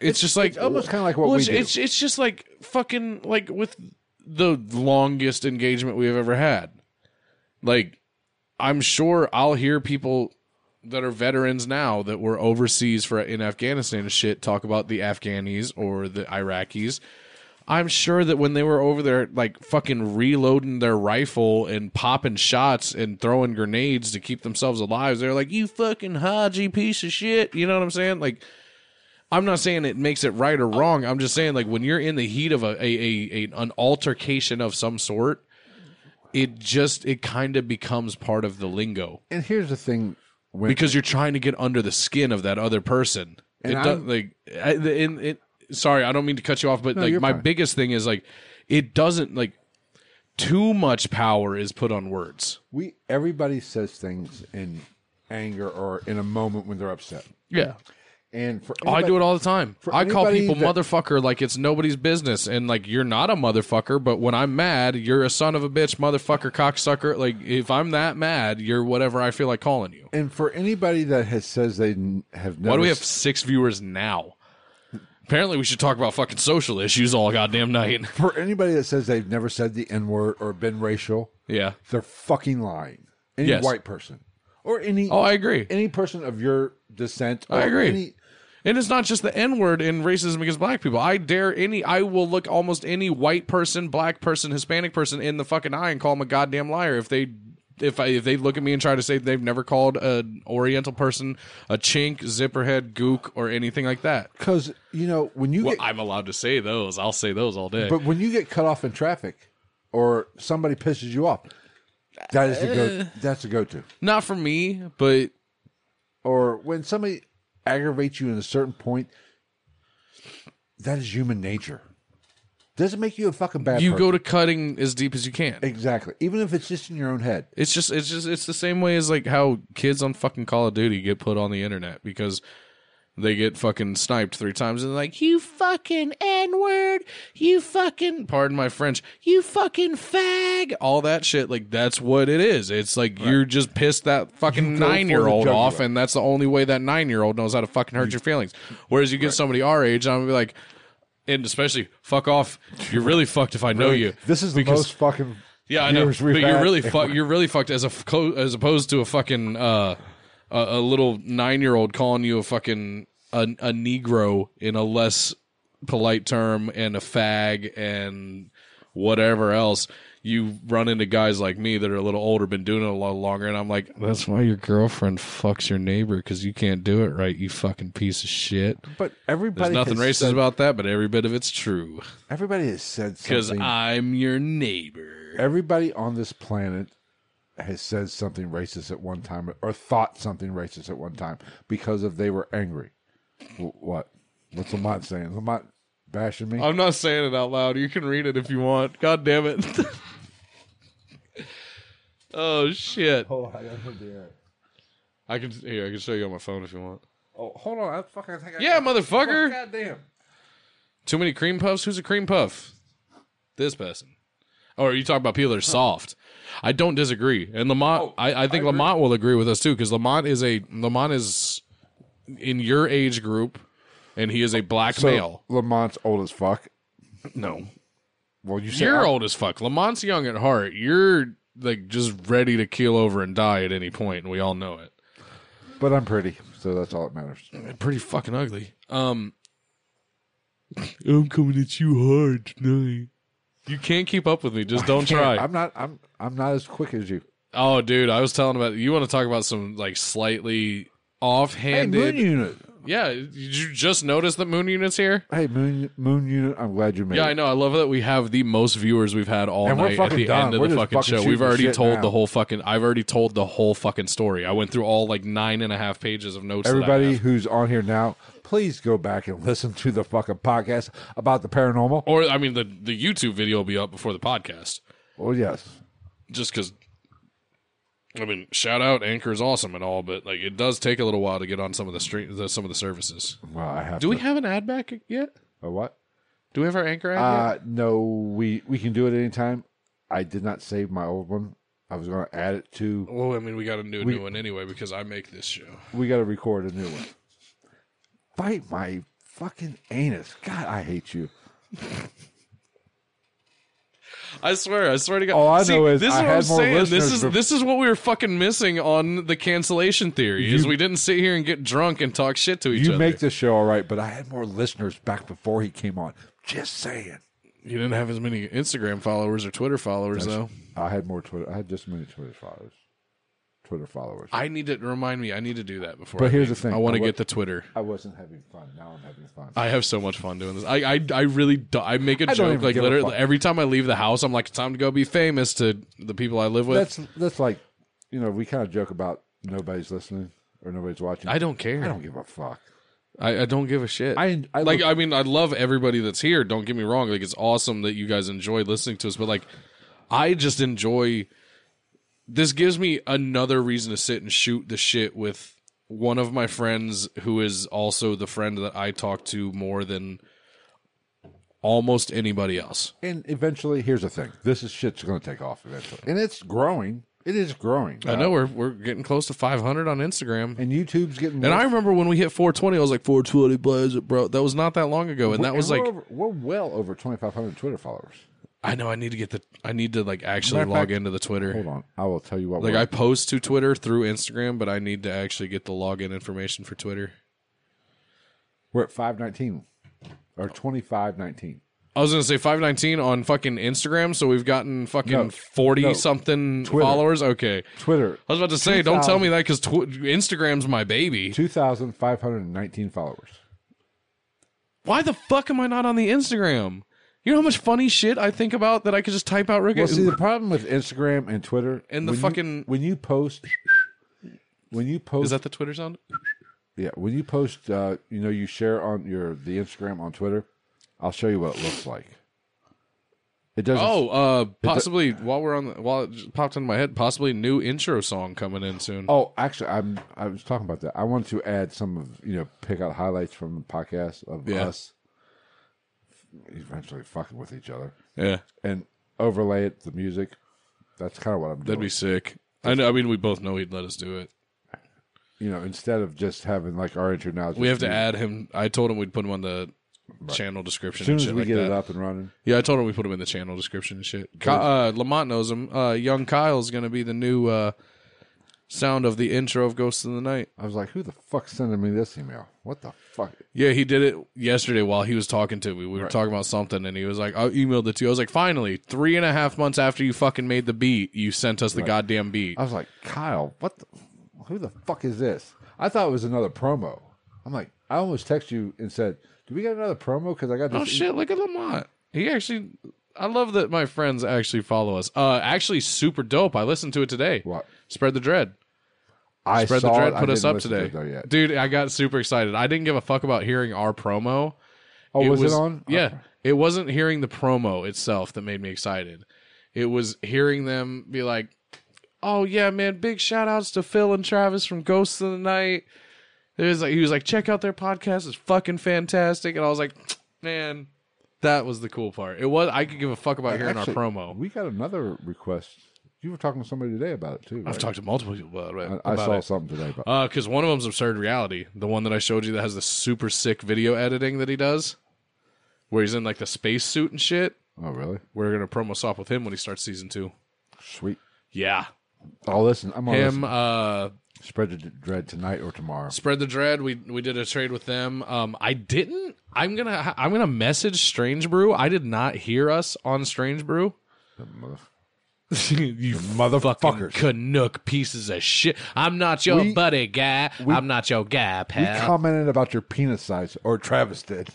Speaker 1: it's just like
Speaker 2: it's almost kinda like what we
Speaker 1: it's,
Speaker 2: do.
Speaker 1: It's it's just like fucking like with the longest engagement we've ever had. Like, I'm sure I'll hear people that are veterans now that were overseas for in Afghanistan and shit talk about the Afghanis or the Iraqis. I'm sure that when they were over there, like fucking reloading their rifle and popping shots and throwing grenades to keep themselves alive, they're like, "You fucking Haji piece of shit." You know what I'm saying? Like, I'm not saying it makes it right or wrong. I'm just saying like when you're in the heat of a, a, a, a an altercation of some sort, it just it kind of becomes part of the lingo
Speaker 2: And here's the thing: when
Speaker 1: because you're trying to get under the skin of that other person. It
Speaker 2: And
Speaker 1: does,
Speaker 2: I'm-
Speaker 1: like I, the- in it. Sorry, I don't mean to cut you off, but like
Speaker 2: you're
Speaker 1: my
Speaker 2: fine.
Speaker 1: biggest thing is like it doesn't like too much power is put on words.
Speaker 2: we everybody says things in anger or in a moment when they're upset,
Speaker 1: Yeah.
Speaker 2: and for
Speaker 1: Oh, I
Speaker 2: anybody-
Speaker 1: do it all the time.
Speaker 2: for
Speaker 1: I call
Speaker 2: anybody
Speaker 1: people
Speaker 2: that-
Speaker 1: motherfucker like it's nobody's business, and like you're not a motherfucker. But when I'm mad, you're a son of a bitch, motherfucker, cocksucker. Like if I'm that mad, you're whatever I feel like calling you.
Speaker 2: And for anybody that has says they n- have never,
Speaker 1: Why do we have six viewers now? Apparently, we should talk about fucking social issues all goddamn night.
Speaker 2: for anybody that says they've never said the N word or been racial,
Speaker 1: yeah.
Speaker 2: they're fucking lying. Any
Speaker 1: Yes.
Speaker 2: white person or any
Speaker 1: Oh, I agree.
Speaker 2: any person of your descent.
Speaker 1: I
Speaker 2: or
Speaker 1: agree.
Speaker 2: any-
Speaker 1: And it's not just the N word in racism against black people. I dare any, I will look almost any white person, black person, Hispanic person in the fucking eye and call them a goddamn liar if they. If, I, if they look at me and try to say they've never called an Oriental person a chink, zipperhead, gook, or anything like that,
Speaker 2: Because you know when you
Speaker 1: well,
Speaker 2: get,
Speaker 1: I'm allowed to say those. I'll say those all day.
Speaker 2: but when you get cut off in traffic, or somebody pisses you off, that is the
Speaker 1: Uh.
Speaker 2: go. That's a go to.
Speaker 1: Not for me, but
Speaker 2: Or when somebody aggravates you in a certain point, that is human nature. Doesn't make you a fucking bad.
Speaker 1: you
Speaker 2: person.
Speaker 1: go to cutting as deep as you can.
Speaker 2: exactly, even if it's just in your own head.
Speaker 1: It's just it's just it's the same way as like how kids on fucking Call of Duty get put on the internet because they get fucking sniped three times and they're like you fucking n word, you fucking pardon my French, you fucking fag, all that shit. Like that's what it is. It's like you're just pissed that fucking
Speaker 2: You go for the
Speaker 1: nine year old off,
Speaker 2: jugular.
Speaker 1: and that's the only way that nine year old knows how to fucking hurt your feelings. Whereas you get somebody our age, I'm gonna be like. And especially, fuck off. You're really fucked if I know you.
Speaker 2: This is the
Speaker 1: Oh, Because-
Speaker 2: most fucking.
Speaker 1: yeah, I know.
Speaker 2: viewers
Speaker 1: But
Speaker 2: we've
Speaker 1: you're
Speaker 2: had.
Speaker 1: really fu- you're really fucked as a f- co- as opposed to a fucking uh, a, a little nine year old calling you a fucking a, a negro in a less polite term and a fag and whatever else. You run into guys like me that are a little older, been doing it a lot longer, and I'm like, that's why your girlfriend fucks your neighbor because you can't do it right, you fucking piece of shit.
Speaker 2: But everybody.
Speaker 1: There's nothing
Speaker 2: has
Speaker 1: racist
Speaker 2: said-
Speaker 1: about that, but every bit of it's true
Speaker 2: Everybody has said
Speaker 1: because
Speaker 2: something.
Speaker 1: I'm your neighbor.
Speaker 2: everybody on this planet has said something racist at one time or thought something racist at one time because of they were angry. W- What? What's Lamont saying? Lamont bashing me?
Speaker 1: I'm not saying it out loud. You can read it if you want. God damn it. oh shit.
Speaker 2: Hold on, I gotta put the air.
Speaker 1: I can here, I can show you on my phone if you want.
Speaker 2: Oh, hold on. I fucking think I
Speaker 1: Yeah,
Speaker 2: Oh,
Speaker 1: motherfucker.
Speaker 2: goddamn.
Speaker 1: Too many cream puffs? Who's a cream puff? This person. Or are you talking about people that are soft? I don't disagree. And Lamont Oh, I, I think Lamont will agree with us too, because Lamont is a Lamont is in your age group and he is a black
Speaker 2: So,
Speaker 1: male.
Speaker 2: Lamont's old as fuck.
Speaker 1: No.
Speaker 2: Well, you said
Speaker 1: You're
Speaker 2: I-
Speaker 1: old as fuck. Lamont's young at heart. You're like just ready to keel over and die at any point, and we all know it.
Speaker 2: but I'm pretty, so that's all that matters.
Speaker 1: Pretty fucking ugly. Um, I'm coming at you hard tonight. You can't keep up with me. Just don't try.
Speaker 2: I'm not. I'm. I'm not as quick as you.
Speaker 1: Oh, dude, I was telling about you. Want to talk about some like slightly
Speaker 2: Hey,
Speaker 1: offhanded?
Speaker 2: Moon Unit.
Speaker 1: yeah, did you just notice that Moon Unit's here?
Speaker 2: Hey, Moon Moon Unit. I'm glad you made.
Speaker 1: Yeah, I
Speaker 2: it.
Speaker 1: know. I love that we have the most viewers we've had all
Speaker 2: And we're
Speaker 1: night at
Speaker 2: fucking
Speaker 1: the
Speaker 2: done.
Speaker 1: end of
Speaker 2: We're
Speaker 1: the
Speaker 2: just
Speaker 1: fucking,
Speaker 2: fucking
Speaker 1: show.
Speaker 2: shooting
Speaker 1: We've already
Speaker 2: shit
Speaker 1: told
Speaker 2: now.
Speaker 1: the whole fucking. I've already told the whole fucking story. I went through all like nine and a half pages of notes. that I
Speaker 2: Everybody
Speaker 1: have.
Speaker 2: who's on here now, please go back and listen to the fucking podcast about the paranormal.
Speaker 1: or I mean, the the YouTube video will be up before the podcast,
Speaker 2: Oh yes,
Speaker 1: just because. I mean, shout out Anchor is awesome and all, but like it does take a little while to get on some of the stream, the, some of the services.
Speaker 2: well I have.
Speaker 1: Do
Speaker 2: to,
Speaker 1: we have an ad back yet?
Speaker 2: a what?
Speaker 1: Do we have our Anchor ad? yet?
Speaker 2: Uh, no, we we can do it anytime. I did not save my old one. I was going to add it to.
Speaker 1: Well, I mean, we got to do a new one anyway because I make this show.
Speaker 2: We got to record a new one. Bite my fucking anus. God, I hate you.
Speaker 1: I swear, I swear to God.
Speaker 2: All I
Speaker 1: See,
Speaker 2: know is
Speaker 1: this
Speaker 2: I
Speaker 1: is what
Speaker 2: had
Speaker 1: I'm
Speaker 2: more
Speaker 1: saying. This
Speaker 2: listeners
Speaker 1: is
Speaker 2: bef-
Speaker 1: this is what we were fucking missing on the cancellation theory is we didn't sit here and get drunk and talk shit to each
Speaker 2: You
Speaker 1: other.
Speaker 2: make this show all right, but I had more listeners back before he came on. Just saying.
Speaker 1: you didn't have as many Instagram followers or Twitter followers though.
Speaker 2: I had more Twitter. I had just as many Twitter followers. Twitter followers.
Speaker 1: I need to remind me. I need to do that before.
Speaker 2: But
Speaker 1: I
Speaker 2: here's
Speaker 1: leave.
Speaker 2: the thing.
Speaker 1: I want
Speaker 2: I
Speaker 1: to
Speaker 2: wa-
Speaker 1: get the Twitter.
Speaker 2: I wasn't having fun. Now I'm having fun.
Speaker 1: I have so much fun doing this. I I, I really do, I make a
Speaker 2: don't
Speaker 1: joke
Speaker 2: even
Speaker 1: like
Speaker 2: give a
Speaker 1: literally
Speaker 2: fuck.
Speaker 1: every time I leave the house. I'm like, it's time to go be famous to the people I live with.
Speaker 2: that's that's like, you know, we kind of joke about nobody's listening or nobody's watching.
Speaker 1: I don't care.
Speaker 2: I don't give a fuck.
Speaker 1: I, I don't give a shit.
Speaker 2: I- I
Speaker 1: like. uh,
Speaker 2: look-
Speaker 1: I mean, I love everybody that's here. Don't get me wrong. Like, it's awesome that you guys enjoy listening to us. But like, I just enjoy. This gives me another reason to sit and shoot the shit with one of my friends, who is also the friend that I talk to more than almost anybody else.
Speaker 2: And eventually, here's the thing: this is shit's going to take off eventually, and it's growing. It is growing.
Speaker 1: I know we're we're getting close to 500 on Instagram.
Speaker 2: And YouTube's getting. More,
Speaker 1: And I remember when we hit 420, I was like 420 blaze it, bro. That was not that long ago, and that
Speaker 2: and
Speaker 1: was
Speaker 2: we're
Speaker 1: like
Speaker 2: over- we're well over 2,500 Twitter followers.
Speaker 1: I know I need to get the I need to like actually
Speaker 2: Matter of
Speaker 1: log
Speaker 2: fact-
Speaker 1: into the Twitter.
Speaker 2: Hold on, I will tell you what.
Speaker 1: Like
Speaker 2: we're-
Speaker 1: I post to Twitter through Instagram, but I need to actually get the login information for Twitter.
Speaker 2: we're at 519 or 2519.
Speaker 1: I was gonna say five nineteen on fucking Instagram, so we've gotten
Speaker 2: No,
Speaker 1: fucking forty
Speaker 2: no.
Speaker 1: something
Speaker 2: Twitter.
Speaker 1: followers. Okay,
Speaker 2: Twitter
Speaker 1: I was about to say, don't tell me that because tw- Instagram's my baby.
Speaker 2: 2,519 followers.
Speaker 1: Why the fuck am I not on the Instagram? You know how much funny shit I think about that I could just type out. Rick.
Speaker 2: Well, see, the problem with Instagram and Twitter
Speaker 1: And the
Speaker 2: when you-
Speaker 1: fucking-
Speaker 2: when you post, when you post,
Speaker 1: Is that the Twitter sound?
Speaker 2: yeah, when you post, uh, you know, you share on your the Instagram on Twitter. I'll show you what it looks like. It doesn't.
Speaker 1: Oh, uh, possibly while we're on, the, while it just popped into my head, possibly new intro song coming in soon.
Speaker 2: Oh, actually, I'm. I was talking about that. I wanted to add some of you know pick out highlights from the podcast of
Speaker 1: Yeah.
Speaker 2: us eventually fucking with each other
Speaker 1: Yeah,
Speaker 2: and overlay it the music. That's kind of what I'm doing.
Speaker 1: that'd be sick. I know. I mean, we both know he'd let us do it.
Speaker 2: you know, instead of just having like our intro now,
Speaker 1: We have to add him. I told him we'd put him on the channel description.
Speaker 2: As soon
Speaker 1: and
Speaker 2: as
Speaker 1: shit
Speaker 2: we
Speaker 1: like
Speaker 2: get
Speaker 1: that.
Speaker 2: it up and running,
Speaker 1: yeah, I told him we put him in the channel description and shit. Ky- uh, Lamont knows him. Uh, young Kyle's gonna be the new uh, sound of the intro of Ghosts in the Night.
Speaker 2: I was like, who the fuck's sending me this email? What the fuck?
Speaker 1: Yeah, he did it yesterday while he was talking to me. We were talking about something, and he was like, "I emailed it to you." I was like, "Finally, three and a half months after you fucking made the beat, you sent us the goddamn beat."
Speaker 2: I was like, Kyle, what the, who the fuck is this? I thought it was another promo. I'm like, I almost texted you and said, do we got another promo? Because I got this.
Speaker 1: Oh shit! Look at Lamont. He actually. I love that my friends actually follow us. Uh, actually, super dope. I listened to it today.
Speaker 2: What?
Speaker 1: Spread the dread.
Speaker 2: I
Speaker 1: Spread the
Speaker 2: saw
Speaker 1: Dread
Speaker 2: it. I
Speaker 1: put us
Speaker 2: didn't
Speaker 1: up
Speaker 2: listen to
Speaker 1: today.
Speaker 2: it, though, yet.
Speaker 1: Dude, I got super excited. I didn't give a fuck about hearing our promo.
Speaker 2: Oh, was, it on?
Speaker 1: Yeah. It wasn't hearing the promo itself that made me excited. It was hearing them be like, Oh yeah, man, big shout outs to Phil and Travis from Ghosts of the Night. It was like he was like, check out their podcast, it's fucking fantastic. And I was like, man, that was the cool part. It was I could give a fuck about hearing
Speaker 2: Actually,
Speaker 1: our promo.
Speaker 2: We got another request. You were talking to somebody today about it too.
Speaker 1: I've
Speaker 2: right?
Speaker 1: talked to multiple people about it.
Speaker 2: I, I
Speaker 1: about
Speaker 2: saw
Speaker 1: it.
Speaker 2: something today, but
Speaker 1: Uh, because one of them's absurd reality, the one that I showed you that has the super sick video editing that he does, where he's in like the space suit and shit.
Speaker 2: oh really?
Speaker 1: We're gonna promo swap with him when he starts season two.
Speaker 2: Sweet.
Speaker 1: Yeah,
Speaker 2: Oh, listen, I'm on
Speaker 1: him. Uh,
Speaker 2: Spread the dread tonight or tomorrow.
Speaker 1: spread the dread. We we did a trade with them. Um, I didn't. I'm gonna I'm gonna message Strange Brew. I did not hear us on Strange Brew. you motherfucking
Speaker 2: motherfuckers.
Speaker 1: Canuck pieces of shit. I'm not your
Speaker 2: We-
Speaker 1: buddy guy. I'm not your guy,
Speaker 2: We
Speaker 1: pal.
Speaker 2: commented about your penis size, or Travis did.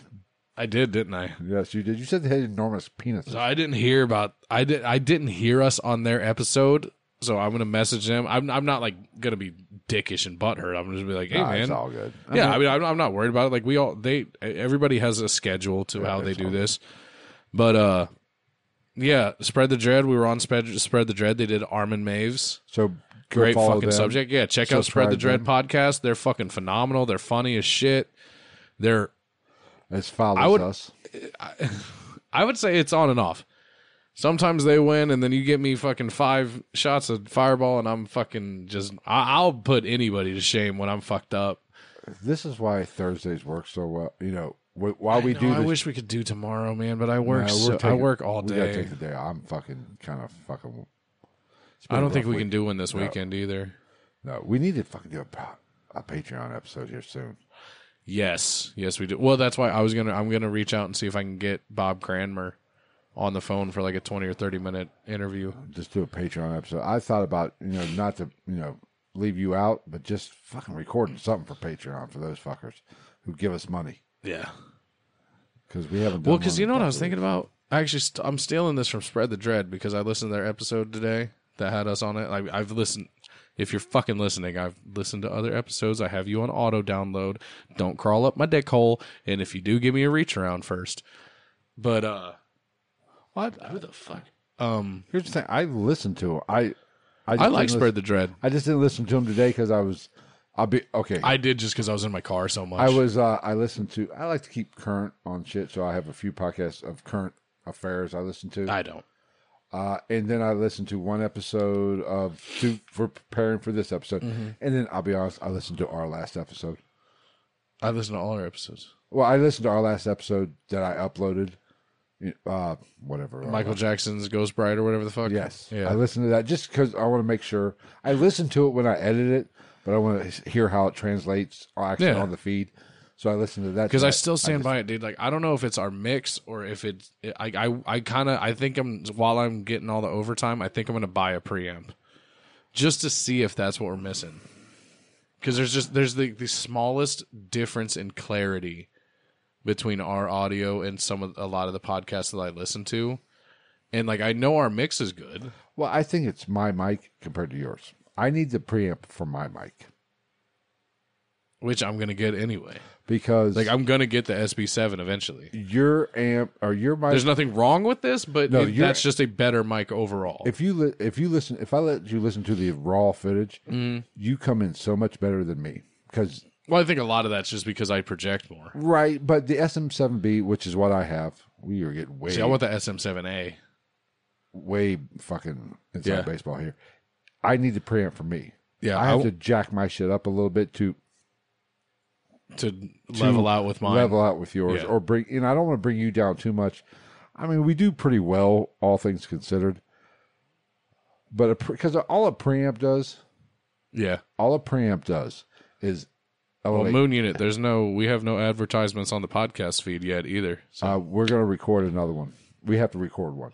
Speaker 1: I did, didn't I?
Speaker 2: Yes, you did. You said they had enormous penises.
Speaker 1: So I didn't hear about I did I didn't hear us on their episode. So I'm gonna message them. I'm I'm not like gonna be dickish and butthurt. I'm just gonna be like, hey
Speaker 2: Nah,
Speaker 1: man,
Speaker 2: it's all good. I
Speaker 1: yeah. I mean, I'm, I'm not worried about it. Like we all they everybody has a schedule to how they do this, but uh, yeah. Spread the dread. We were on spread spread the dread. They did Armin Maves.
Speaker 2: So go
Speaker 1: Great
Speaker 2: follow
Speaker 1: fucking
Speaker 2: them.
Speaker 1: subject. Yeah, check out Spread the Dread
Speaker 2: Subscribe
Speaker 1: podcast. They're fucking phenomenal. They're funny as shit. They're
Speaker 2: As follows
Speaker 1: I would-
Speaker 2: us.
Speaker 1: I would say it's on and off. Sometimes they win, and then you get me fucking five shots of fireball, and I'm fucking just. I- I'll put anybody to shame when I'm fucked up.
Speaker 2: This is why Thursdays work so well. You know, wh- while we
Speaker 1: No,
Speaker 2: do
Speaker 1: I
Speaker 2: this,
Speaker 1: wish we could do tomorrow, man, but I work.
Speaker 2: Nah, we're
Speaker 1: so, I
Speaker 2: taking-
Speaker 1: work all
Speaker 2: we
Speaker 1: day.
Speaker 2: gotta take the day. I'm fucking kind of fucking. it's been
Speaker 1: I
Speaker 2: a
Speaker 1: don't think
Speaker 2: rough
Speaker 1: we can
Speaker 2: week.
Speaker 1: do one this weekend either.
Speaker 2: No, we need to fucking do a, pa- a Patreon episode here soon.
Speaker 1: Yes, yes, we do. Well, that's why I was gonna. I'm gonna reach out and see if I can get Bob Cranmer on the phone for like a 20 or 30 minute interview.
Speaker 2: Just do a Patreon episode. I thought about you know not to you know leave you out, but just fucking recording something for Patreon for those fuckers who give us money
Speaker 1: Yeah.
Speaker 2: because we haven't. Done
Speaker 1: Well, because
Speaker 2: one
Speaker 1: you
Speaker 2: in
Speaker 1: know what I
Speaker 2: fucking
Speaker 1: was thinking about. I Actually, st- I'm stealing this from Spread the Dread because I listened to their episode today that had us on it. Like, I've listened. If you're fucking listening, I've listened to other episodes. I have you on auto download. Don't crawl up my dick hole. And if you do, give me a reach around first. But uh, what? Who the fuck? Um,
Speaker 2: Here's the thing. I listened to 'em. I. I, just
Speaker 1: I like
Speaker 2: didn't
Speaker 1: Spread
Speaker 2: listen-
Speaker 1: the Dread.
Speaker 2: I just didn't listen to him today because I was. I'll be okay.
Speaker 1: I did just because I was in my car so much.
Speaker 2: I was uh, I listened to I like to keep current on shit, so I have a few podcasts of current affairs I listen to.
Speaker 1: I don't.
Speaker 2: Uh, and then I listened to one episode of two for preparing for this episode.
Speaker 1: Mm-hmm.
Speaker 2: And then I'll be honest, I listened to our last episode.
Speaker 1: I listened to all our episodes.
Speaker 2: Well, I listened to our last episode that I uploaded. Uh, whatever.
Speaker 1: Michael Jackson's Ghost Bride or whatever the fuck.
Speaker 2: Yes.
Speaker 1: Yeah.
Speaker 2: I listened to that just because I want to make sure. I listen to it when I edit it, but I want to hear how it translates uh, actually
Speaker 1: Yeah.
Speaker 2: on the feed. So I listened to that
Speaker 1: because I
Speaker 2: tonight.
Speaker 1: still stand by it, dude. Like I don't know if it's our mix or if it's I I, I kind of I think I'm while I'm getting all the overtime, I think I'm gonna buy a preamp just to see if that's what we're missing. Because there's just there's the the smallest difference in clarity between our audio and some of a lot of the podcasts that I listen to, and like I know our mix is good.
Speaker 2: Well, I think it's my mic compared to yours. I need the preamp for my mic
Speaker 1: Which I'm gonna get anyway.
Speaker 2: because
Speaker 1: Like I'm gonna get the SB7 eventually.
Speaker 2: your amp or your mic.
Speaker 1: There's nothing wrong with this, but
Speaker 2: No,
Speaker 1: it-
Speaker 2: you're-
Speaker 1: that's just a better mic overall.
Speaker 2: if you li- if you listen, if I let you listen to the raw footage,
Speaker 1: Mm-hmm.
Speaker 2: you come in so much better than me because
Speaker 1: Well, I think a lot of that's just because I project more.
Speaker 2: right. But the SM7B, which is what I have, we are getting way
Speaker 1: See, I want the SM7A.
Speaker 2: way fucking inside
Speaker 1: Yeah.
Speaker 2: baseball here. I need the preamp for me.
Speaker 1: Yeah,
Speaker 2: I
Speaker 1: I
Speaker 2: have
Speaker 1: w-
Speaker 2: to jack my shit up a little bit to
Speaker 1: to level out with mine.
Speaker 2: level out with yours
Speaker 1: Yeah.
Speaker 2: or bring and I don't want to bring you down too much. I mean, we do pretty well all things considered. But because all a preamp does,
Speaker 1: Yeah.
Speaker 2: all a preamp does is
Speaker 1: Well,
Speaker 2: elevate.
Speaker 1: Moon Unit, there's no, we have no advertisements on the podcast feed yet either. So,
Speaker 2: uh, we're going to record another one. We have to record one.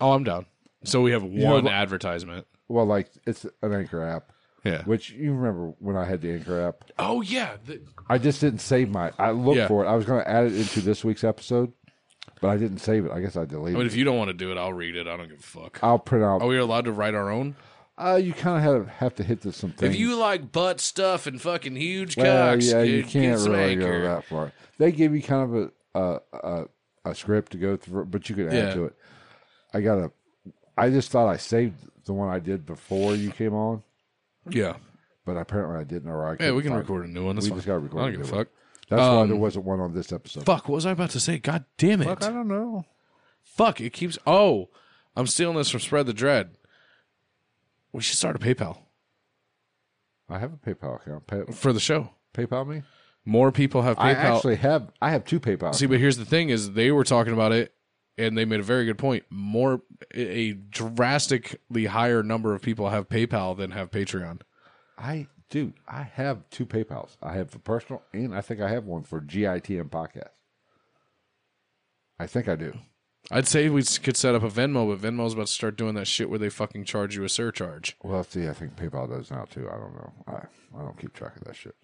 Speaker 1: oh, I'm down. So we have
Speaker 2: know,
Speaker 1: one
Speaker 2: but-
Speaker 1: advertisement.
Speaker 2: Well, like it's an Anchor app,
Speaker 1: Yeah.
Speaker 2: which you remember when I had the Anchor app.
Speaker 1: oh, yeah. The-
Speaker 2: I just didn't save my. I looked
Speaker 1: Yeah.
Speaker 2: for it. I was going to add it into this week's episode, but I didn't save it. I guess I deleted
Speaker 1: but
Speaker 2: it.
Speaker 1: if you don't want to do it, I'll read it. I don't give a fuck.
Speaker 2: I'll print out.
Speaker 1: Are we allowed to write our own?
Speaker 2: Uh, you kind of have, have to hit to some things.
Speaker 1: If you like butt stuff and fucking huge
Speaker 2: Well,
Speaker 1: cocks,
Speaker 2: yeah, you
Speaker 1: dude,
Speaker 2: can't
Speaker 1: get some
Speaker 2: really
Speaker 1: anchor.
Speaker 2: go that far. They give you kind of a a, a a script to go through, but you could add
Speaker 1: Yeah.
Speaker 2: to it. I got a. I just thought I saved the one I did before you came on,
Speaker 1: Yeah.
Speaker 2: but apparently I didn't. Or I
Speaker 1: Yeah, we
Speaker 2: couldn't
Speaker 1: can
Speaker 2: find
Speaker 1: record Um, a new one. That's
Speaker 2: We
Speaker 1: fine.
Speaker 2: just gotta record
Speaker 1: I don't
Speaker 2: a
Speaker 1: give a
Speaker 2: new one.
Speaker 1: fuck.
Speaker 2: it. That's why there wasn't one on this episode.
Speaker 1: Fuck, what was I about to say? God damn it.
Speaker 2: Fuck, I don't know.
Speaker 1: Fuck, it keeps. Oh, I'm stealing this from Spread the Dread. We should start a PayPal
Speaker 2: I have a PayPal account. Pay,
Speaker 1: for the show.
Speaker 2: PayPal me.
Speaker 1: More people have PayPal.
Speaker 2: I actually have. I have two PayPal.
Speaker 1: See, but here's the thing: is they were talking about it, and they made a very good point. More, a drastically higher number of people have PayPal than have Patreon.
Speaker 2: I dude, I have two PayPal's. I have for personal, and I think I have one for GITM podcast. I think I do.
Speaker 1: I'd say we s- could set up a Venmo, but Venmo's about to start doing that shit where they fucking charge you a surcharge.
Speaker 2: Well, see, I think PayPal does now too. I don't know. I I don't keep track of that shit.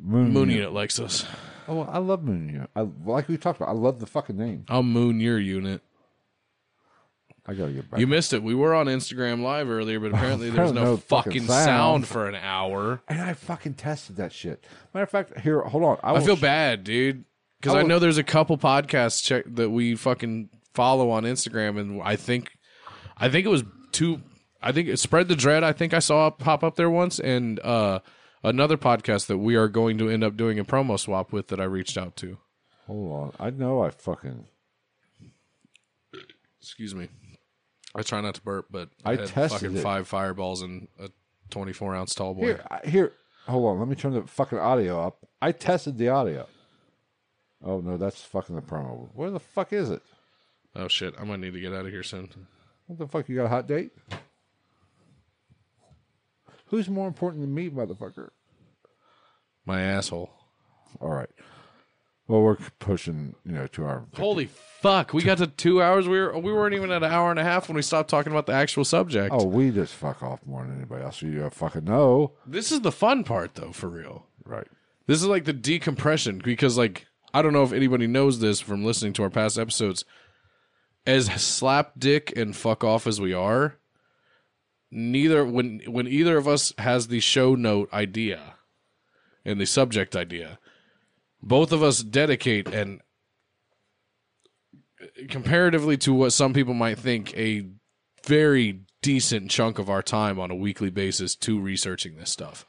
Speaker 2: Moon.
Speaker 1: Moon unit likes us.
Speaker 2: Oh, I love Moon Unit. I like we talked about. I love the fucking name.
Speaker 1: I'll moon your unit.
Speaker 2: I gotta get back.
Speaker 1: You missed it. We were on Instagram Live earlier, but apparently there was no,
Speaker 2: No
Speaker 1: fucking,
Speaker 2: fucking
Speaker 1: sound.
Speaker 2: sound.
Speaker 1: for an hour.
Speaker 2: and I fucking tested that shit. Matter of fact, here, hold on.
Speaker 1: I
Speaker 2: will
Speaker 1: feel
Speaker 2: sh-
Speaker 1: bad, dude, because I,
Speaker 2: I will-
Speaker 1: know there's a couple podcasts check that we fucking follow on Instagram, and I think, I think it was two. I think it spread the dread. I think I saw it pop up there once, and uh, another podcast that we are going to end up doing a promo swap with that I reached out to.
Speaker 2: Hold on. I know I fucking.
Speaker 1: Excuse me. I try not to burp, but
Speaker 2: I
Speaker 1: had
Speaker 2: tested
Speaker 1: fucking
Speaker 2: it.
Speaker 1: five fireballs and a 24 ounce tall boy.
Speaker 2: Here, I- here. Hold on. Let me turn the fucking audio up. I tested the audio. Oh no, that's fucking the promo. Where the fuck is it?
Speaker 1: Oh shit! I might need to get out of here soon.
Speaker 2: What the fuck? You got a hot date? Who's more important than me, motherfucker?
Speaker 1: My asshole.
Speaker 2: All right. Well, we're pushing, you know, to our.
Speaker 1: Holy fuck! We got to two hours. We were we weren't even at an hour and a half when we stopped talking about the actual subject.
Speaker 2: Oh, we just fuck off more than anybody else. You uh, fucking know,
Speaker 1: This is the fun part, though, for real.
Speaker 2: right?
Speaker 1: This is like the decompression because, like, I don't know if anybody knows this from listening to our past episodes. As slap dick and fuck off as we are, neither when when either of us has the show note idea and the subject idea, both of us dedicate and comparatively to what some people might think a very decent chunk of our time on a weekly basis to researching this stuff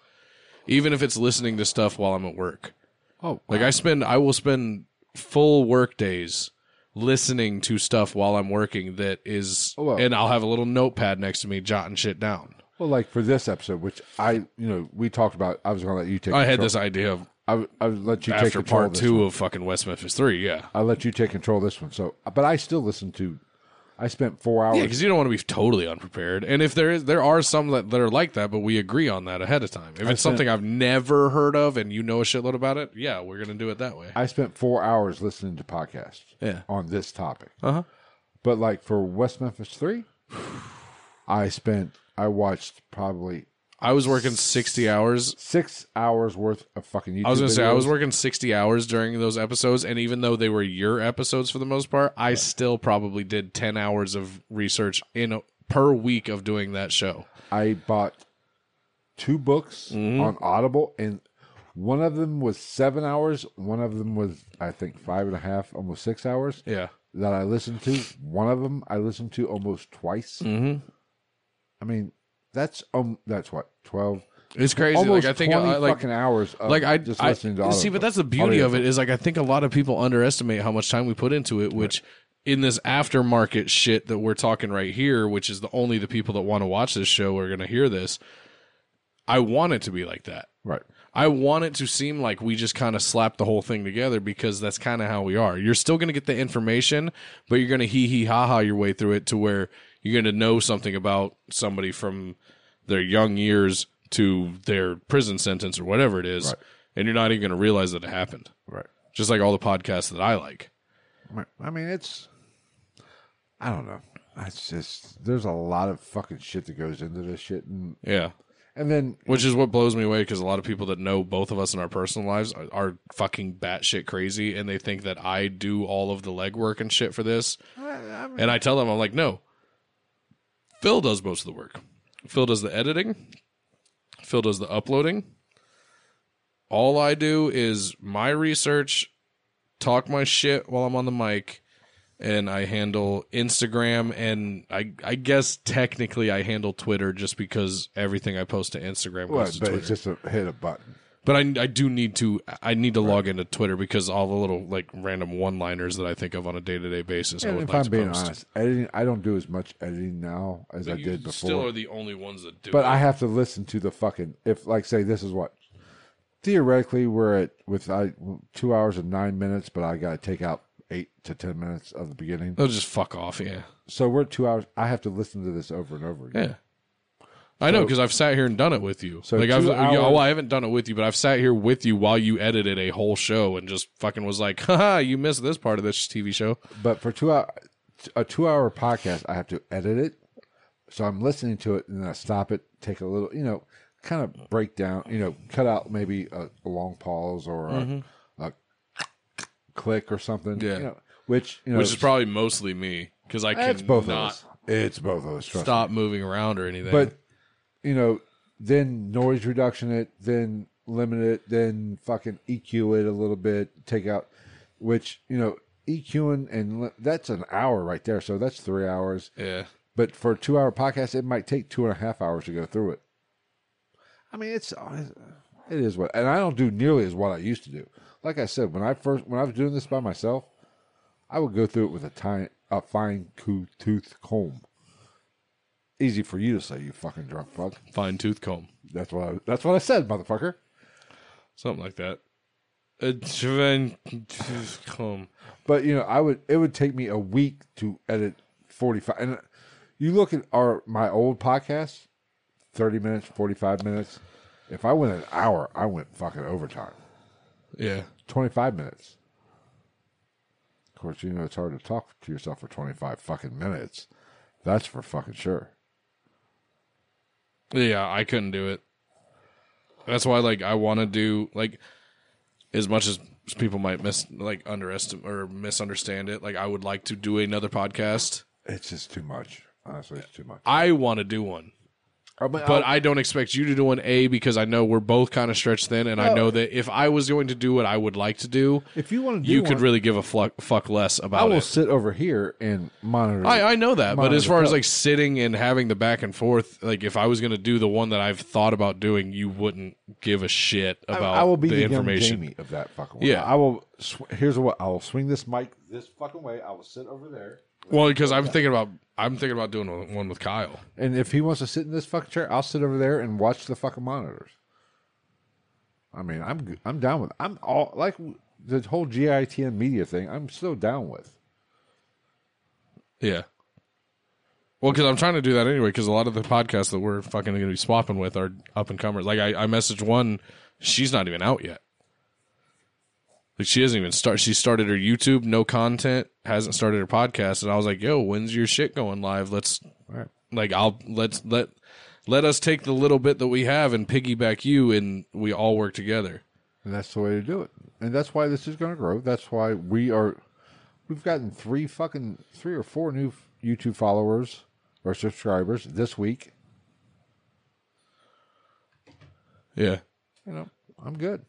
Speaker 1: even if it's listening to stuff while I'm at work.
Speaker 2: Oh,
Speaker 1: Like I spend, I will spend full work days listening to stuff while I'm working. That is,
Speaker 2: Oh, wow.
Speaker 1: and I'll have a little notepad next to me jotting shit down.
Speaker 2: well, like for this episode, which I, you know, we talked about. I was gonna let you take.
Speaker 1: I had
Speaker 2: control.
Speaker 1: this idea of
Speaker 2: I, would- I would let you take
Speaker 1: after
Speaker 2: control of
Speaker 1: part
Speaker 2: this
Speaker 1: two of fucking West Memphis Three. Yeah,
Speaker 2: I let you take control of this one. So, but I still listen to. I spent four
Speaker 1: yeah,
Speaker 2: hours.
Speaker 1: because you don't want to be totally unprepared. And if there is, there are some that, that are like that, but we agree on that ahead of time. If it's something I've never heard of and you know a shitload about it, yeah, we're gonna do it that way.
Speaker 2: I spent four hours listening to podcasts.
Speaker 1: Yeah.
Speaker 2: On this topic,
Speaker 1: Uh huh.
Speaker 2: but like for West Memphis Three, I spent. I watched probably
Speaker 1: I was working sixty hours
Speaker 2: six hours worth of fucking YouTube.
Speaker 1: I was gonna say I was
Speaker 2: videos.
Speaker 1: working sixty hours during those episodes, and even though they were your episodes for the most part, I still probably did ten hours of research in a, per week of doing that show.
Speaker 2: I bought two books
Speaker 1: Mm-hmm.
Speaker 2: on Audible, and one of them was seven hours. One of them was, I think, five and a half, almost six hours.
Speaker 1: Yeah,
Speaker 2: that I listened to. One of them I listened to almost twice.
Speaker 1: Mm-hmm.
Speaker 2: I mean, that's um, that's what twelve,
Speaker 1: it's crazy.
Speaker 2: almost
Speaker 1: like I think
Speaker 2: twenty
Speaker 1: I, like
Speaker 2: fucking hours. Of
Speaker 1: like I
Speaker 2: just
Speaker 1: I-
Speaker 2: listening to
Speaker 1: see, but that's the beauty of it is like I think a lot of people underestimate how much time we put into it, which. In this aftermarket shit that we're talking right here, which is the only the people that want to watch this show are going to hear this. I want it to be like that.
Speaker 2: right.
Speaker 1: I want it to seem like we just kind of slapped the whole thing together because that's kind of how we are. You're still going to get the information, but you're going to hee hee ha ha your way through it to where you're going to know something about somebody from their young years to their prison sentence or whatever it is, and you're not even going to realize that it happened.
Speaker 2: Right.
Speaker 1: Just like all the podcasts that I like.
Speaker 2: Right. I mean, it's I don't know. It's just there's a lot of fucking shit that goes into this shit, and
Speaker 1: Yeah.
Speaker 2: and then
Speaker 1: Which is what blows me away because a lot of people that know both of us in our personal lives are, are fucking batshit crazy and they think that I do all of the legwork and shit for this. and I tell them, I'm like, no, Phil does most of the work. Phil does the editing. Phil does the uploading. All I do is my research, talk my shit while I'm on the mic, and I handle Instagram and I I guess technically I handle Twitter just because everything I post to Instagram
Speaker 2: Well,
Speaker 1: goes
Speaker 2: but
Speaker 1: to
Speaker 2: it's
Speaker 1: Twitter.
Speaker 2: just a hit a button.
Speaker 1: But I I do need to I need to log into Twitter because all the little like random one liners that I think of on a day to day basis. I
Speaker 2: And
Speaker 1: would
Speaker 2: if
Speaker 1: like
Speaker 2: I'm
Speaker 1: to
Speaker 2: being
Speaker 1: post.
Speaker 2: honest, editing, I don't do as much editing now as I
Speaker 1: You
Speaker 2: did before.
Speaker 1: Still are the only ones that do.
Speaker 2: But
Speaker 1: it.
Speaker 2: I have to listen to the fucking if like say this is what theoretically we're at with I two hours and nine minutes, but I got to take out eight to ten minutes of the beginning.
Speaker 1: They'll just fuck off. Yeah.
Speaker 2: So we're at two hours. I have to listen to this over and over again.
Speaker 1: Yeah. I know because I've sat here and done it with you.
Speaker 2: So
Speaker 1: like I've,
Speaker 2: two
Speaker 1: you know,
Speaker 2: hours-
Speaker 1: I haven't done it with you, but I've sat here with you while you edited a whole show and just fucking was like, "Ha, you missed this part of this TV show."
Speaker 2: But for two hour, a two hour podcast, I have to edit it. So I'm listening to it, and then I stop it, take a little, you know, kind of break down, you know, cut out maybe a, a long pause or a, a click or something.
Speaker 1: Mm-hmm. Yeah.
Speaker 2: you know, which you know,
Speaker 1: Which is probably mostly me because I
Speaker 2: it's both of
Speaker 1: cannot
Speaker 2: us. It's both of us. Trust me.
Speaker 1: stop moving around or anything.
Speaker 2: But you know, then noise reduction it, then limit it, then fucking EQ it a little bit, take out which, you know, EQing and li- that's an hour right there. So that's three hours.
Speaker 1: yeah,
Speaker 2: But for a two hour podcast, it might take two and a half hours to go through it. I mean, it's uh, it is what, and I don't do nearly as what I used to do. Like I said, when I first when I was doing this by myself, I would go through it with a tiny, a fine coo- tooth comb. Easy for you to say, you fucking drunk fuck.
Speaker 1: fine tooth comb,
Speaker 2: That's what I, that's what I said, motherfucker.
Speaker 1: something like that. A fine tooth comb.
Speaker 2: But you know, I would it would take me a week to edit forty five. And you look at our my old podcast, thirty minutes, forty five minutes. If I went an hour, I went fucking overtime.
Speaker 1: Yeah,
Speaker 2: Twenty five minutes. Of course, you know it's hard to talk to yourself for twenty five fucking minutes. That's for fucking sure.
Speaker 1: Yeah, I couldn't do it. That's why, like, I want to do like as much as people might miss, like, underestimate or misunderstand it. Like, I would like to do another podcast.
Speaker 2: It's just too much. Honestly, it's too much.
Speaker 1: I want to do one, but
Speaker 2: Oh.
Speaker 1: I don't expect you to do one. A because I know we're both kind of stretched thin, and I know that if I was going to do what I would like to do,
Speaker 2: if you want to, do
Speaker 1: you could
Speaker 2: one,
Speaker 1: really give a fuck, fuck less
Speaker 2: I
Speaker 1: about
Speaker 2: will
Speaker 1: it.
Speaker 2: sit over here and monitor.
Speaker 1: I, I know that, but as
Speaker 2: Monitor
Speaker 1: far as
Speaker 2: club.
Speaker 1: like sitting and having the back and forth, like if I was going to do the one that I've thought about doing, you wouldn't give a shit
Speaker 2: I-
Speaker 1: about
Speaker 2: I will be
Speaker 1: the,
Speaker 2: the, young
Speaker 1: information.
Speaker 2: Jamie of that fucking. One.
Speaker 1: Yeah.
Speaker 2: I will. Sw- here's what I will swing this mic this fucking way. I will sit over there,
Speaker 1: Well, because I'm thinking about I'm thinking about doing one- one with Kyle.
Speaker 2: and if he wants to sit in this fucking chair, I'll sit over there and watch the fucking monitors. I mean, I'm g- I'm down with. I'm all like the whole GITN media thing. I'm still down with.
Speaker 1: Yeah. Well, because I'm trying to do that anyway. Because a lot of the podcasts that we're fucking going to be swapping with are up and comers. Like I, I messaged one, she's not even out yet. Like she hasn't even start. She started her YouTube, no content, hasn't started her podcast, and I was like, "Yo, when's your shit going live? Let's
Speaker 2: Right.
Speaker 1: like I'll let's let let us take the little bit that we have and piggyback you, and we all work together."
Speaker 2: And that's the way to do it. And that's why this is going to grow. That's why we are. We've gotten three fucking three or four new YouTube followers or subscribers this week.
Speaker 1: Yeah,
Speaker 2: You know, I'm good.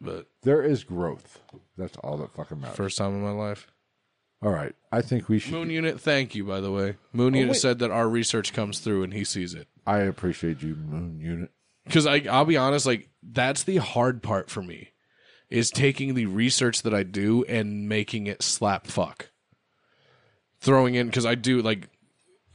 Speaker 1: but
Speaker 2: There is growth. That's all that fucking matters.
Speaker 1: first time in my life.
Speaker 2: all right. I think we should.
Speaker 1: Moon Unit, thank you, by the way. Moon Unit said that our research comes through and he sees it.
Speaker 2: I appreciate you, Moon Unit.
Speaker 1: Because I'll be honest, like, that's the hard part for me is taking the research that I do and making it slap fuck. Throwing in, because I do, like,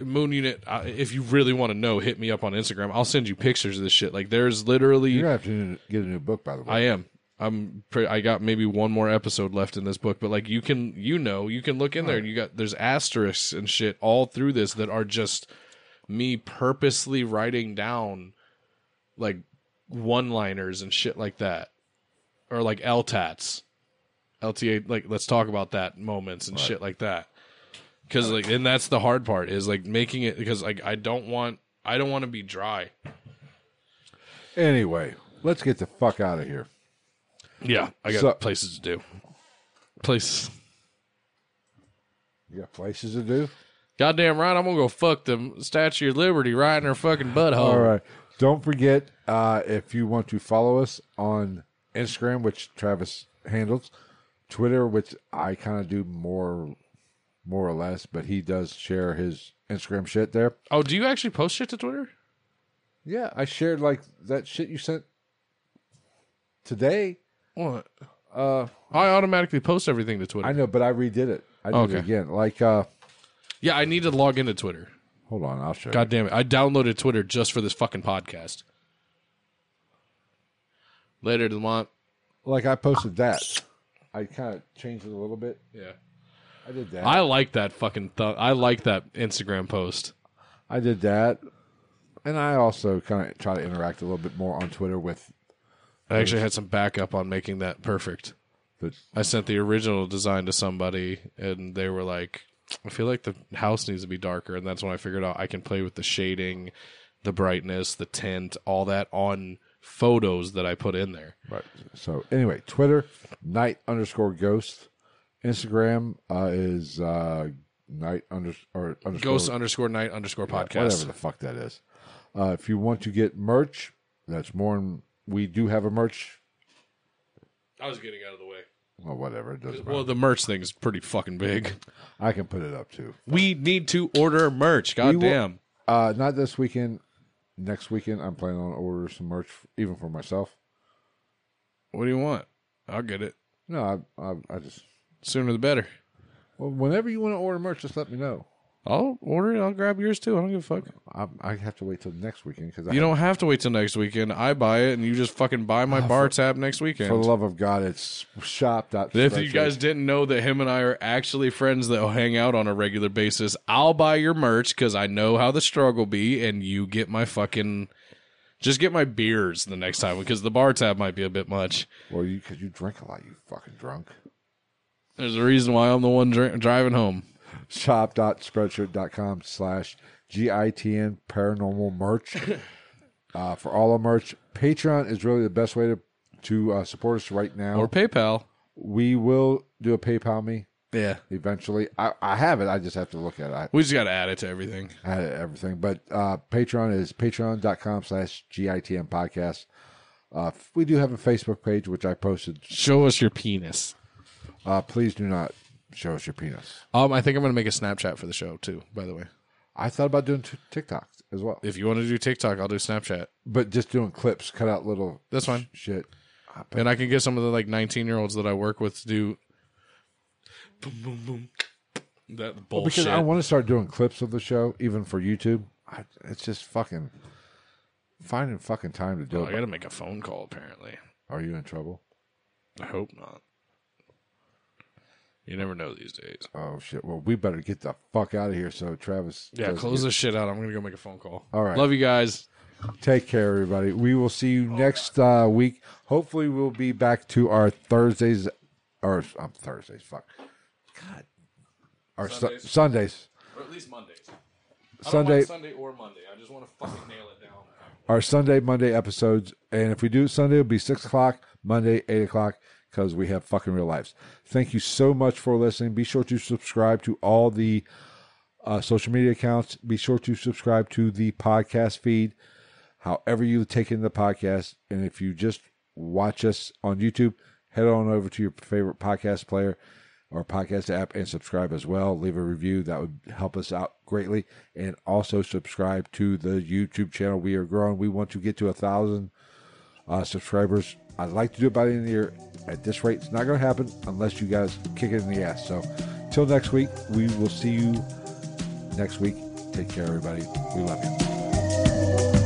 Speaker 1: Moon Unit, I, if you really want to know, hit me up on Instagram. I'll send you pictures of this shit. Like, there's literally.
Speaker 2: You're gonna have to get a new book, by the way.
Speaker 1: I am. I'm. Pre- I got maybe one more episode left in this book, but like you can, you know, you can look in there and you got there's asterisks and shit all through this that are just me purposely writing down like one liners and shit like that, or like LTATs, LTA. Like let's talk about that moments and shit like that. Because like, and that's the hard part is like making it because like I don't want I don't want to be dry.
Speaker 2: anyway, let's get the fuck out of here.
Speaker 1: Yeah, I got
Speaker 2: So-
Speaker 1: places to do. Places.
Speaker 2: You got places to do.
Speaker 1: Goddamn right, I'm gonna go fuck the Statue of Liberty right in her fucking butthole.
Speaker 2: All right. Don't forget uh, if you want to follow us on Instagram, which Travis handles, Twitter, which I kind of do more, more or less, but he does share his Instagram shit there.
Speaker 1: Oh, do you actually post shit to Twitter?
Speaker 2: Yeah, I shared like that shit you sent today.
Speaker 1: What?
Speaker 2: Uh,
Speaker 1: I automatically post everything to Twitter.
Speaker 2: I know, but I redid it. I did
Speaker 1: Okay.
Speaker 2: it again. Like, uh,
Speaker 1: yeah, I need to log into Twitter.
Speaker 2: hold on, I'll show you.
Speaker 1: God damn it. I downloaded Twitter just for this fucking podcast. Later, Lamont.
Speaker 2: Like I posted that. I kind of changed it a little bit.
Speaker 1: Yeah.
Speaker 2: I did that.
Speaker 1: I like that fucking th- I like that Instagram post.
Speaker 2: I did that. And I also kind of try to interact a little bit more on Twitter with
Speaker 1: I actually had some backup on making that perfect.
Speaker 2: the.
Speaker 1: I sent the original design to somebody and they were like, I feel like the house needs to be darker. And that's when I figured out I can play with the shading, the brightness, the tint, all that on photos that I put in there.
Speaker 2: Right. So anyway, Twitter, night underscore ghost. Instagram uh, is uh, night under, or underscore
Speaker 1: Ghost underscore night underscore
Speaker 2: whatever
Speaker 1: podcast.
Speaker 2: the fuck that is. Uh, if you want to get merch, that's more. than- We do have a merch.
Speaker 1: I was getting out of the way.
Speaker 2: Well, whatever. It doesn't matter.
Speaker 1: Well, the merch thing is pretty fucking big.
Speaker 2: I can put it up too.
Speaker 1: We need to order merch.
Speaker 2: We
Speaker 1: God
Speaker 2: will-
Speaker 1: damn.
Speaker 2: Uh, not this weekend. Next weekend, I'm planning on order some merch, even for myself.
Speaker 1: What do you want? I'll get it.
Speaker 2: No, I, I, I just.
Speaker 1: Sooner the better.
Speaker 2: Well, whenever you want to order merch, just let me know.
Speaker 1: I'll order it. I'll grab yours too. I don't give a fuck.
Speaker 2: I, I have to wait till next weekend because
Speaker 1: You don't have to wait till next weekend. I buy it and you just fucking buy my bar tab next
Speaker 2: for the
Speaker 1: weekend.
Speaker 2: love of God, it's shop.
Speaker 1: If you guys didn't know that him and I are actually friends that hang out on a regular basis, I'll buy your merch because I know how the struggle be and you get my fucking. Just get my beers the next time because the bar tab might be a bit much.
Speaker 2: well, you because you drink a lot, you fucking drunk.
Speaker 1: There's a reason why I'm the one dri- driving home.
Speaker 2: shop.spreadshirt.com slash gitn paranormal merch uh, for all our merch patreon is really the best way to to uh, support us right now
Speaker 1: Or PayPal.
Speaker 2: we will do a paypal me
Speaker 1: Yeah.
Speaker 2: eventually I, I have it i just have to look at it i
Speaker 1: We just got to add it to everything.
Speaker 2: had it, everything but uh, patreon is patreon.com slash gitn podcast uh, we do have a facebook page which i posted
Speaker 1: Show us your penis.
Speaker 2: uh, please do not show us your penis
Speaker 1: Um, I think I'm gonna make a Snapchat for the show too. By the way,
Speaker 2: i thought about doing t- tiktoks as well
Speaker 1: if you want to do TikTok, I'll do Snapchat,
Speaker 2: but just doing clips cut out little
Speaker 1: That's fine.
Speaker 2: sh- shit
Speaker 1: and I can get some of the like 19 year olds that I work with to do. Boom, boom, boom. That bullshit.
Speaker 2: Because I want to start doing clips of the show, even for YouTube. I, it's just fucking finding fucking time to do
Speaker 1: I
Speaker 2: it.
Speaker 1: gotta make a phone call. Apparently,
Speaker 2: Are you in trouble?
Speaker 1: I hope not. You never know these days.
Speaker 2: Oh shit! Well, we better get the fuck out of here. So Travis,
Speaker 1: Yeah,
Speaker 2: doesn't
Speaker 1: close this shit out. I'm gonna go make a phone call.
Speaker 2: All right.
Speaker 1: love you guys.
Speaker 2: get- take care, everybody. We will see you next uh, week. Hopefully, we'll be back to our Thursdays, or um, Thursdays. Fuck, God, our Sundays. Sundays.
Speaker 1: Or at least Mondays.
Speaker 2: Sunday,
Speaker 1: Sunday or Monday. I just want to fucking nail it down.
Speaker 2: our Sunday, Monday episodes. And if we do it Sunday, it'll be six o'clock, Monday, eight o'clock, because we have fucking real lives. Thank you so much for listening. Be sure to subscribe to all the uh, social media accounts. Be sure to subscribe to the podcast feed, however you take in the podcast. And if you just watch us on YouTube, head on over to your favorite podcast player or podcast app and subscribe as well. Leave a review. That would help us out greatly. And also subscribe to the YouTube channel. We are growing. We want to get to a thousand uh, subscribers. I'd like to do it by the end of the year. At this rate, it's not going to happen unless you guys kick it in the ass. So, till next week, we will see you next week. Take care, everybody. We love you.